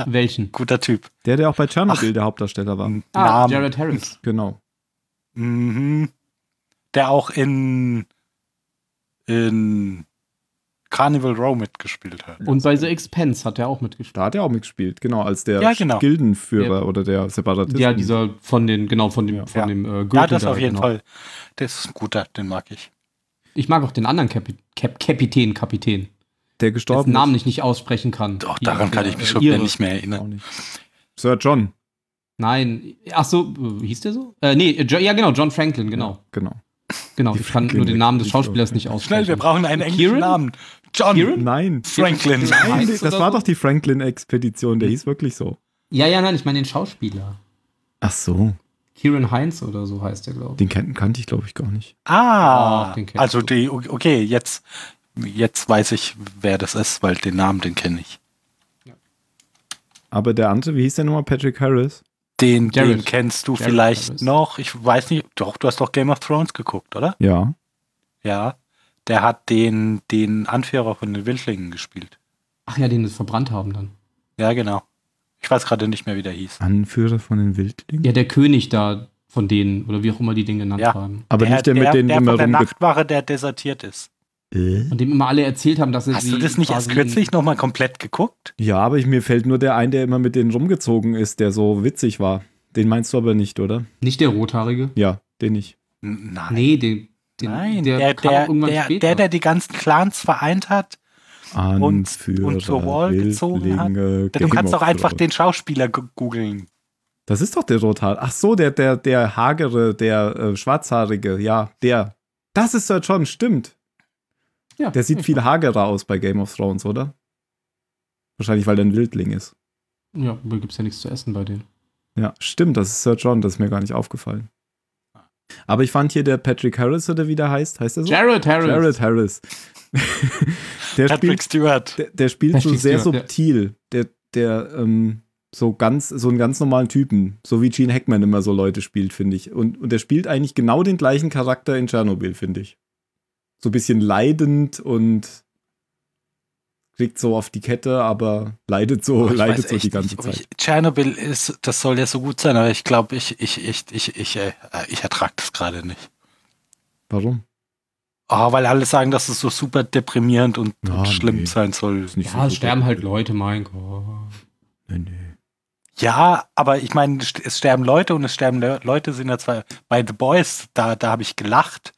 Speaker 6: Welchen?
Speaker 2: Guter Typ.
Speaker 1: Der, der auch bei Tschernobyl der Hauptdarsteller
Speaker 2: Mhm.
Speaker 1: war.
Speaker 6: Ah,
Speaker 2: Namen.
Speaker 6: Jared Harris.
Speaker 1: Genau.
Speaker 2: Mhm. Der auch in, in Carnival Row mitgespielt hat.
Speaker 6: Und bei The Expense hat er auch mitgespielt.
Speaker 1: Da hat er auch mitgespielt, genau, als der
Speaker 2: Ja, genau.
Speaker 1: Gildenführer oder der Separatist.
Speaker 6: Ja, dieser von den, genau, von dem, von
Speaker 2: Ja.
Speaker 6: dem äh, Gürtel.
Speaker 2: Ja, das
Speaker 6: da,
Speaker 2: auf jeden
Speaker 6: genau.
Speaker 2: Fall. Das ist ein guter, den mag ich.
Speaker 6: Ich mag auch den anderen Kapi Kap Kapitän, Kapitän.
Speaker 1: der
Speaker 6: Dessen
Speaker 1: gestorben
Speaker 6: Namen ich nicht aussprechen kann.
Speaker 2: Doch,
Speaker 6: Hier,
Speaker 2: daran kann
Speaker 6: der,
Speaker 2: ich mich
Speaker 6: äh,
Speaker 2: schon
Speaker 6: Ire.
Speaker 2: wieder nicht mehr
Speaker 1: ist.
Speaker 2: erinnern.
Speaker 1: Auch nicht. Sir John.
Speaker 6: Nein, ach so, äh, hieß der so? Äh, nee, äh, Jo- ja genau, John Franklin, genau.
Speaker 1: Genau.
Speaker 6: Genau,
Speaker 1: Die
Speaker 6: ich kann
Speaker 1: Franklin
Speaker 6: nur den Namen des
Speaker 1: Richtung.
Speaker 6: Schauspielers nicht aussprechen.
Speaker 2: Schnell, wir brauchen einen englischen
Speaker 6: Kieran?
Speaker 2: Namen. John
Speaker 1: Nein.
Speaker 2: Franklin.
Speaker 1: Nein,
Speaker 6: Heißt
Speaker 1: das
Speaker 6: oder
Speaker 1: war
Speaker 6: so?
Speaker 1: doch die Franklin-Expedition, der hieß wirklich so.
Speaker 6: ja, ja, nein, ich meine den Schauspieler.
Speaker 1: Ach so,
Speaker 6: Kieran Heinz oder so heißt er, glaube ich.
Speaker 1: den kan kannte ich, glaube ich, gar nicht.
Speaker 2: Ah,
Speaker 6: Ach, den kennst
Speaker 2: also
Speaker 6: du.
Speaker 2: die, okay, jetzt, jetzt weiß ich, wer das ist, weil den Namen, den kenne ich.
Speaker 1: Aber der andere, wie hieß der nochmal? Patrick Harris?
Speaker 2: Den, den
Speaker 6: Jared.
Speaker 2: kennst du
Speaker 6: Jared
Speaker 2: vielleicht
Speaker 6: Harris.
Speaker 2: noch. Ich weiß nicht, doch, du hast doch Game of Thrones geguckt, oder?
Speaker 1: Ja.
Speaker 2: Ja. Der hat den, den Anführer von den Wildlingen gespielt.
Speaker 6: Ach ja, den sie verbrannt haben dann.
Speaker 2: Ja, genau. Ich weiß gerade nicht mehr, wie der hieß.
Speaker 1: Anführer von den Wildlingen?
Speaker 6: Ja, der König da von denen, oder wie auch immer die den genannt
Speaker 2: Ja.
Speaker 6: haben.
Speaker 1: Aber
Speaker 2: der,
Speaker 1: nicht der, mit denen
Speaker 2: der
Speaker 1: immer
Speaker 2: von der
Speaker 1: rumge...
Speaker 2: Nachtwache, der desertiert ist.
Speaker 1: Äh?
Speaker 6: Und dem immer alle erzählt haben, dass er
Speaker 2: Hast
Speaker 6: sie
Speaker 2: du das nicht erst
Speaker 6: quasi
Speaker 2: kürzlich nochmal komplett geguckt?
Speaker 1: Ja, aber ich, mir fällt nur der ein, der immer mit denen rumgezogen ist, der so witzig war. Den meinst du aber nicht, oder?
Speaker 6: in- Nicht der Rothaarige?
Speaker 1: Ja, den nicht.
Speaker 2: N- Nein.
Speaker 6: Nee, den, den
Speaker 2: Nein,
Speaker 6: der,
Speaker 2: der, der,
Speaker 6: kam
Speaker 2: der,
Speaker 6: irgendwann
Speaker 2: der,
Speaker 6: später.
Speaker 2: der, die ganzen Clans vereint hat, und
Speaker 1: Anführer
Speaker 2: zur Wall gezogen hat.
Speaker 1: Wildlinge,
Speaker 2: du
Speaker 1: Game
Speaker 2: kannst
Speaker 1: of
Speaker 2: doch einfach
Speaker 1: Thrones.
Speaker 2: den Schauspieler gu- googeln.
Speaker 1: Das ist doch der Rothaar. Ach so, der, der, der hagere, der äh, schwarzhaarige, ja, der. Das ist Sir John, stimmt.
Speaker 6: ja,
Speaker 1: Der sieht viel hagerer aus bei Game of Thrones, oder? Wahrscheinlich, weil er ein Wildling ist.
Speaker 6: Ja, da gibt's ja nichts zu essen bei denen.
Speaker 1: Ja, stimmt, das ist Sir John, das ist mir gar nicht aufgefallen. Aber ich fand hier der Patrick Harris, oder wie der heißt, heißt er
Speaker 2: Also,
Speaker 1: so?
Speaker 6: Jared Harris.
Speaker 1: Jared Harris. der spielt,
Speaker 2: Patrick Stewart.
Speaker 1: der, der spielt so
Speaker 6: Patrick
Speaker 1: sehr
Speaker 6: Stewart, ja.
Speaker 1: subtil. Der, der, ähm, so ganz, so einen ganz normalen Typen. So wie Gene Hackman immer so Leute spielt, finde ich. Und, und der spielt eigentlich genau den gleichen Charakter in Tschernobyl, finde ich. So ein bisschen leidend und kriegt so auf die Kette, aber leidet so,
Speaker 2: Oh, ich
Speaker 1: leidet
Speaker 2: weiß
Speaker 1: so die
Speaker 2: echt
Speaker 1: ganze
Speaker 2: nicht, ob
Speaker 1: Zeit.
Speaker 2: Ich, Tschernobyl ist, das soll ja so gut sein, aber ich glaube, ich, ich, ich, ich, ich, äh, ich ertrage das gerade nicht.
Speaker 1: Warum?
Speaker 2: Oh, weil alle sagen, dass es so super deprimierend und,
Speaker 1: Ja,
Speaker 2: und schlimm
Speaker 1: Ah, nee.
Speaker 2: sein soll.
Speaker 1: Ist nicht
Speaker 6: Ja, es
Speaker 1: gut.
Speaker 6: sterben halt Leute, mein Gott.
Speaker 1: Nee, nee.
Speaker 2: Ja, aber ich meine, st- es sterben Leute und es sterben Le Leute sind ja zwei. Bei The Boys, da, da habe ich gelacht.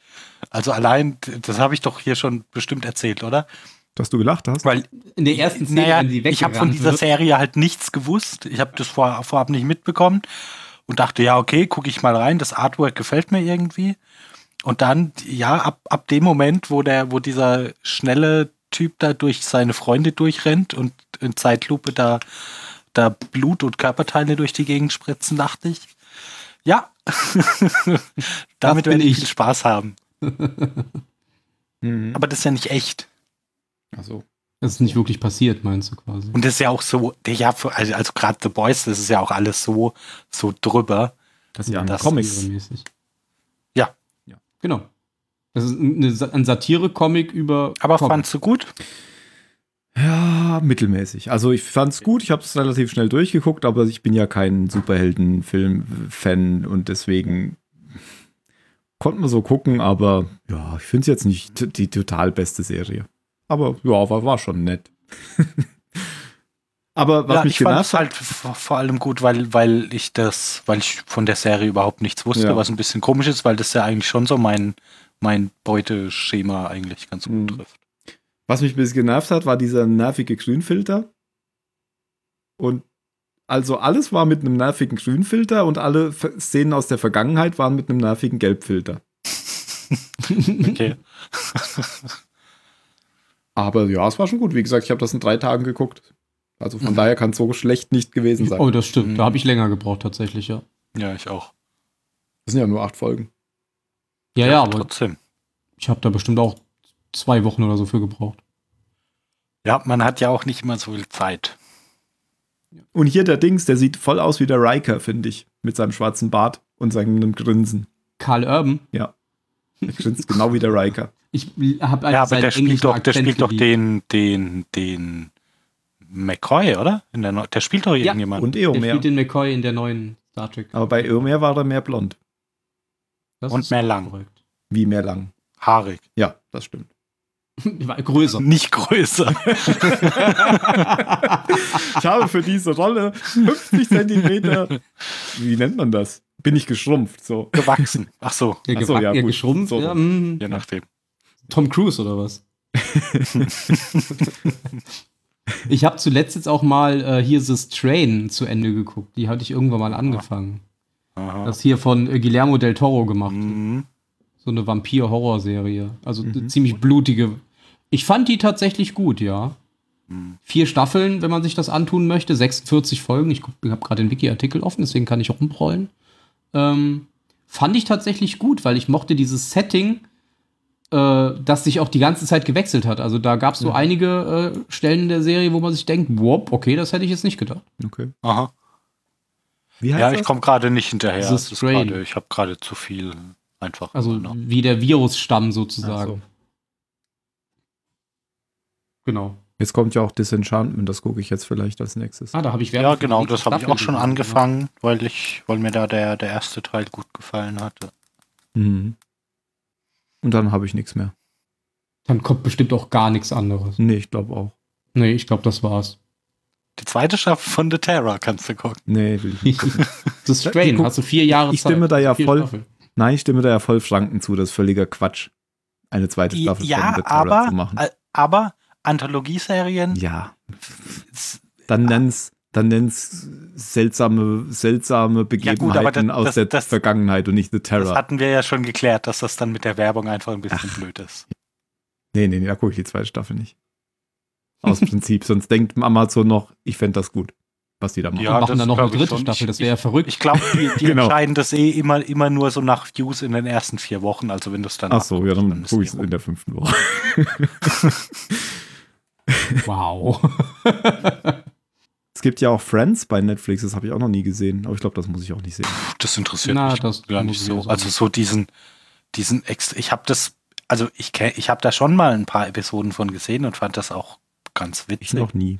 Speaker 2: Also allein, das habe ich doch hier schon bestimmt erzählt, oder?
Speaker 1: Dass du gelacht hast?
Speaker 2: Weil
Speaker 6: In der ersten Szene,
Speaker 2: naja,
Speaker 6: wenn sie
Speaker 2: ich habe von
Speaker 6: weggerannt
Speaker 2: dieser
Speaker 6: wird,
Speaker 2: Serie halt nichts gewusst. Ich habe das vor, vorab nicht mitbekommen und dachte, ja, okay, gucke ich mal rein. Das Artwork gefällt mir irgendwie. Und dann, ja, ab, ab dem Moment, wo der, wo dieser schnelle Typ da durch seine Freunde durchrennt und in Zeitlupe da, da Blut und Körperteile durch die Gegend spritzen, dachte ich, ja, damit
Speaker 6: bin
Speaker 2: werde ich
Speaker 6: ich.
Speaker 2: viel Spaß haben.
Speaker 1: Mhm.
Speaker 6: Hm.
Speaker 2: Aber das ist ja nicht echt.
Speaker 1: Ach so.
Speaker 6: das ist nicht wirklich passiert, meinst du quasi.
Speaker 2: Und das ist ja auch so, der ja, für- also, also gerade The Boys, das ist ja auch alles so, so drüber.
Speaker 1: Das ist ja
Speaker 6: Ja,
Speaker 1: ein
Speaker 2: das
Speaker 1: Comic.
Speaker 2: ist-
Speaker 6: Mäßig.
Speaker 2: Ja.
Speaker 1: Ja.
Speaker 6: Genau. Das ist eine, Sa- ein Satire-Comic über.
Speaker 2: Aber
Speaker 6: Comic.
Speaker 2: fandst du gut?
Speaker 1: Ja, mittelmäßig. Also ich fand's gut, ich habe es relativ schnell durchgeguckt, aber ich bin ja kein Superhelden-Film-Fan und deswegen konnte man so gucken, aber ja, ich finde es jetzt nicht t- die total beste Serie. Aber ja, war, war schon nett. aber was
Speaker 2: ja,
Speaker 1: mich
Speaker 2: ich fand es
Speaker 1: genervt hat,
Speaker 2: halt v- vor allem gut, weil, weil ich das, weil ich von der Serie überhaupt nichts wusste,
Speaker 1: Ja.
Speaker 2: was ein bisschen komisch ist, weil das ja eigentlich schon so mein, mein Beuteschema eigentlich ganz gut
Speaker 1: Mhm.
Speaker 2: trifft.
Speaker 1: was mich ein bisschen genervt hat, war dieser nervige Grünfilter. Und also alles war mit einem nervigen Grünfilter und alle Ver- Szenen aus der Vergangenheit waren mit einem nervigen Gelbfilter.
Speaker 2: Okay.
Speaker 1: Aber ja, es war schon gut. Wie gesagt, ich habe das in drei Tagen geguckt. Also von daher kann es so schlecht nicht gewesen sein.
Speaker 6: Oh, das stimmt.
Speaker 2: Mhm.
Speaker 6: Da habe ich länger gebraucht, tatsächlich, ja.
Speaker 2: ja, ich auch.
Speaker 1: Das sind ja nur acht Folgen.
Speaker 6: Ja, ja, aber
Speaker 2: trotzdem.
Speaker 6: ich habe da bestimmt auch zwei Wochen oder so für gebraucht.
Speaker 2: Ja, man hat ja auch nicht immer so viel Zeit.
Speaker 1: Und hier der Dings, der sieht voll aus wie der Riker, finde ich. Mit seinem schwarzen Bart und seinem Grinsen.
Speaker 6: Karl Urban?
Speaker 1: Ja. Ich find's genau wie der Riker.
Speaker 6: Ich halt habe
Speaker 2: ja, aber der spielt doch, der spielt doch den, den, den McCoy, oder? In der, Neu- der spielt doch irgendjemand.
Speaker 1: Und
Speaker 6: Der
Speaker 1: Eomer.
Speaker 6: spielt den McCoy in der neuen Star Trek.
Speaker 1: Aber bei Eomer war er mehr blond.
Speaker 6: Das
Speaker 2: und
Speaker 6: ist
Speaker 2: mehr lang.
Speaker 6: Verrückt.
Speaker 1: Wie mehr lang.
Speaker 2: Haarig.
Speaker 1: Ja, das stimmt.
Speaker 6: War Größer.
Speaker 2: Nicht größer.
Speaker 1: Ich habe für diese Rolle 50 Zentimeter. Wie nennt man das? Bin ich geschrumpft, so.
Speaker 2: Gewachsen. Ach so,
Speaker 6: Ja,
Speaker 1: Ach so,
Speaker 6: gewack-
Speaker 1: ja,
Speaker 6: ja,
Speaker 1: gut.
Speaker 6: geschrumpft.
Speaker 1: So
Speaker 6: ja, mm.
Speaker 2: je nachdem.
Speaker 6: Tom Cruise oder was? ich habe zuletzt jetzt auch mal äh, hier This Train zu Ende geguckt. Die hatte ich irgendwann mal angefangen.
Speaker 2: Aha.
Speaker 6: Das hier von äh, Guillermo del Toro gemacht.
Speaker 2: Mhm.
Speaker 6: So eine Vampir-Horror-Serie. Also eine ziemlich blutige. Ich fand die tatsächlich gut, ja.
Speaker 2: Mhm.
Speaker 6: Vier Staffeln, wenn man sich das antun möchte, 46 Folgen. Ich habe gerade den Wiki-Artikel offen, deswegen kann ich rumrollen. Ähm, fand ich tatsächlich gut, weil ich mochte dieses Setting, äh, das sich auch die ganze Zeit gewechselt hat. Also da gab es so einige äh, Stellen in der Serie, wo man sich denkt, wop, okay, das hätte ich jetzt nicht gedacht.
Speaker 1: Okay.
Speaker 2: Aha.
Speaker 1: Wie heißt
Speaker 2: Ja,
Speaker 1: das?
Speaker 2: ich komme gerade nicht hinterher.
Speaker 6: Das ist
Speaker 2: Es ist
Speaker 6: strange.
Speaker 2: gerade- ich habe gerade zu viel einfach. ne?
Speaker 6: Also
Speaker 2: immer noch.
Speaker 6: wie der Virusstamm
Speaker 1: Ach
Speaker 6: sozusagen.
Speaker 1: so.
Speaker 6: Genau.
Speaker 1: Jetzt kommt ja auch Disenchantment, das gucke ich jetzt vielleicht als nächstes.
Speaker 6: Ah, da habe ich Werbung
Speaker 2: ja,
Speaker 6: für die
Speaker 2: genau,
Speaker 6: nächste
Speaker 2: das habe ich
Speaker 6: Staffel
Speaker 2: auch schon
Speaker 6: gesehen.
Speaker 2: angefangen, weil ich, weil mir da der, der erste Teil gut gefallen hatte.
Speaker 1: Mhm. Und dann habe ich nichts mehr.
Speaker 6: Dann kommt bestimmt auch gar nichts anderes.
Speaker 1: Nee, ich glaube auch.
Speaker 6: Nee, ich glaube, das war's.
Speaker 2: Die zweite Staffel von The Terror kannst du gucken.
Speaker 1: Nee, will ich nicht.
Speaker 6: Das ist
Speaker 1: Ich
Speaker 6: Train,
Speaker 1: guck-
Speaker 6: hast du vier Jahre
Speaker 1: ich
Speaker 6: Zeit.
Speaker 1: stimme da ja
Speaker 6: Vier
Speaker 1: voll-
Speaker 6: Staffeln.
Speaker 1: Nein, ich stimme da ja voll Franken zu, das ist völliger Quatsch. Eine zweite Staffel
Speaker 2: ja,
Speaker 1: von The Terror zu
Speaker 2: aber,
Speaker 1: machen.
Speaker 2: a- aber Anthologieserien
Speaker 1: Ja,
Speaker 2: s-
Speaker 1: dann nenn's, dann nenn's seltsame, seltsame Begebenheiten
Speaker 2: aber
Speaker 1: aus
Speaker 2: das- das-
Speaker 1: der
Speaker 2: das-
Speaker 1: Vergangenheit und nicht The
Speaker 2: Das
Speaker 1: Terror.
Speaker 2: hatten wir ja schon geklärt, dass das dann mit der Werbung einfach ein bisschen blöd ist.
Speaker 1: Nee, nee, nee, da gucke ich die zweite Staffel nicht. Aus Prinzip, sonst denkt Amazon noch, ich fände das gut, was die da machen.
Speaker 2: Ja,
Speaker 6: Und machen
Speaker 2: das
Speaker 6: dann noch eine
Speaker 2: glaub ich
Speaker 6: dritte
Speaker 2: schon.
Speaker 6: Staffel,
Speaker 2: Ich-
Speaker 6: das wäre ja verrückt.
Speaker 2: Ich glaube, die, die
Speaker 1: Genau.
Speaker 2: entscheiden das eh immer, immer nur so nach Views in den ersten vier Wochen. Also wenn du es dann
Speaker 1: Ach so, ja, dann
Speaker 2: ist eh
Speaker 1: gucke ich
Speaker 2: die
Speaker 1: in der fünften Woche.
Speaker 6: wow.
Speaker 1: Es gibt ja auch Friends bei Netflix, das habe ich auch noch nie gesehen, aber ich glaube, das muss ich auch nicht sehen.
Speaker 2: Pff, das interessiert
Speaker 6: Na,
Speaker 2: mich
Speaker 6: das
Speaker 2: gar nicht
Speaker 6: muss ich
Speaker 2: so.
Speaker 6: also
Speaker 2: Also so diesen, diesen extra. Ich habe das, also ich kenn- ich habe da schon mal ein paar Episoden von gesehen und fand das auch ganz
Speaker 1: Ich
Speaker 2: witzig.
Speaker 1: noch nie.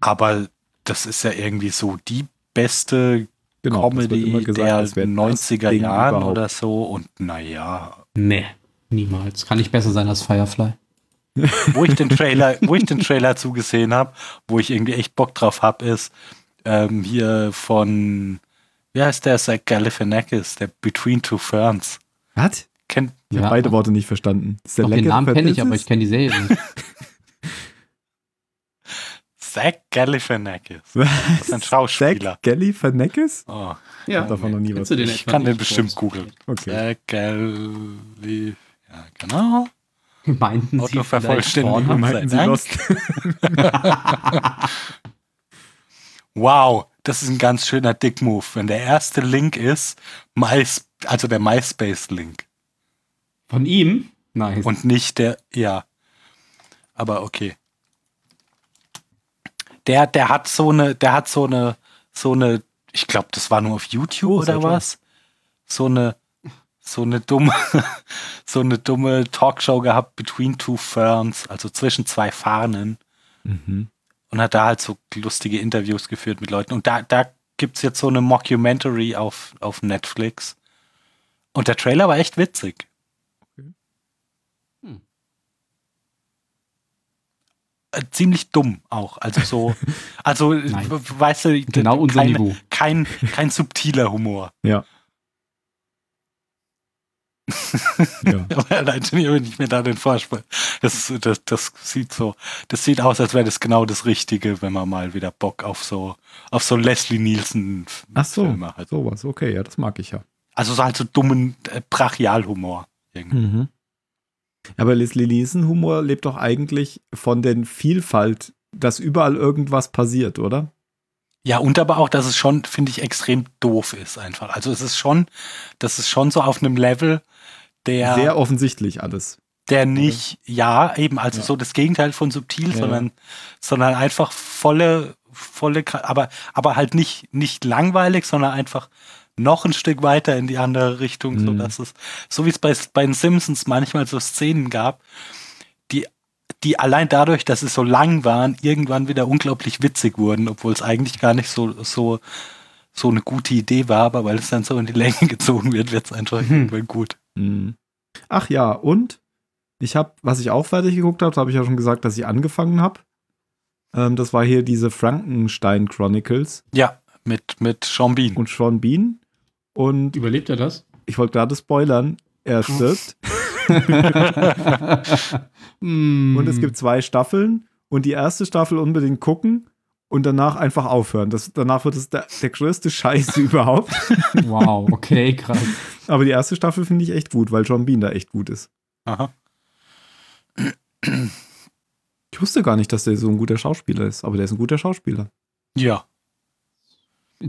Speaker 2: Aber das ist ja irgendwie so die beste
Speaker 1: Genau, das wird
Speaker 2: Comedy der
Speaker 1: das wäre das
Speaker 2: 90er
Speaker 1: Ding
Speaker 2: Jahren
Speaker 1: überhaupt.
Speaker 2: oder so. Und naja,
Speaker 6: nee, niemals. Kann nicht besser sein als Firefly.
Speaker 2: wo ich den Trailer, wo ich den Trailer zugesehen habe, wo ich irgendwie echt Bock drauf habe, ist ähm, hier von, wie heißt der, Zach Galifianakis, der Between Two Ferns.
Speaker 1: Was?
Speaker 2: Kennt,
Speaker 1: Ich habe beide Worte nicht verstanden. Ist der
Speaker 6: Doch, den
Speaker 1: leckere
Speaker 6: Namen kenne ich, aber
Speaker 1: Verpisses?
Speaker 6: ich kenne die Serie nicht.
Speaker 2: Zach Galifianakis.
Speaker 1: Was?
Speaker 2: ein Schauspieler.
Speaker 1: Zack Galifianakis?
Speaker 2: Oh,
Speaker 1: Ja. Davon noch nie was.
Speaker 6: Kennst du den
Speaker 2: ich
Speaker 6: etwa
Speaker 2: kann den
Speaker 6: nicht?
Speaker 2: bestimmt googeln.
Speaker 1: Okay.
Speaker 2: Zach Galif ja, genau.
Speaker 6: Meinten sie
Speaker 2: Autovervollständigung.
Speaker 6: vielleicht
Speaker 1: Meinten Sie
Speaker 2: Dank.
Speaker 1: Lost?
Speaker 2: Wow, das ist ein ganz schöner Dick-Move, wenn der erste Link ist, MySp also der MySpace-Link.
Speaker 6: Von ihm? Nice.
Speaker 2: Und nicht der, ja. Aber okay. Der, der hat so eine, der hat so eine, so eine, ich glaube, das war nur auf YouTube
Speaker 1: Oh, sehr
Speaker 2: oder
Speaker 1: klar.
Speaker 2: was? So eine, so eine dumme, so eine dumme Talkshow gehabt, Between Two Ferns, also zwischen zwei Fahnen.
Speaker 1: Mhm.
Speaker 2: Und hat da halt so lustige Interviews geführt mit Leuten. Und da, da gibt es jetzt so eine Mockumentary auf, auf Netflix. Und der Trailer war echt witzig.
Speaker 6: Hm.
Speaker 2: Äh, Ziemlich dumm auch. Also so, also äh,
Speaker 6: Nein.
Speaker 2: we- weißt du, d-
Speaker 6: Genau unser
Speaker 2: kein,
Speaker 6: Niveau.
Speaker 2: Kein, kein subtiler Humor.
Speaker 1: Ja.
Speaker 2: Allein schon, wenn ich mir da den vorstelle. Das, ist- das, das sieht so, das sieht aus, als wäre das genau das Richtige, wenn man mal wieder Bock auf so, auf so Leslie Nielsen
Speaker 1: Ach so,
Speaker 2: Filme hat.
Speaker 1: sowas. Okay, ja, das mag ich ja.
Speaker 2: Also so halt so dummen äh, Brachialhumor. irgendwie.
Speaker 1: Aber Leslie Nielsen Humor lebt doch eigentlich von der Vielfalt, dass überall irgendwas passiert, oder?
Speaker 2: Ja, und aber auch, dass es schon, finde ich, extrem doof ist einfach. Also es ist schon, das ist schon so auf einem Level, der,
Speaker 1: Sehr offensichtlich alles.
Speaker 2: der nicht, ja, eben, also
Speaker 1: Ja.
Speaker 2: so das Gegenteil von subtil,
Speaker 1: Ja,
Speaker 2: sondern, sondern einfach volle, volle, Kra- aber, aber halt nicht, nicht langweilig, sondern einfach noch ein Stück weiter in die andere Richtung,
Speaker 1: Mhm.
Speaker 2: sodass es, so wie es bei, bei den Simpsons manchmal so Szenen gab, die, die allein dadurch, dass sie so lang waren, irgendwann wieder unglaublich witzig wurden, obwohl es eigentlich gar nicht so, so, so eine gute Idee war, aber weil es dann so in die Länge gezogen wird, wird es einfach irgendwann gut.
Speaker 1: Mhm. Ach ja, und ich habe, was ich auch fertig geguckt habe, habe ich ja schon gesagt, dass ich angefangen habe. Ähm, das war hier diese Frankenstein Chronicles
Speaker 2: Ja, mit, mit Sean Bean.
Speaker 1: und Sean Bean. Und
Speaker 4: Überlebt er das?
Speaker 1: ich wollte gerade spoilern, er stirbt. Und
Speaker 6: Und
Speaker 1: es gibt zwei Staffeln. Und die erste Staffel unbedingt gucken und danach einfach aufhören. Das, danach wird es der, der größte Scheiß überhaupt.
Speaker 6: Wow, okay, krass.
Speaker 1: Aber die erste Staffel finde ich echt gut, weil Sean Bean da echt gut ist.
Speaker 2: Aha.
Speaker 1: Ich wusste gar nicht, dass der so ein guter Schauspieler ist, aber der ist ein guter Schauspieler.
Speaker 2: Ja,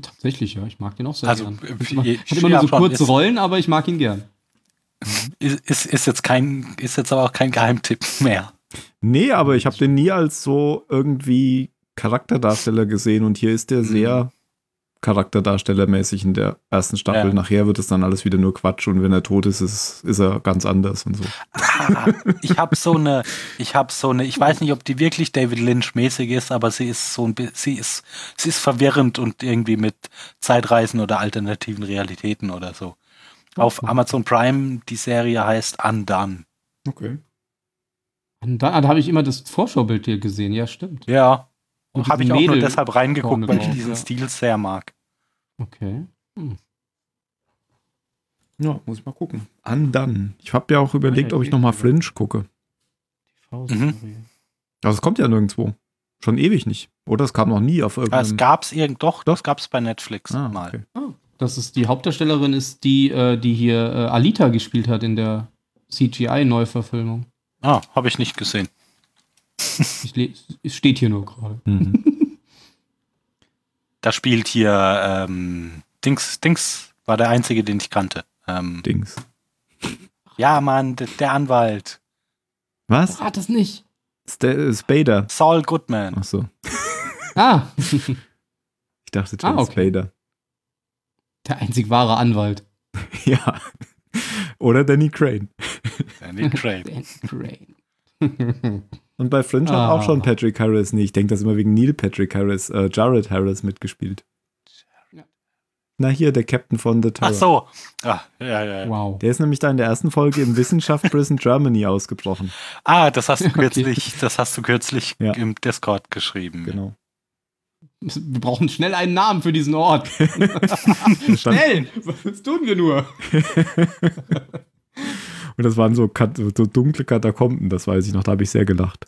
Speaker 6: Tatsächlich, ja, ich mag den auch sehr
Speaker 2: also
Speaker 6: gern.
Speaker 2: äh,
Speaker 6: Hat
Speaker 2: je-
Speaker 6: immer nur so
Speaker 2: Schiappan
Speaker 6: kurze
Speaker 2: ist-
Speaker 6: Rollen, aber ich mag ihn gern.
Speaker 2: ist, ist, ist jetzt kein, ist jetzt aber auch kein Geheimtipp mehr.
Speaker 1: Nee, aber ich habe den nie als so irgendwie Charakterdarsteller gesehen und hier ist der sehr Charakterdarstellermäßig in der ersten Staffel.
Speaker 2: Ja.
Speaker 1: Nachher wird es dann alles wieder nur Quatsch und wenn er tot ist, ist, ist er ganz anders und so.
Speaker 2: Ah, ich habe so eine, ich habe so eine, ich weiß nicht, ob die wirklich David Lynch mäßig ist, aber sie ist so ein, bi- sie ist, sie ist verwirrend und irgendwie mit Zeitreisen oder alternativen Realitäten oder so. Auf Amazon Prime die Serie heißt Undone.
Speaker 1: Okay.
Speaker 6: Und da, da habe ich immer das Vorschaubild hier gesehen, ja, stimmt.
Speaker 2: Ja,
Speaker 6: Und
Speaker 2: habe ich
Speaker 6: diesen
Speaker 2: auch nur
Speaker 6: Mädel
Speaker 2: deshalb reingeguckt,
Speaker 6: vorne
Speaker 2: weil ich
Speaker 6: drauf,
Speaker 2: diesen
Speaker 6: ja.
Speaker 2: Stil sehr mag.
Speaker 6: Okay.
Speaker 1: Ja, muss ich mal gucken. An dann. Ich habe ja auch überlegt, ob ich nochmal Fringe gucke.
Speaker 2: Mhm.
Speaker 3: TV-Serie.
Speaker 1: Aber es kommt ja nirgendwo. Schon ewig nicht. Oder Ah, es kam noch nie auf irgendeinem.
Speaker 2: Es gab's irgend doch, das gab's bei Netflix
Speaker 1: Ah,
Speaker 2: mal.
Speaker 1: okay.
Speaker 6: Das ist die Hauptdarstellerin ist die, äh, die hier äh, Alita gespielt hat in der CGI-Neuverfilmung.
Speaker 2: Ah, habe ich nicht gesehen.
Speaker 6: Ich le- Es steht hier nur gerade.
Speaker 1: Mhm.
Speaker 2: Da spielt hier ähm, Dings, Dings war der einzige, den ich kannte. Ähm,
Speaker 1: Dings.
Speaker 2: ja, Mann, d- der Anwalt.
Speaker 1: Was?
Speaker 6: Rat das nicht.
Speaker 1: St Spader.
Speaker 2: Saul Goodman.
Speaker 1: Ach so.
Speaker 6: Ah,
Speaker 1: Ich dachte,
Speaker 6: Ah,
Speaker 1: James
Speaker 6: okay.
Speaker 1: Spader.
Speaker 6: der einzig wahre Anwalt.
Speaker 1: Ja. Oder Danny Crane.
Speaker 2: Danny Craig.
Speaker 6: Dan Crane.
Speaker 1: Und bei Fringe hat
Speaker 6: Ah.
Speaker 1: auch schon Patrick Harris, nee, ich denke das immer wegen Neil Patrick Harris, äh, Jared Harris mitgespielt.
Speaker 6: Ja.
Speaker 1: Na hier, der Captain von The Terror.
Speaker 2: Ach so. Ah, ja, ja, ja.
Speaker 6: Wow.
Speaker 1: Der ist nämlich da in der ersten Folge im Wissenschaft Prison Germany ausgebrochen.
Speaker 2: ah, das hast du
Speaker 6: Okay.
Speaker 2: kürzlich, das hast du kürzlich
Speaker 1: Ja.
Speaker 2: im Discord geschrieben.
Speaker 1: Genau.
Speaker 6: Wir brauchen schnell einen Namen für diesen Ort.
Speaker 1: Da stand-
Speaker 6: Schnell! Was tun wir nur?
Speaker 1: Und das waren so, Kat so dunkle Katakomben, das weiß ich noch, da habe ich sehr gelacht.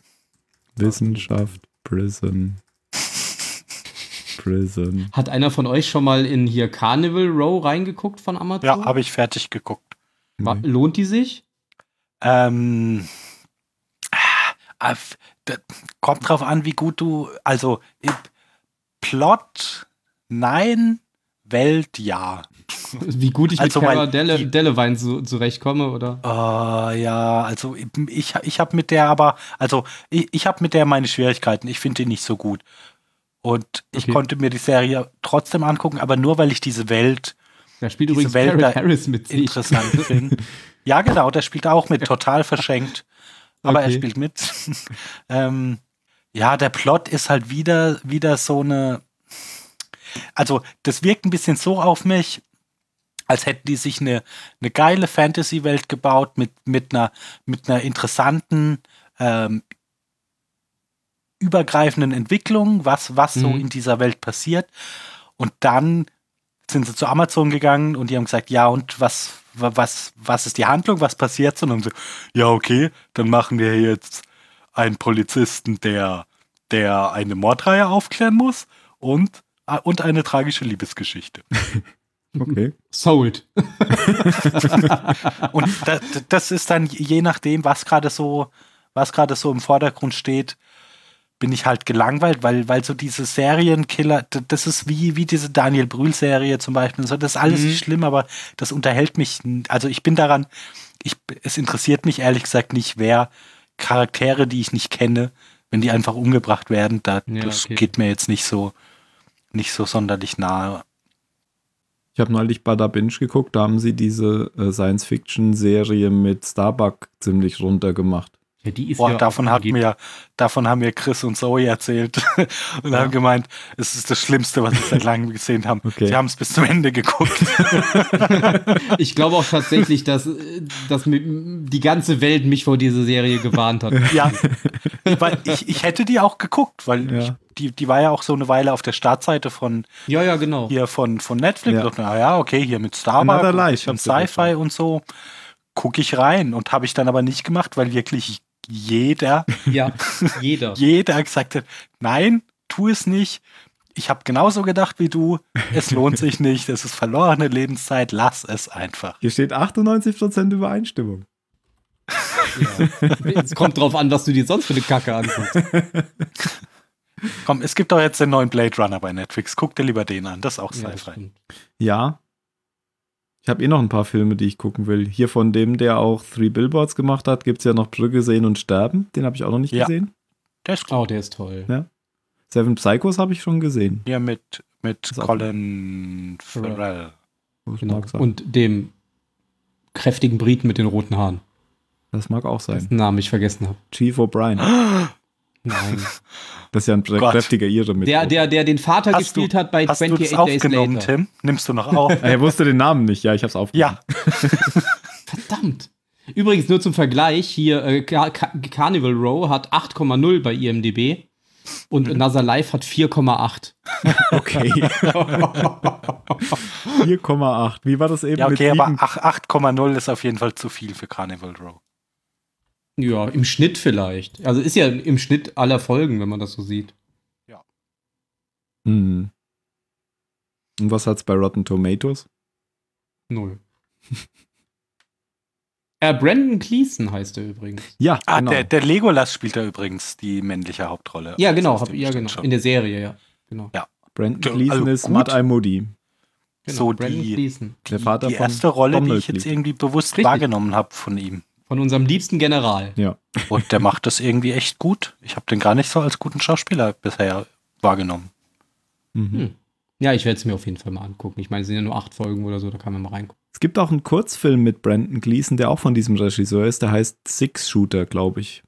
Speaker 1: Wissenschaft Prison. Prison.
Speaker 6: Hat einer von euch schon mal in hier Carnival Row reingeguckt von Amazon?
Speaker 2: Ja, habe ich fertig geguckt.
Speaker 6: Wa- Lohnt die sich?
Speaker 2: Ähm, ah, f- d- kommt drauf an, wie gut du, also i- Plot, nein, Welt, ja.
Speaker 6: Wie gut ich
Speaker 2: Also,
Speaker 6: mit
Speaker 2: weil
Speaker 6: Cara Dele
Speaker 2: die-
Speaker 6: Delevingne zu zurechtkomme, oder?
Speaker 2: Ah, ja, also ich, ich habe mit der aber, also ich, ich habe mit der meine Schwierigkeiten. Ich finde die nicht so gut. Und ich
Speaker 6: Okay.
Speaker 2: konnte mir die Serie trotzdem angucken, aber nur weil ich diese Welt
Speaker 6: Da spielt
Speaker 2: Diese
Speaker 6: übrigens
Speaker 2: Welt
Speaker 6: Welt
Speaker 2: da-
Speaker 6: Harris mit sich.
Speaker 2: interessant finde. Ja, genau, der spielt auch mit, total verschenkt. Aber er
Speaker 6: Okay.
Speaker 2: spielt mit. ähm, ja, der Plot ist halt wieder, wieder so eine. Also, das wirkt ein bisschen so auf mich, als hätten die sich eine, eine geile Fantasy-Welt gebaut mit, mit, einer, mit einer interessanten, ähm, übergreifenden Entwicklung, was, was so
Speaker 6: Mhm.
Speaker 2: in dieser Welt passiert. Und dann sind sie zu Amazon gegangen und die haben gesagt, ja, und was, wa- was, was ist die Handlung, was passiert? Und dann haben sie, ja, okay, dann machen wir jetzt einen Polizisten, der, der eine Mordreihe aufklären muss und, äh, und eine tragische Liebesgeschichte.
Speaker 1: Okay.
Speaker 6: Sold.
Speaker 2: Und das, das ist dann je nachdem, was gerade so, was gerade so im Vordergrund steht, bin ich halt gelangweilt, weil, weil so diese Serienkiller, d- das ist wie, wie diese Daniel Brühl-Serie zum Beispiel. und So, das ist alles
Speaker 6: Mhm.
Speaker 2: nicht schlimm, aber das unterhält mich. n- Also ich bin daran, ich, es interessiert mich ehrlich gesagt nicht, wer Charaktere, die ich nicht kenne, wenn die einfach umgebracht werden, da,
Speaker 6: Ja,
Speaker 2: das
Speaker 6: okay.
Speaker 2: geht mir jetzt nicht so, nicht so sonderlich nahe.
Speaker 1: Ich habe neulich Bada Binge geguckt, da haben sie diese äh, Science-Fiction-Serie mit Starbuck ziemlich runtergemacht.
Speaker 6: Ja, die ist
Speaker 2: Boah,
Speaker 6: ja
Speaker 2: davon, hat
Speaker 6: angeblich-
Speaker 2: mir, davon haben mir Chris und Zoe erzählt und haben gemeint, es ist das Schlimmste, was sie seit langem gesehen haben.
Speaker 1: Okay.
Speaker 2: Sie haben es bis zum Ende geguckt.
Speaker 6: Ich glaube auch tatsächlich, dass, äh, dass mi- die ganze Welt mich vor dieser Serie gewarnt hat.
Speaker 2: ja, ich, war- ich, ich hätte die auch geguckt, weil
Speaker 1: Ja.
Speaker 2: ich, die, die war ja auch so eine Weile auf der Startseite von,
Speaker 6: Ja, ja, genau.
Speaker 2: hier von, von Netflix.
Speaker 1: Ja.
Speaker 2: Ja. Na ja, okay, hier mit Star Wars
Speaker 1: Another
Speaker 2: und,
Speaker 1: Life,
Speaker 2: und
Speaker 1: hab's ja
Speaker 2: Sci-Fi und so gucke ich rein und habe ich dann aber nicht gemacht, weil wirklich jeder,
Speaker 6: Ja, jeder.
Speaker 2: jeder gesagt hat, nein, tu es nicht. Ich habe genauso gedacht wie du. Es lohnt sich nicht. Es ist verlorene Lebenszeit. Lass es einfach.
Speaker 1: Hier steht 98% Übereinstimmung.
Speaker 6: Es kommt drauf an, was du dir sonst für eine Kacke anguckst.
Speaker 2: Komm, es gibt doch jetzt den neuen Blade Runner bei Netflix. Guck dir lieber den an. Das ist auch
Speaker 6: Ja, das
Speaker 2: Sci-Fi.
Speaker 6: stimmt.
Speaker 1: Ja. Ich habe eh noch ein paar Filme, die ich gucken will. Hier von dem, der auch Three Billboards gemacht hat, gibt es ja noch Brücke sehen und sterben. Den habe ich auch noch nicht
Speaker 2: Ja.
Speaker 1: gesehen.
Speaker 2: Der ist gut.
Speaker 6: Oh, der ist toll.
Speaker 1: Seven Psychos habe ich schon gesehen.
Speaker 2: Hier mit, mit
Speaker 1: Ist auch-
Speaker 2: Colin
Speaker 6: Farrell.
Speaker 2: Farrell.
Speaker 1: Das,
Speaker 6: Genau.
Speaker 1: mag sein.
Speaker 6: Und dem kräftigen Briten mit den roten Haaren,
Speaker 1: das mag auch sein.
Speaker 6: dessen Namen ich vergessen habe.
Speaker 1: Chief O'Brien.
Speaker 6: Nein.
Speaker 1: Das ist ja ein
Speaker 2: Oh Gott.
Speaker 1: kräftiger Ire mit.
Speaker 6: Der, der, der den Vater
Speaker 2: Hast
Speaker 6: gespielt
Speaker 2: du-
Speaker 6: hat bei
Speaker 2: Hast du das
Speaker 6: 28 Days
Speaker 2: aufgenommen,
Speaker 6: Later.
Speaker 2: Tim? Nimmst du noch auf?
Speaker 1: er wusste den Namen nicht. Ja, ich habe es aufgenommen.
Speaker 2: ja,
Speaker 6: Verdammt. Übrigens nur zum Vergleich, hier äh, Car Car Carnival Row hat 8,0 bei IMDb und
Speaker 1: Mhm.
Speaker 6: Another Life hat 4,8.
Speaker 1: Okay. 4,8. Wie war das eben
Speaker 2: ja okay,
Speaker 1: mit
Speaker 2: aber
Speaker 1: Liegen?
Speaker 2: ach- 8,0 ist auf jeden Fall zu viel für Carnival Row.
Speaker 6: Ja, im Schnitt vielleicht. Also ist ja im Schnitt aller Folgen, wenn man das so sieht.
Speaker 1: Hm. Und was hat's bei Rotten Tomatoes?
Speaker 6: Null. äh, Brandon Cleason heißt er übrigens.
Speaker 1: Ja,
Speaker 2: Ah,
Speaker 1: genau.
Speaker 2: der, der Legolas spielt da übrigens die männliche Hauptrolle. Also
Speaker 6: Ja, genau,
Speaker 2: Das
Speaker 6: hab,
Speaker 2: heißt,
Speaker 6: ja,
Speaker 2: stimmt
Speaker 6: genau.
Speaker 2: schon.
Speaker 6: In der Serie, ja. Genau.
Speaker 1: Brandon
Speaker 2: der-
Speaker 1: Gleason
Speaker 2: also
Speaker 1: ist
Speaker 2: gut.
Speaker 1: Matt Almodi.
Speaker 6: genau.
Speaker 2: So
Speaker 6: Brandon
Speaker 2: die-
Speaker 6: Cleason.
Speaker 1: der Vater
Speaker 2: die
Speaker 1: von
Speaker 2: erste Rolle, die
Speaker 1: Donald
Speaker 2: ich jetzt
Speaker 1: Gleason.
Speaker 2: irgendwie bewusst
Speaker 6: Richtig.
Speaker 2: wahrgenommen habe von ihm.
Speaker 6: Von unserem liebsten General.
Speaker 2: Und der macht das irgendwie echt gut. Ich habe den gar nicht so als guten Schauspieler bisher wahrgenommen.
Speaker 1: Mhm.
Speaker 6: Hm. Ja, ich werde es mir auf jeden Fall mal angucken. Ich meine, es sind ja nur acht Folgen oder so, da kann man mal reingucken.
Speaker 1: Es gibt auch einen Kurzfilm mit Brandon Gleason, der auch von diesem Regisseur ist. Der heißt Six Shooter, glaube ich.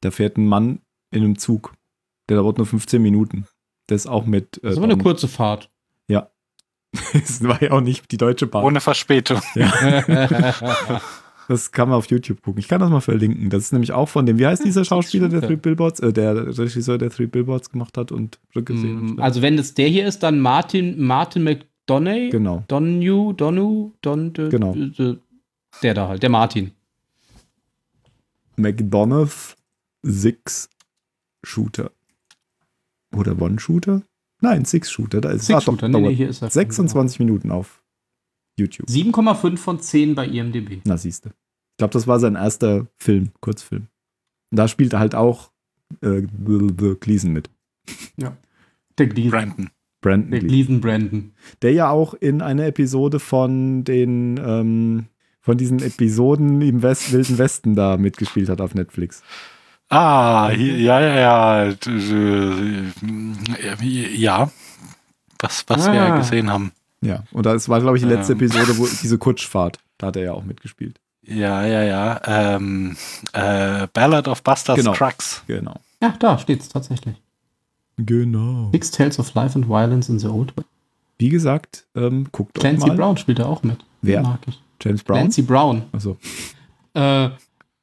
Speaker 1: Da fährt ein Mann in einem Zug. Der dauert nur 15 Minuten. Der ist auch mit. Äh,
Speaker 6: Das ist aber eine
Speaker 1: Donald-
Speaker 6: kurze Fahrt.
Speaker 1: das war ja auch nicht die deutsche Bahn.
Speaker 2: Ohne Verspätung.
Speaker 1: Das kann man auf YouTube gucken. Ich kann das mal verlinken. Das ist nämlich auch von dem, wie heißt dieser Schauspieler, der
Speaker 6: Shooter.
Speaker 1: Three Billboards, äh, der Regisseur, der Three Billboards gemacht hat und rückgesehen.
Speaker 6: Mm, also wenn es der hier ist, dann Martin, Martin McDonough,
Speaker 1: genau.
Speaker 6: Donu, Donu, Don, de,
Speaker 1: Genau.
Speaker 6: de, de, der da halt, der Martin.
Speaker 1: McDonough Six Shooter. Oder One Shooter? Nein, Six Shooter. Da ist
Speaker 6: Six
Speaker 1: ah, doch,
Speaker 6: Shooter, nee,
Speaker 1: dauert
Speaker 6: nee, hier ist er.
Speaker 1: 26 Minuten auf YouTube.
Speaker 6: 7,5 von 10 bei IMDb.
Speaker 1: Na, siehste. Ich glaube, das war sein erster Film, Kurzfilm. Und da spielt er halt auch äh, Gleason mit.
Speaker 6: Der Gleason,
Speaker 2: Brandon.
Speaker 1: Brandon
Speaker 6: der
Speaker 1: Gleason.
Speaker 6: Gleason Brandon.
Speaker 1: der ja auch in einer Episode von den ähm, von diesen Episoden im West, Wilden Westen da mitgespielt hat auf Netflix.
Speaker 2: Ah, hier, ja, ja, ja. d- d- äh, Ja. Was, was wir ja
Speaker 6: Ah.
Speaker 2: gesehen haben.
Speaker 1: Ja, und das war, glaube ich, die letzte
Speaker 2: Ähm.
Speaker 1: Episode, wo diese Kutschfahrt, da hat er ja auch mitgespielt.
Speaker 2: Ja, ja, ja. Ähm, äh, Ballad of Buster
Speaker 1: Genau.
Speaker 2: Scruggs.
Speaker 1: Genau.
Speaker 6: Ja, da steht's tatsächlich.
Speaker 1: Genau.
Speaker 6: Six Tales of Life and Violence in the Old West.
Speaker 1: Wie gesagt, ähm, guckt doch
Speaker 6: Clancy
Speaker 1: mal.
Speaker 6: Brown spielt da auch mit.
Speaker 1: Wer?
Speaker 6: Mag ich.
Speaker 1: James Brown.
Speaker 6: Clancy Brown.
Speaker 1: Also,
Speaker 6: Äh,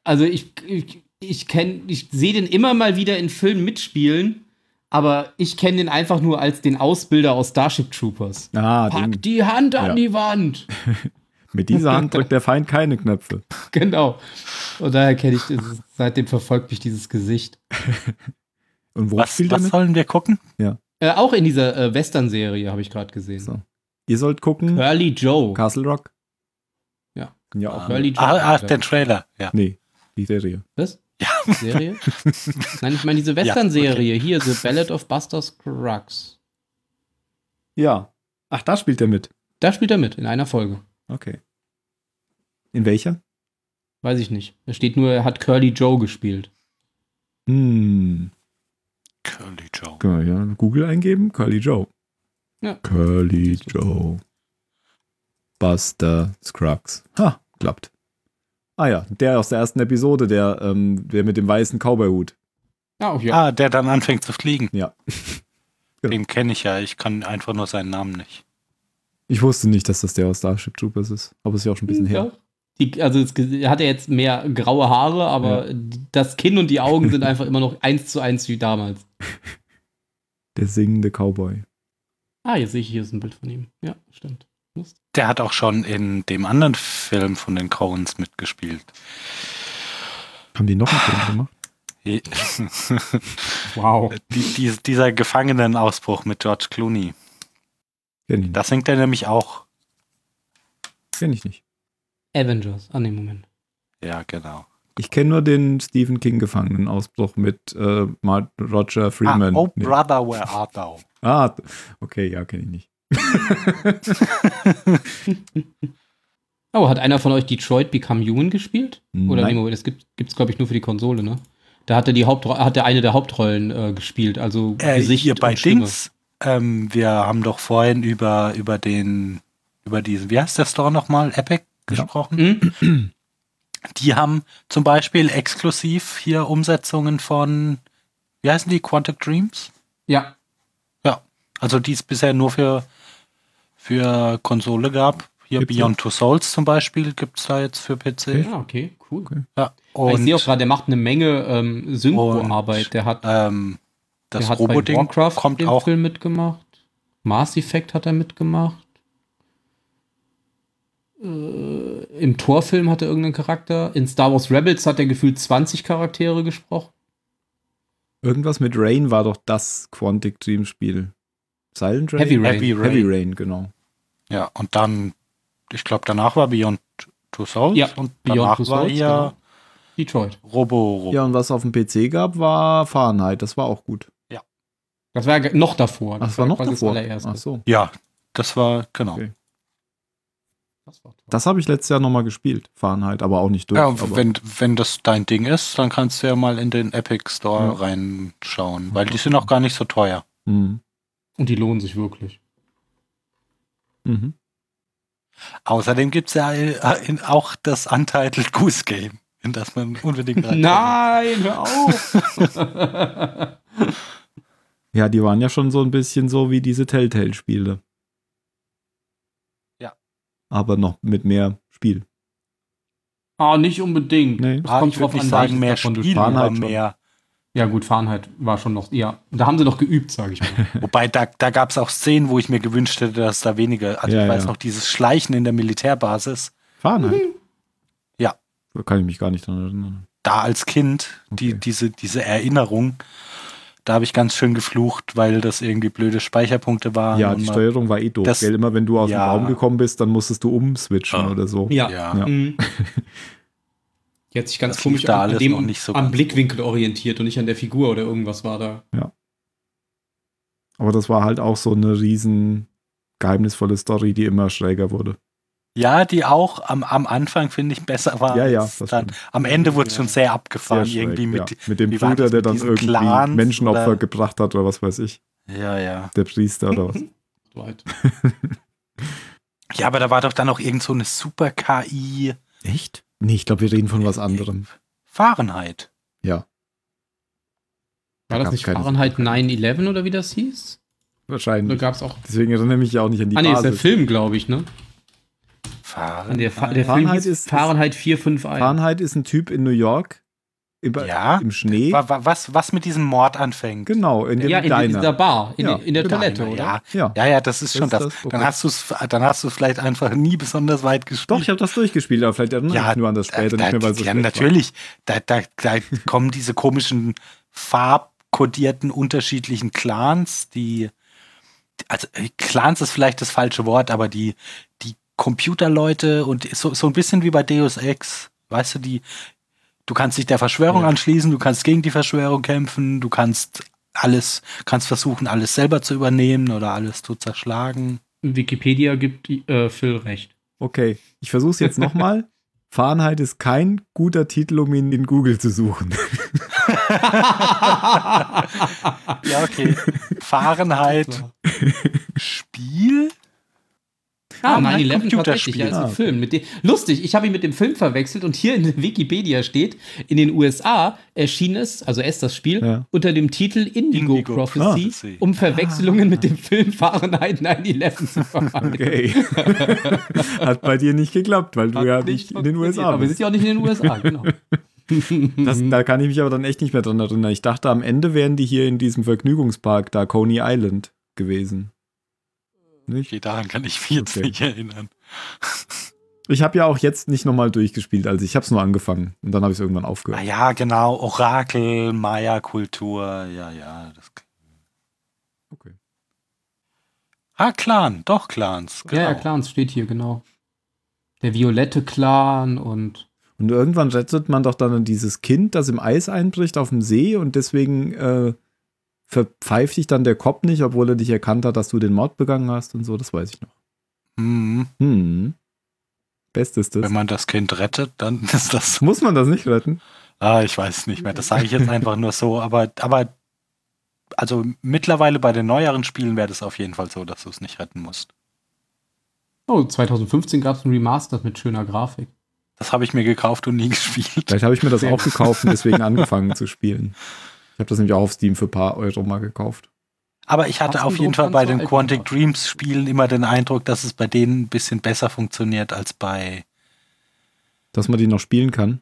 Speaker 6: also ich, ich, ich kenne, ich sehe den immer mal wieder in Filmen mitspielen, aber ich kenne den einfach nur als den Ausbilder aus Starship Troopers.
Speaker 1: ah, den,
Speaker 6: Pack die Hand an
Speaker 1: Ja.
Speaker 6: die Wand.
Speaker 1: mit dieser Hand drückt der Feind keine Knöpfe.
Speaker 6: Genau. Und daher kenne ich, das. seitdem verfolgt mich dieses Gesicht.
Speaker 1: Und wo
Speaker 2: Was,
Speaker 1: spielt er
Speaker 2: was
Speaker 1: mit?
Speaker 2: sollen wir gucken?
Speaker 6: Äh, auch in dieser äh, Western-Serie habe ich gerade gesehen.
Speaker 1: So. Ihr sollt gucken,
Speaker 6: Curly Joe.
Speaker 1: Castle Rock.
Speaker 6: Ja.
Speaker 1: Ja, auch.
Speaker 6: Curly Joe.
Speaker 2: Ah, ah, den Trailer. Ja.
Speaker 1: Nee, die Serie.
Speaker 6: Was? Serie? Nein, ich meine diese Western-Serie. Hier, The Ballad of Buster Scruggs.
Speaker 1: Ja. Ach, da spielt er mit.
Speaker 6: Da spielt er mit, in einer Folge.
Speaker 1: Okay. In welcher?
Speaker 6: Weiß ich nicht. Da steht nur, er hat Curly Joe gespielt.
Speaker 1: Hm.
Speaker 2: Curly Joe.
Speaker 1: Können wir ja Google eingeben? Curly Joe.
Speaker 6: Ja.
Speaker 1: Curly Joe. Buster Scruggs. Ha, klappt. Ah ja, der aus der ersten Episode, der, ähm, der mit dem weißen Cowboy-Hut.
Speaker 4: Ja, auch ja.
Speaker 2: Ah, der dann anfängt zu fliegen.
Speaker 1: Ja. Genau.
Speaker 2: Den kenne ich ja. Ich kann einfach nur seinen Namen nicht.
Speaker 1: Ich wusste nicht, dass das der aus Starship Troopers ist, aber es ist ja auch schon ein bisschen her.
Speaker 6: hm, Die, also es ge- hat er jetzt mehr graue Haare, aber das Kinn und die Augen sind einfach immer noch eins zu eins wie damals.
Speaker 1: Der singende Cowboy.
Speaker 6: Ah, jetzt sehe ich hier ist ein Bild von ihm. Ja, stimmt. Mist.
Speaker 2: Der hat auch schon in dem anderen Film von den Coens mitgespielt.
Speaker 1: Haben die noch einen Film gemacht?
Speaker 2: Je-
Speaker 6: Wow.
Speaker 2: die, die, dieser Gefangenenausbruch mit George Clooney.
Speaker 1: Kenn ich, nicht.
Speaker 2: Da singt er nämlich auch.
Speaker 1: kenn ich nicht.
Speaker 6: Avengers. Ah, nee, Moment.
Speaker 2: Ja, genau.
Speaker 1: Ich kenne nur den Stephen King-Gefangenen-Ausbruch mit äh, Mar- Roger
Speaker 2: Ah,
Speaker 1: Freeman.
Speaker 2: oh,
Speaker 1: Nee.
Speaker 2: Brother, where art thou?
Speaker 1: Ah, okay, ja, kenne ich nicht.
Speaker 6: Oh, hat einer von euch Detroit Become Human gespielt? Oder
Speaker 1: Nein.
Speaker 6: nee, Moment, das gibt es, glaube ich, nur für die Konsole, ne? Da hat er, die Hauptro hat er eine der Hauptrollen äh, gespielt, also
Speaker 2: Äh, hier bei
Speaker 6: und Stimme.
Speaker 2: Dings. Ähm, wir haben doch vorhin über, über den, über diesen, wie heißt der Store nochmal? Epic gesprochen.
Speaker 6: Hm?
Speaker 2: Die haben zum Beispiel exklusiv hier Umsetzungen von, wie heißen die, Quantic Dreams?
Speaker 6: Ja,
Speaker 2: Also die es bisher nur für, für Konsole gab. Hier
Speaker 1: Gibt's
Speaker 2: Beyond Two Souls zum Beispiel gibt es da jetzt für PC.
Speaker 6: ja, Ah, okay, cool.
Speaker 2: Ja,
Speaker 6: ich
Speaker 2: und
Speaker 6: sehe auch gerade, der macht eine Menge ähm, Synchroarbeit.
Speaker 2: Und-
Speaker 6: Der hat,
Speaker 2: ähm,
Speaker 6: der
Speaker 2: das
Speaker 6: hat bei
Speaker 2: Robo-Ding
Speaker 6: Warcraft
Speaker 2: kommt
Speaker 6: den
Speaker 2: auch.
Speaker 6: Film mitgemacht. Mass Effect hat er mitgemacht. Äh, Im Torfilm hat er irgendeinen Charakter. In Star Wars Rebels hat er gefühlt 20 Charaktere gesprochen.
Speaker 1: Irgendwas mit Rain war doch das Quantic Dream-Spiel. Silent Rain?
Speaker 6: Heavy Rain.
Speaker 2: Heavy Rain.
Speaker 1: Heavy Rain, genau.
Speaker 2: Ja, und dann, ich glaube, danach war Beyond Two Souls
Speaker 6: Ja,
Speaker 2: und
Speaker 6: Beyond
Speaker 2: danach
Speaker 6: Two
Speaker 2: war
Speaker 6: Souls, genau.
Speaker 2: ja
Speaker 6: Detroit.
Speaker 2: Robo Robo.
Speaker 1: Ja, und was auf dem PC gab, war Fahrenheit. Das war auch gut.
Speaker 6: Das war ja noch davor.
Speaker 1: Ach, das war noch
Speaker 6: quasi
Speaker 1: davor.
Speaker 6: Das allererste.
Speaker 1: Ach so.
Speaker 2: Ja, das war, genau.
Speaker 1: Okay.
Speaker 6: Das war toll.
Speaker 1: Das habe ich letztes Jahr nochmal gespielt, Fahrenheit, aber auch nicht durch.
Speaker 2: Ja,
Speaker 1: aber
Speaker 2: wenn, wenn das dein Ding ist, dann kannst du ja mal in den Epic Store reinschauen, weil die sind auch gar nicht so teuer.
Speaker 1: Mhm.
Speaker 6: Und die lohnen sich wirklich.
Speaker 1: Mhm.
Speaker 2: Außerdem gibt es ja äh, in- auch das Untitled Goose Game, in das man unbedingt rein
Speaker 6: Nein, hör auf!
Speaker 1: Ja, die waren ja schon so ein bisschen so wie diese Telltale-Spiele.
Speaker 2: Ja.
Speaker 1: Aber noch mit mehr Spiel.
Speaker 6: ah, nicht unbedingt.
Speaker 1: Nee.
Speaker 6: Das
Speaker 2: Ah, ich
Speaker 6: kommt
Speaker 2: würde
Speaker 6: drauf
Speaker 2: nicht
Speaker 6: an,
Speaker 2: sagen,
Speaker 6: sagen,
Speaker 2: mehr
Speaker 6: davon du
Speaker 2: Spiel,
Speaker 1: Fahrenheit
Speaker 2: aber
Speaker 1: schon.
Speaker 2: mehr.
Speaker 6: Ja, gut, Fahrenheit war schon noch, ja. Da haben sie doch geübt, sage ich mal.
Speaker 2: Wobei, da, da gab es auch Szenen, wo ich mir gewünscht hätte, dass da weniger. Also
Speaker 1: Ja,
Speaker 2: ich weiß
Speaker 1: ja.
Speaker 2: noch, dieses Schleichen in der Militärbasis,
Speaker 1: Fahrenheit?
Speaker 2: Ja.
Speaker 1: Da kann ich mich gar nicht dran erinnern.
Speaker 2: da als Kind, die,
Speaker 1: Okay.
Speaker 2: diese, diese Erinnerung, da habe ich ganz schön geflucht, weil das irgendwie blöde Speicherpunkte waren.
Speaker 1: ja,
Speaker 2: und
Speaker 1: die
Speaker 2: man-
Speaker 1: Steuerung war eh doof.
Speaker 2: das-
Speaker 1: gell? Immer wenn du aus
Speaker 2: ja.
Speaker 1: dem Raum gekommen bist, dann musstest du umswitchen
Speaker 2: Ah.
Speaker 1: oder so.
Speaker 2: Ja.
Speaker 1: Ja.
Speaker 6: Mhm. Die hat sich ganz
Speaker 2: Das
Speaker 6: komisch
Speaker 2: lief da
Speaker 6: an
Speaker 2: alles
Speaker 6: dem
Speaker 2: noch nicht so
Speaker 6: am
Speaker 2: ganz.
Speaker 6: Blickwinkel orientiert und nicht an der Figur oder irgendwas war da.
Speaker 1: Aber das war halt auch so eine riesen geheimnisvolle Story, die immer schräger wurde.
Speaker 2: ja, die auch am, am Anfang, finde ich, besser war.
Speaker 1: Ja, ja,
Speaker 2: als
Speaker 1: das
Speaker 2: Ah, dann.
Speaker 1: stimmt.
Speaker 2: Am Ende wurde es schon sehr
Speaker 1: Sehr
Speaker 2: abgefahren,
Speaker 1: schräg,
Speaker 2: irgendwie mit.
Speaker 1: ja. mit dem
Speaker 2: wie war
Speaker 1: Bruder,
Speaker 2: das
Speaker 1: der
Speaker 2: mit
Speaker 1: dann
Speaker 2: diesen
Speaker 1: irgendwie
Speaker 2: Clans
Speaker 1: Menschenopfer
Speaker 2: oder-
Speaker 1: gebracht hat oder was weiß ich.
Speaker 2: Ja, ja.
Speaker 1: Der Priester oder was.
Speaker 6: Right.
Speaker 2: Ja, aber da war doch dann auch irgend so eine super KI
Speaker 1: Echt? Nee, ich glaube, wir reden von was anderem.
Speaker 2: Fahrenheit.
Speaker 6: War
Speaker 1: gab's
Speaker 6: das nicht
Speaker 1: keine-
Speaker 6: Fahrenheit 9-11 oder wie das hieß? Oder
Speaker 1: Wahrscheinlich.
Speaker 6: gab es auch.
Speaker 1: Deswegen erinnere ich mich ja auch nicht an die
Speaker 6: ah, nee, ist der
Speaker 1: Basis.
Speaker 6: Film, glaube ich, ne?
Speaker 2: Äh, Fahrenheit.
Speaker 6: An der, Fa- der Film
Speaker 1: Fahrenheit
Speaker 6: hieß
Speaker 1: ist-
Speaker 6: Fahrenheit 451.
Speaker 1: Fahrenheit ist ein Typ in New York im,
Speaker 2: Ja.
Speaker 1: im Schnee.
Speaker 2: Wa- wa- was, was mit diesem Mord anfängt.
Speaker 1: Genau, in dem
Speaker 6: ja, in
Speaker 1: Diner.
Speaker 6: dieser Bar, in,
Speaker 1: Ja,
Speaker 6: in der
Speaker 1: genau.
Speaker 6: Toilette,
Speaker 2: Einer,
Speaker 6: oder?
Speaker 2: Ja.
Speaker 1: ja.
Speaker 2: ja, ja, das ist
Speaker 1: Das
Speaker 2: schon
Speaker 1: ist
Speaker 2: das.
Speaker 1: das, okay.
Speaker 2: Dann hast du es, dann hast du es vielleicht einfach nie besonders weit
Speaker 1: Doch,
Speaker 2: gespielt.
Speaker 1: ich habe das durchgespielt, aber vielleicht erinnere ich
Speaker 2: Ja,
Speaker 1: mich nur an das später
Speaker 2: da,
Speaker 1: nicht mehr, weil es so
Speaker 2: ja,
Speaker 1: schlecht war.
Speaker 2: natürlich. Da, da, da kommen diese komischen farbkodierten unterschiedlichen Clans, die also äh, Clans ist vielleicht das falsche Wort, aber die die Computerleute und so so ein bisschen wie bei Deus Ex, weißt du, die du kannst dich der Verschwörung anschließen, du kannst gegen die Verschwörung kämpfen, du kannst alles kannst versuchen alles selber zu übernehmen oder alles zu zerschlagen.
Speaker 6: Wikipedia gibt äh, Phil recht.
Speaker 1: Okay, ich versuche es jetzt nochmal. Fahrenheit ist kein guter Titel, um ihn in Google zu suchen.
Speaker 2: Ja, okay. Fahrenheit Spiel
Speaker 6: Ah,
Speaker 2: nein,
Speaker 6: 9-11 tatsächlich,
Speaker 2: Computerspiel.
Speaker 6: ja, ist ein
Speaker 1: Ah, okay.
Speaker 6: Film. Mit dem, lustig, ich habe ihn mit dem Film verwechselt und hier in der Wikipedia steht, in den USA erschien es, also erst das Spiel,
Speaker 1: Ja. Ah,
Speaker 6: unter dem Titel Indigo,
Speaker 2: Indigo
Speaker 6: Prophecy,
Speaker 2: Prophecy.
Speaker 6: um Verwechslungen mit dem Film Fahrenheit 9-11 zu vermeiden.
Speaker 1: Okay. Hat bei dir nicht geklappt, weil du
Speaker 6: Hat
Speaker 1: ja nicht in den
Speaker 6: funktioniert,
Speaker 1: USA
Speaker 6: Aber wir sind
Speaker 1: bist.
Speaker 6: ja auch nicht in den USA, genau.
Speaker 1: ne? Das, da kann ich mich aber dann echt nicht mehr dran erinnern. Ich dachte, am Ende wären die hier in diesem Vergnügungspark, da Coney Island, gewesen. Nicht?
Speaker 2: Okay, daran kann ich mich jetzt
Speaker 1: Okay.
Speaker 2: nicht erinnern.
Speaker 1: Ich habe ja auch jetzt nicht nochmal durchgespielt, also ich habe es nur angefangen und dann habe ich es irgendwann
Speaker 2: Ah
Speaker 1: aufgehört.
Speaker 2: ja, genau, Orakel, Maya-Kultur, ja, ja. Das
Speaker 1: Okay.
Speaker 2: ah, Clan, doch Clans, genau.
Speaker 8: Ja, ja, Clans steht hier, genau. Der violette Clan und
Speaker 1: Und irgendwann rettet man doch dann an dieses Kind, das im Eis einbricht auf dem See und deswegen äh, verpfeift dich dann der Cop nicht, obwohl er dich erkannt hat, dass du den Mord begangen hast und so, das weiß ich noch.
Speaker 2: Mhm.
Speaker 1: Hm. Bestes das.
Speaker 2: Wenn man das Kind rettet, dann ist das.
Speaker 1: Muss man das nicht retten?
Speaker 2: Ah, ich weiß nicht mehr. Das sage ich jetzt einfach nur so. Aber, aber, also mittlerweile bei den neueren Spielen wäre das auf jeden Fall so, dass du es nicht retten musst.
Speaker 8: oh, 2015 gab es ein Remastered mit schöner Grafik.
Speaker 2: Das habe ich mir gekauft und nie gespielt.
Speaker 1: Vielleicht habe ich mir das auch gekauft und deswegen angefangen zu spielen. Ich habe das nämlich auch auf Steam für ein paar Euro mal gekauft.
Speaker 2: Aber ich hatte
Speaker 8: Hast
Speaker 2: auf
Speaker 8: du
Speaker 2: jeden
Speaker 8: so
Speaker 2: Fall
Speaker 8: ganz
Speaker 2: bei
Speaker 8: so
Speaker 2: den
Speaker 8: alt
Speaker 2: Quantic
Speaker 8: gemacht?
Speaker 2: Dreams Spielen immer den Eindruck, dass es bei denen ein bisschen besser funktioniert als bei.
Speaker 1: Dass man die noch spielen kann.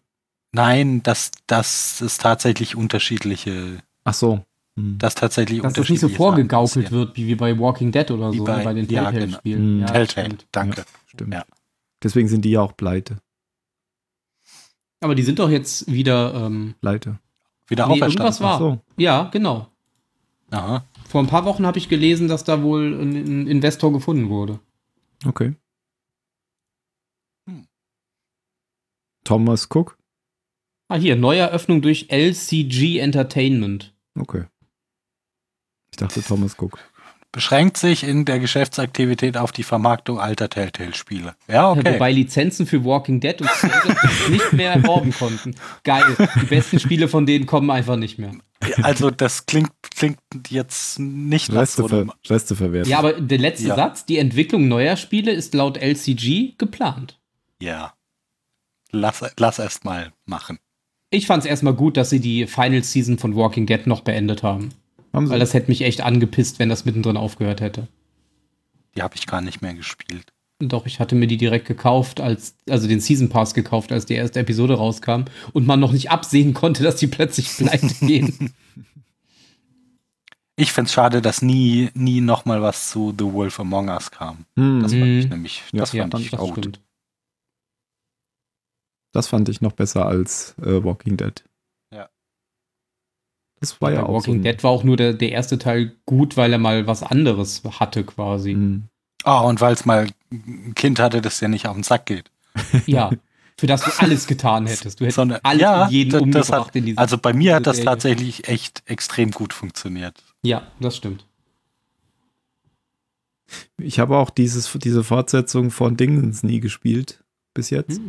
Speaker 2: Nein, dass, dass es tatsächlich unterschiedliche.
Speaker 1: Ach so. Hm.
Speaker 2: Dass tatsächlich
Speaker 8: Dass das nicht so
Speaker 2: unterschiedliche Sachen
Speaker 8: vorgegaukelt
Speaker 2: passieren.
Speaker 8: wird, wie, wie bei Walking Dead oder
Speaker 2: Wie
Speaker 8: so,
Speaker 2: bei-
Speaker 8: bei, den
Speaker 2: ja,
Speaker 8: Telltale-Spielen.
Speaker 1: genau.
Speaker 2: Telltale,
Speaker 6: Halt,
Speaker 8: stimmt.
Speaker 2: danke.
Speaker 1: Stimmt.
Speaker 2: Halt, Ja.
Speaker 1: Deswegen sind die ja auch pleite.
Speaker 6: Aber die sind doch jetzt wieder, ähm,
Speaker 1: pleite.
Speaker 2: Wieder
Speaker 6: Nee,
Speaker 2: auferstanden.
Speaker 6: irgendwas war-
Speaker 1: Ach so.
Speaker 6: ja, genau.
Speaker 2: Aha.
Speaker 6: Vor ein paar Wochen habe ich gelesen, dass da wohl ein, ein Investor gefunden wurde.
Speaker 1: Okay.
Speaker 2: Hm.
Speaker 1: Thomas Cook?
Speaker 6: Ah, hier, Neueröffnung durch LCG Entertainment.
Speaker 1: Okay. Ich dachte Thomas Cook.
Speaker 2: Beschränkt sich in der Geschäftsaktivität auf die Vermarktung alter Telltale-Spiele. Ja,
Speaker 6: Ja,
Speaker 2: okay.
Speaker 6: Wobei Lizenzen für Walking Dead und Stranger nicht mehr erworben konnten. Geil. Die besten Spiele von denen kommen einfach nicht mehr.
Speaker 2: also das klingt, klingt jetzt nicht nach
Speaker 1: Reste,
Speaker 2: so einem.
Speaker 1: ver Reste verwerfen.
Speaker 6: Ja, aber der letzte
Speaker 2: Ja.
Speaker 6: Satz, die Entwicklung neuer Spiele ist laut LCG geplant.
Speaker 2: Ja. Lass, lass erst mal machen.
Speaker 6: Ich fand es erstmal gut, dass sie die Final Season von Walking Dead noch beendet haben.
Speaker 1: Haben sie-
Speaker 6: Weil das hätte mich echt angepisst, wenn das mittendrin aufgehört hätte.
Speaker 2: Die habe ich gar nicht mehr gespielt.
Speaker 6: Doch, ich hatte mir die direkt gekauft, als, also den Season Pass gekauft, als die erste Episode rauskam und man noch nicht absehen konnte, dass die plötzlich pleite gehen.
Speaker 2: Ich find's schade, dass nie, nie nochmal was zu The Wolf Among Us kam.
Speaker 1: Hm,
Speaker 2: Das
Speaker 1: das,
Speaker 6: Mhm.
Speaker 2: fand ich nämlich,
Speaker 1: Ja,
Speaker 2: das fand ich
Speaker 6: das
Speaker 2: gut.
Speaker 6: stimmt.
Speaker 1: fand ich noch besser als äh, Walking Dead.
Speaker 2: Ja.
Speaker 1: Das war ja,
Speaker 6: Bei
Speaker 1: auch
Speaker 6: Walking
Speaker 1: so ein-
Speaker 6: Dead war auch nur der, der erste Teil gut, weil er mal was anderes hatte quasi.
Speaker 1: Hm.
Speaker 2: Ah, und weil's mal ein Kind hatte, das dir nicht auf den Sack geht.
Speaker 6: ja. Für das du alles getan hättest. Du hättest
Speaker 2: Sondern-
Speaker 6: alles
Speaker 2: ja,
Speaker 6: und jeden
Speaker 2: das- das
Speaker 6: umgebracht
Speaker 2: hat-
Speaker 6: in diesem
Speaker 2: Also bei mir hat das
Speaker 6: Serie.
Speaker 2: tatsächlich echt extrem gut funktioniert.
Speaker 6: Ja, das stimmt.
Speaker 1: Ich habe auch dieses, diese Fortsetzung von Dingens nie gespielt. Bis
Speaker 6: Hm?
Speaker 1: jetzt.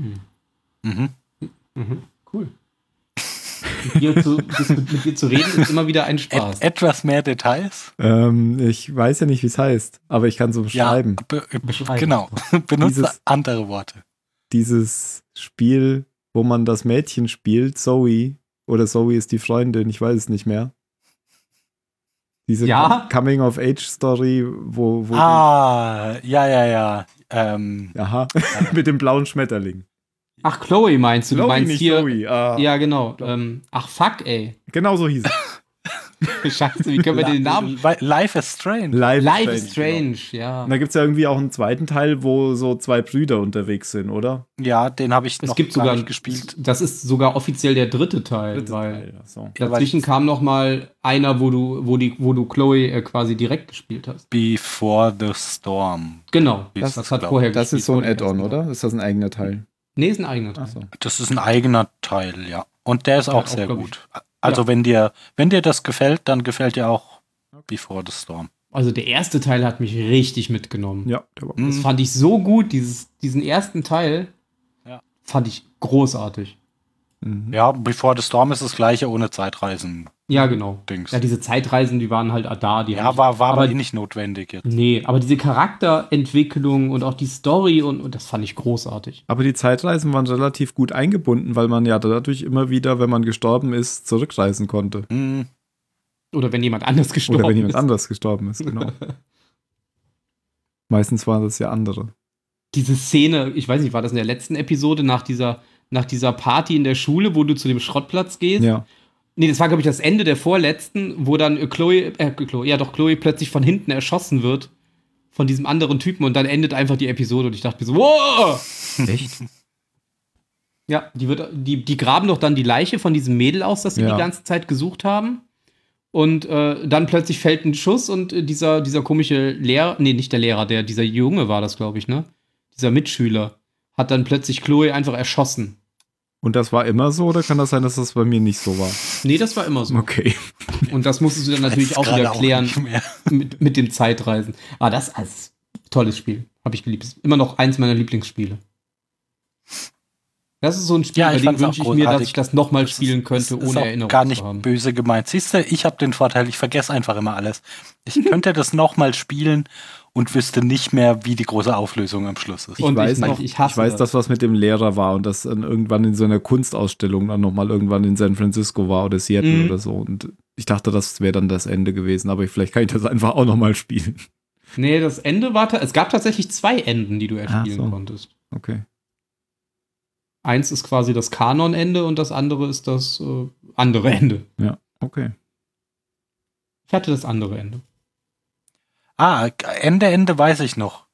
Speaker 2: Mhm.
Speaker 8: Cool.
Speaker 6: Mit dir, zu, das mit, mit dir zu reden ist immer wieder ein Spaß.
Speaker 2: Et, etwas mehr Details.
Speaker 1: Ähm, ich weiß ja nicht, wie es heißt, aber ich kann es beschreiben.
Speaker 2: Ja, be, äh,
Speaker 8: Beschreiben.
Speaker 2: genau. Benutze
Speaker 1: Dieses-
Speaker 2: andere Worte.
Speaker 1: dieses Spiel, wo man das Mädchen spielt, Zoe, oder Zoe ist die Freundin, ich weiß es nicht mehr. Diese
Speaker 8: Ja?
Speaker 1: Coming-of-Age-Story, wo, wo
Speaker 2: Ah, ja, ja, ja. Ähm,
Speaker 1: die, aha, mit dem blauen Schmetterling.
Speaker 6: Ach, Chloe meinst du? Du
Speaker 1: Zoe,
Speaker 6: meinst
Speaker 1: nicht
Speaker 6: hier.
Speaker 1: Zoe. Ah,
Speaker 6: Ja, genau. Ähm, ach, fuck, ey.
Speaker 1: Genau so hieß es.
Speaker 6: Scheiße, wie können wir den Namen.
Speaker 2: Li- Life is Strange.
Speaker 1: Live
Speaker 6: Life is
Speaker 1: Genau.
Speaker 6: Strange,
Speaker 1: Und
Speaker 6: ja.
Speaker 1: da gibt es ja irgendwie auch einen zweiten Teil, wo so zwei Brüder unterwegs sind, oder?
Speaker 2: Ja, den habe ich
Speaker 6: Es
Speaker 2: noch
Speaker 6: gibt
Speaker 2: gar
Speaker 6: sogar.
Speaker 2: nicht gespielt.
Speaker 6: Das ist sogar offiziell der dritte Teil,
Speaker 1: Dritter
Speaker 6: weil.
Speaker 1: Teil, ja, so.
Speaker 2: Ja,
Speaker 6: Dazwischen kam noch mal einer, wo du, wo die, wo du Chloe äh, quasi direkt gespielt hast.
Speaker 2: Before the Storm.
Speaker 6: Genau,
Speaker 2: Das-
Speaker 6: das, das hat
Speaker 2: glaub-
Speaker 6: vorher
Speaker 1: Das
Speaker 6: gespielt
Speaker 1: ist so ein
Speaker 6: wurde erst,
Speaker 1: Add-on,
Speaker 6: genau.
Speaker 1: oder? Ist das ein eigener Teil?
Speaker 6: Nee, ist ein eigener Teil.
Speaker 1: Ach so.
Speaker 2: Das ist ein eigener Teil, ja. Und der ist auch
Speaker 6: auch,
Speaker 2: sehr
Speaker 6: glaub ich.
Speaker 2: gut. Also wenn dir, wenn dir das gefällt, dann gefällt dir auch Before the Storm.
Speaker 6: Also der erste Teil hat mich richtig mitgenommen.
Speaker 1: Ja, der war
Speaker 2: Hm.
Speaker 6: Das fand ich so gut, dieses, diesen ersten Teil
Speaker 2: Ja.
Speaker 6: fand ich großartig.
Speaker 1: Mhm.
Speaker 2: Ja, Before the Storm ist das gleiche ohne Zeitreisen.
Speaker 6: Ja, genau.
Speaker 2: Dings.
Speaker 6: Ja, diese Zeitreisen, die waren halt da. Die hab
Speaker 2: Ja,
Speaker 6: ich-
Speaker 2: war, war aber, eh
Speaker 6: aber-
Speaker 2: nicht notwendig jetzt.
Speaker 6: Nee, aber diese Charakterentwicklung und auch die Story und, und das fand ich großartig.
Speaker 1: Aber die Zeitreisen waren relativ gut eingebunden, weil man ja dadurch immer wieder, wenn man gestorben ist, zurückreisen konnte.
Speaker 2: Hm,
Speaker 6: Oder wenn jemand anders gestorben
Speaker 1: Oder wenn jemand
Speaker 6: ist.
Speaker 1: anders gestorben ist, genau. Meistens waren das ja andere.
Speaker 6: Diese Szene, ich weiß nicht, war das in der letzten Episode nach dieser, nach dieser Party in der Schule, wo du zu dem Schrottplatz gehst?
Speaker 1: Ja.
Speaker 6: Nee, das war, glaube ich, das Ende der vorletzten, wo dann äh, Chloe, äh, Chloe, ja doch, Chloe plötzlich von hinten erschossen wird. Von diesem anderen Typen und dann endet einfach die Episode und ich dachte mir so, wow!
Speaker 1: Echt?
Speaker 6: Ja, die, wird, die, die graben doch dann die Leiche von diesem Mädel aus, das sie
Speaker 1: Ja.
Speaker 6: die ganze Zeit gesucht haben. Und äh, dann plötzlich fällt ein Schuss und äh, dieser, dieser komische Lehrer, nee, nicht der Lehrer, der, dieser Junge war das, glaube ich, ne? Dieser Mitschüler hat dann plötzlich Chloe einfach erschossen.
Speaker 1: Und das war immer so, oder kann das sein, dass das bei mir nicht so war?
Speaker 6: Nee, das war immer so.
Speaker 1: Okay.
Speaker 6: Und das musstest du dann natürlich
Speaker 2: jetzt
Speaker 6: auch wieder
Speaker 2: gerade
Speaker 6: klären.
Speaker 2: nicht mehr.
Speaker 6: mit, mit dem Zeitreisen. Ah, das ist ein tolles Spiel. Habe ich geliebt. Ist immer noch eins meiner Lieblingsspiele. Das ist so ein Spiel,
Speaker 2: Ja,
Speaker 6: bei
Speaker 2: ich
Speaker 6: dem
Speaker 2: fand's auch
Speaker 6: wünsche ich mir, dass
Speaker 2: großartig.
Speaker 6: ich das nochmal
Speaker 2: Das ist-
Speaker 6: spielen
Speaker 2: das
Speaker 6: könnte,
Speaker 2: ist
Speaker 6: ohne
Speaker 2: auch
Speaker 6: Erinnerung
Speaker 2: Gar nicht
Speaker 6: zu haben.
Speaker 2: böse gemeint. Siehst du, ich habe den Vorteil, ich vergesse einfach immer alles. Ich könnte das nochmal spielen und wüsste nicht mehr, wie die große Auflösung am Schluss ist.
Speaker 1: Ich
Speaker 6: Und ich
Speaker 1: weiß
Speaker 6: noch,
Speaker 1: noch,
Speaker 6: ich hasse
Speaker 1: ich weiß,
Speaker 6: das.
Speaker 1: dass was mit dem Lehrer war und das dann irgendwann in so einer Kunstausstellung dann nochmal irgendwann in San Francisco war oder Seattle
Speaker 6: Mhm.
Speaker 1: oder so. Und ich dachte, das wäre dann das Ende gewesen, aber ich- vielleicht kann ich das einfach auch nochmal spielen.
Speaker 6: Nee, das Ende war. ta- Es gab tatsächlich zwei Enden, die du erspielen
Speaker 1: Ach so.
Speaker 6: konntest.
Speaker 1: Okay.
Speaker 6: Eins ist quasi das Kanon-Ende und das andere ist das äh, andere Ende.
Speaker 1: Okay.
Speaker 6: Ich hatte das andere Ende.
Speaker 2: Ah, Ende, Ende weiß ich noch.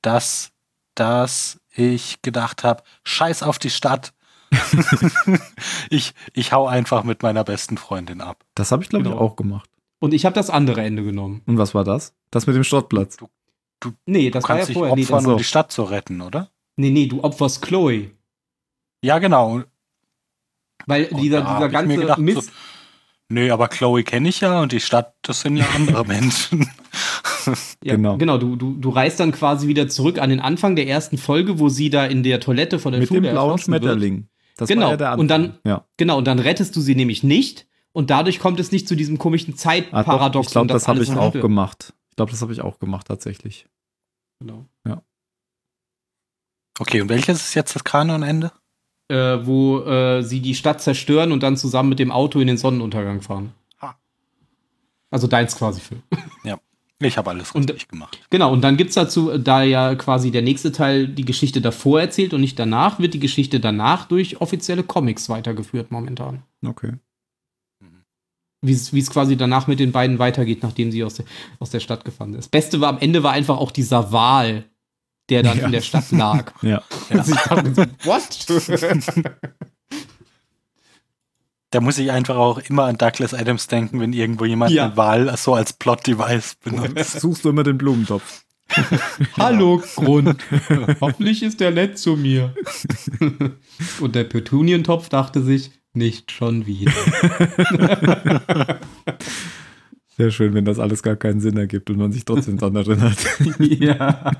Speaker 2: Dass, dass ich gedacht habe, scheiß auf die Stadt. ich, ich hau einfach mit meiner besten Freundin ab.
Speaker 1: Das habe ich, glaube ich,
Speaker 6: Genau.
Speaker 1: auch gemacht.
Speaker 6: Und ich habe das andere Ende genommen.
Speaker 1: Und was war das? Das mit dem Schrottplatz.
Speaker 2: Du
Speaker 6: Nee, das war ja
Speaker 2: kannst dich
Speaker 6: vorher. Nee,
Speaker 2: opfern,
Speaker 6: das,
Speaker 1: so.
Speaker 2: um die Stadt zu retten, oder?
Speaker 6: nee, nee, du opferst Chloe.
Speaker 2: Ja, genau.
Speaker 6: Weil
Speaker 2: Und
Speaker 6: dieser,
Speaker 2: Oh, da
Speaker 6: dieser
Speaker 2: hab ich mir
Speaker 6: ganze
Speaker 2: gedacht, so-
Speaker 6: Mist.
Speaker 2: Nö, aber Chloe kenne ich ja und die Stadt, das sind ja andere Menschen.
Speaker 6: Ja,
Speaker 1: Genau.
Speaker 6: genau. genau du, du, du reist dann quasi wieder zurück an den Anfang der ersten Folge, wo sie da in der Toilette von der
Speaker 1: Mit
Speaker 6: Schule
Speaker 1: dem blauen
Speaker 6: erschossen wird.
Speaker 1: Schmetterling. Das
Speaker 6: Genau.
Speaker 1: Anfang.
Speaker 6: Und dann-
Speaker 1: Ja.
Speaker 6: Genau, und dann rettest du sie nämlich nicht und dadurch kommt es nicht zu diesem komischen
Speaker 1: Ah, doch,
Speaker 6: Zeitparadoxon.
Speaker 1: ich glaube,
Speaker 6: dass
Speaker 1: das habe
Speaker 6: alles
Speaker 1: ich auch
Speaker 6: verhandelt.
Speaker 1: gemacht. Ich glaube, das habe ich auch gemacht tatsächlich.
Speaker 6: Genau.
Speaker 2: Okay, und welches ist jetzt das Kanonende?
Speaker 6: Äh, wo äh, sie die Stadt zerstören und dann zusammen mit dem Auto in den Sonnenuntergang fahren.
Speaker 2: Ha.
Speaker 6: Also deins quasi für.
Speaker 2: Ich habe alles
Speaker 6: Und-
Speaker 2: richtig gemacht.
Speaker 6: Genau, und dann gibt es dazu, äh, da ja quasi der nächste Teil die Geschichte davor erzählt und nicht danach, wird die Geschichte danach durch offizielle Comics weitergeführt momentan.
Speaker 1: Okay.
Speaker 6: wie es wie es quasi danach mit den beiden weitergeht, nachdem sie aus der, aus der Stadt gefahren ist. Das Beste war am Ende war einfach auch dieser Wal, der dann
Speaker 1: Ja.
Speaker 6: in der Stadt lag.
Speaker 1: Ja.
Speaker 6: Also ich dachte mir so, What?
Speaker 2: Da muss ich einfach auch immer an Douglas Adams denken, wenn irgendwo jemand
Speaker 6: Ja.
Speaker 2: eine Wahl so als Plot-Device benutzt.
Speaker 1: Suchst du immer den Blumentopf.
Speaker 6: Hallo, Grund. Hoffentlich ist der nett zu mir. Und der Petunientopf dachte sich, nicht schon wieder.
Speaker 1: Sehr schön, wenn das alles gar keinen Sinn ergibt und man sich trotzdem dran erinnert.
Speaker 6: ja.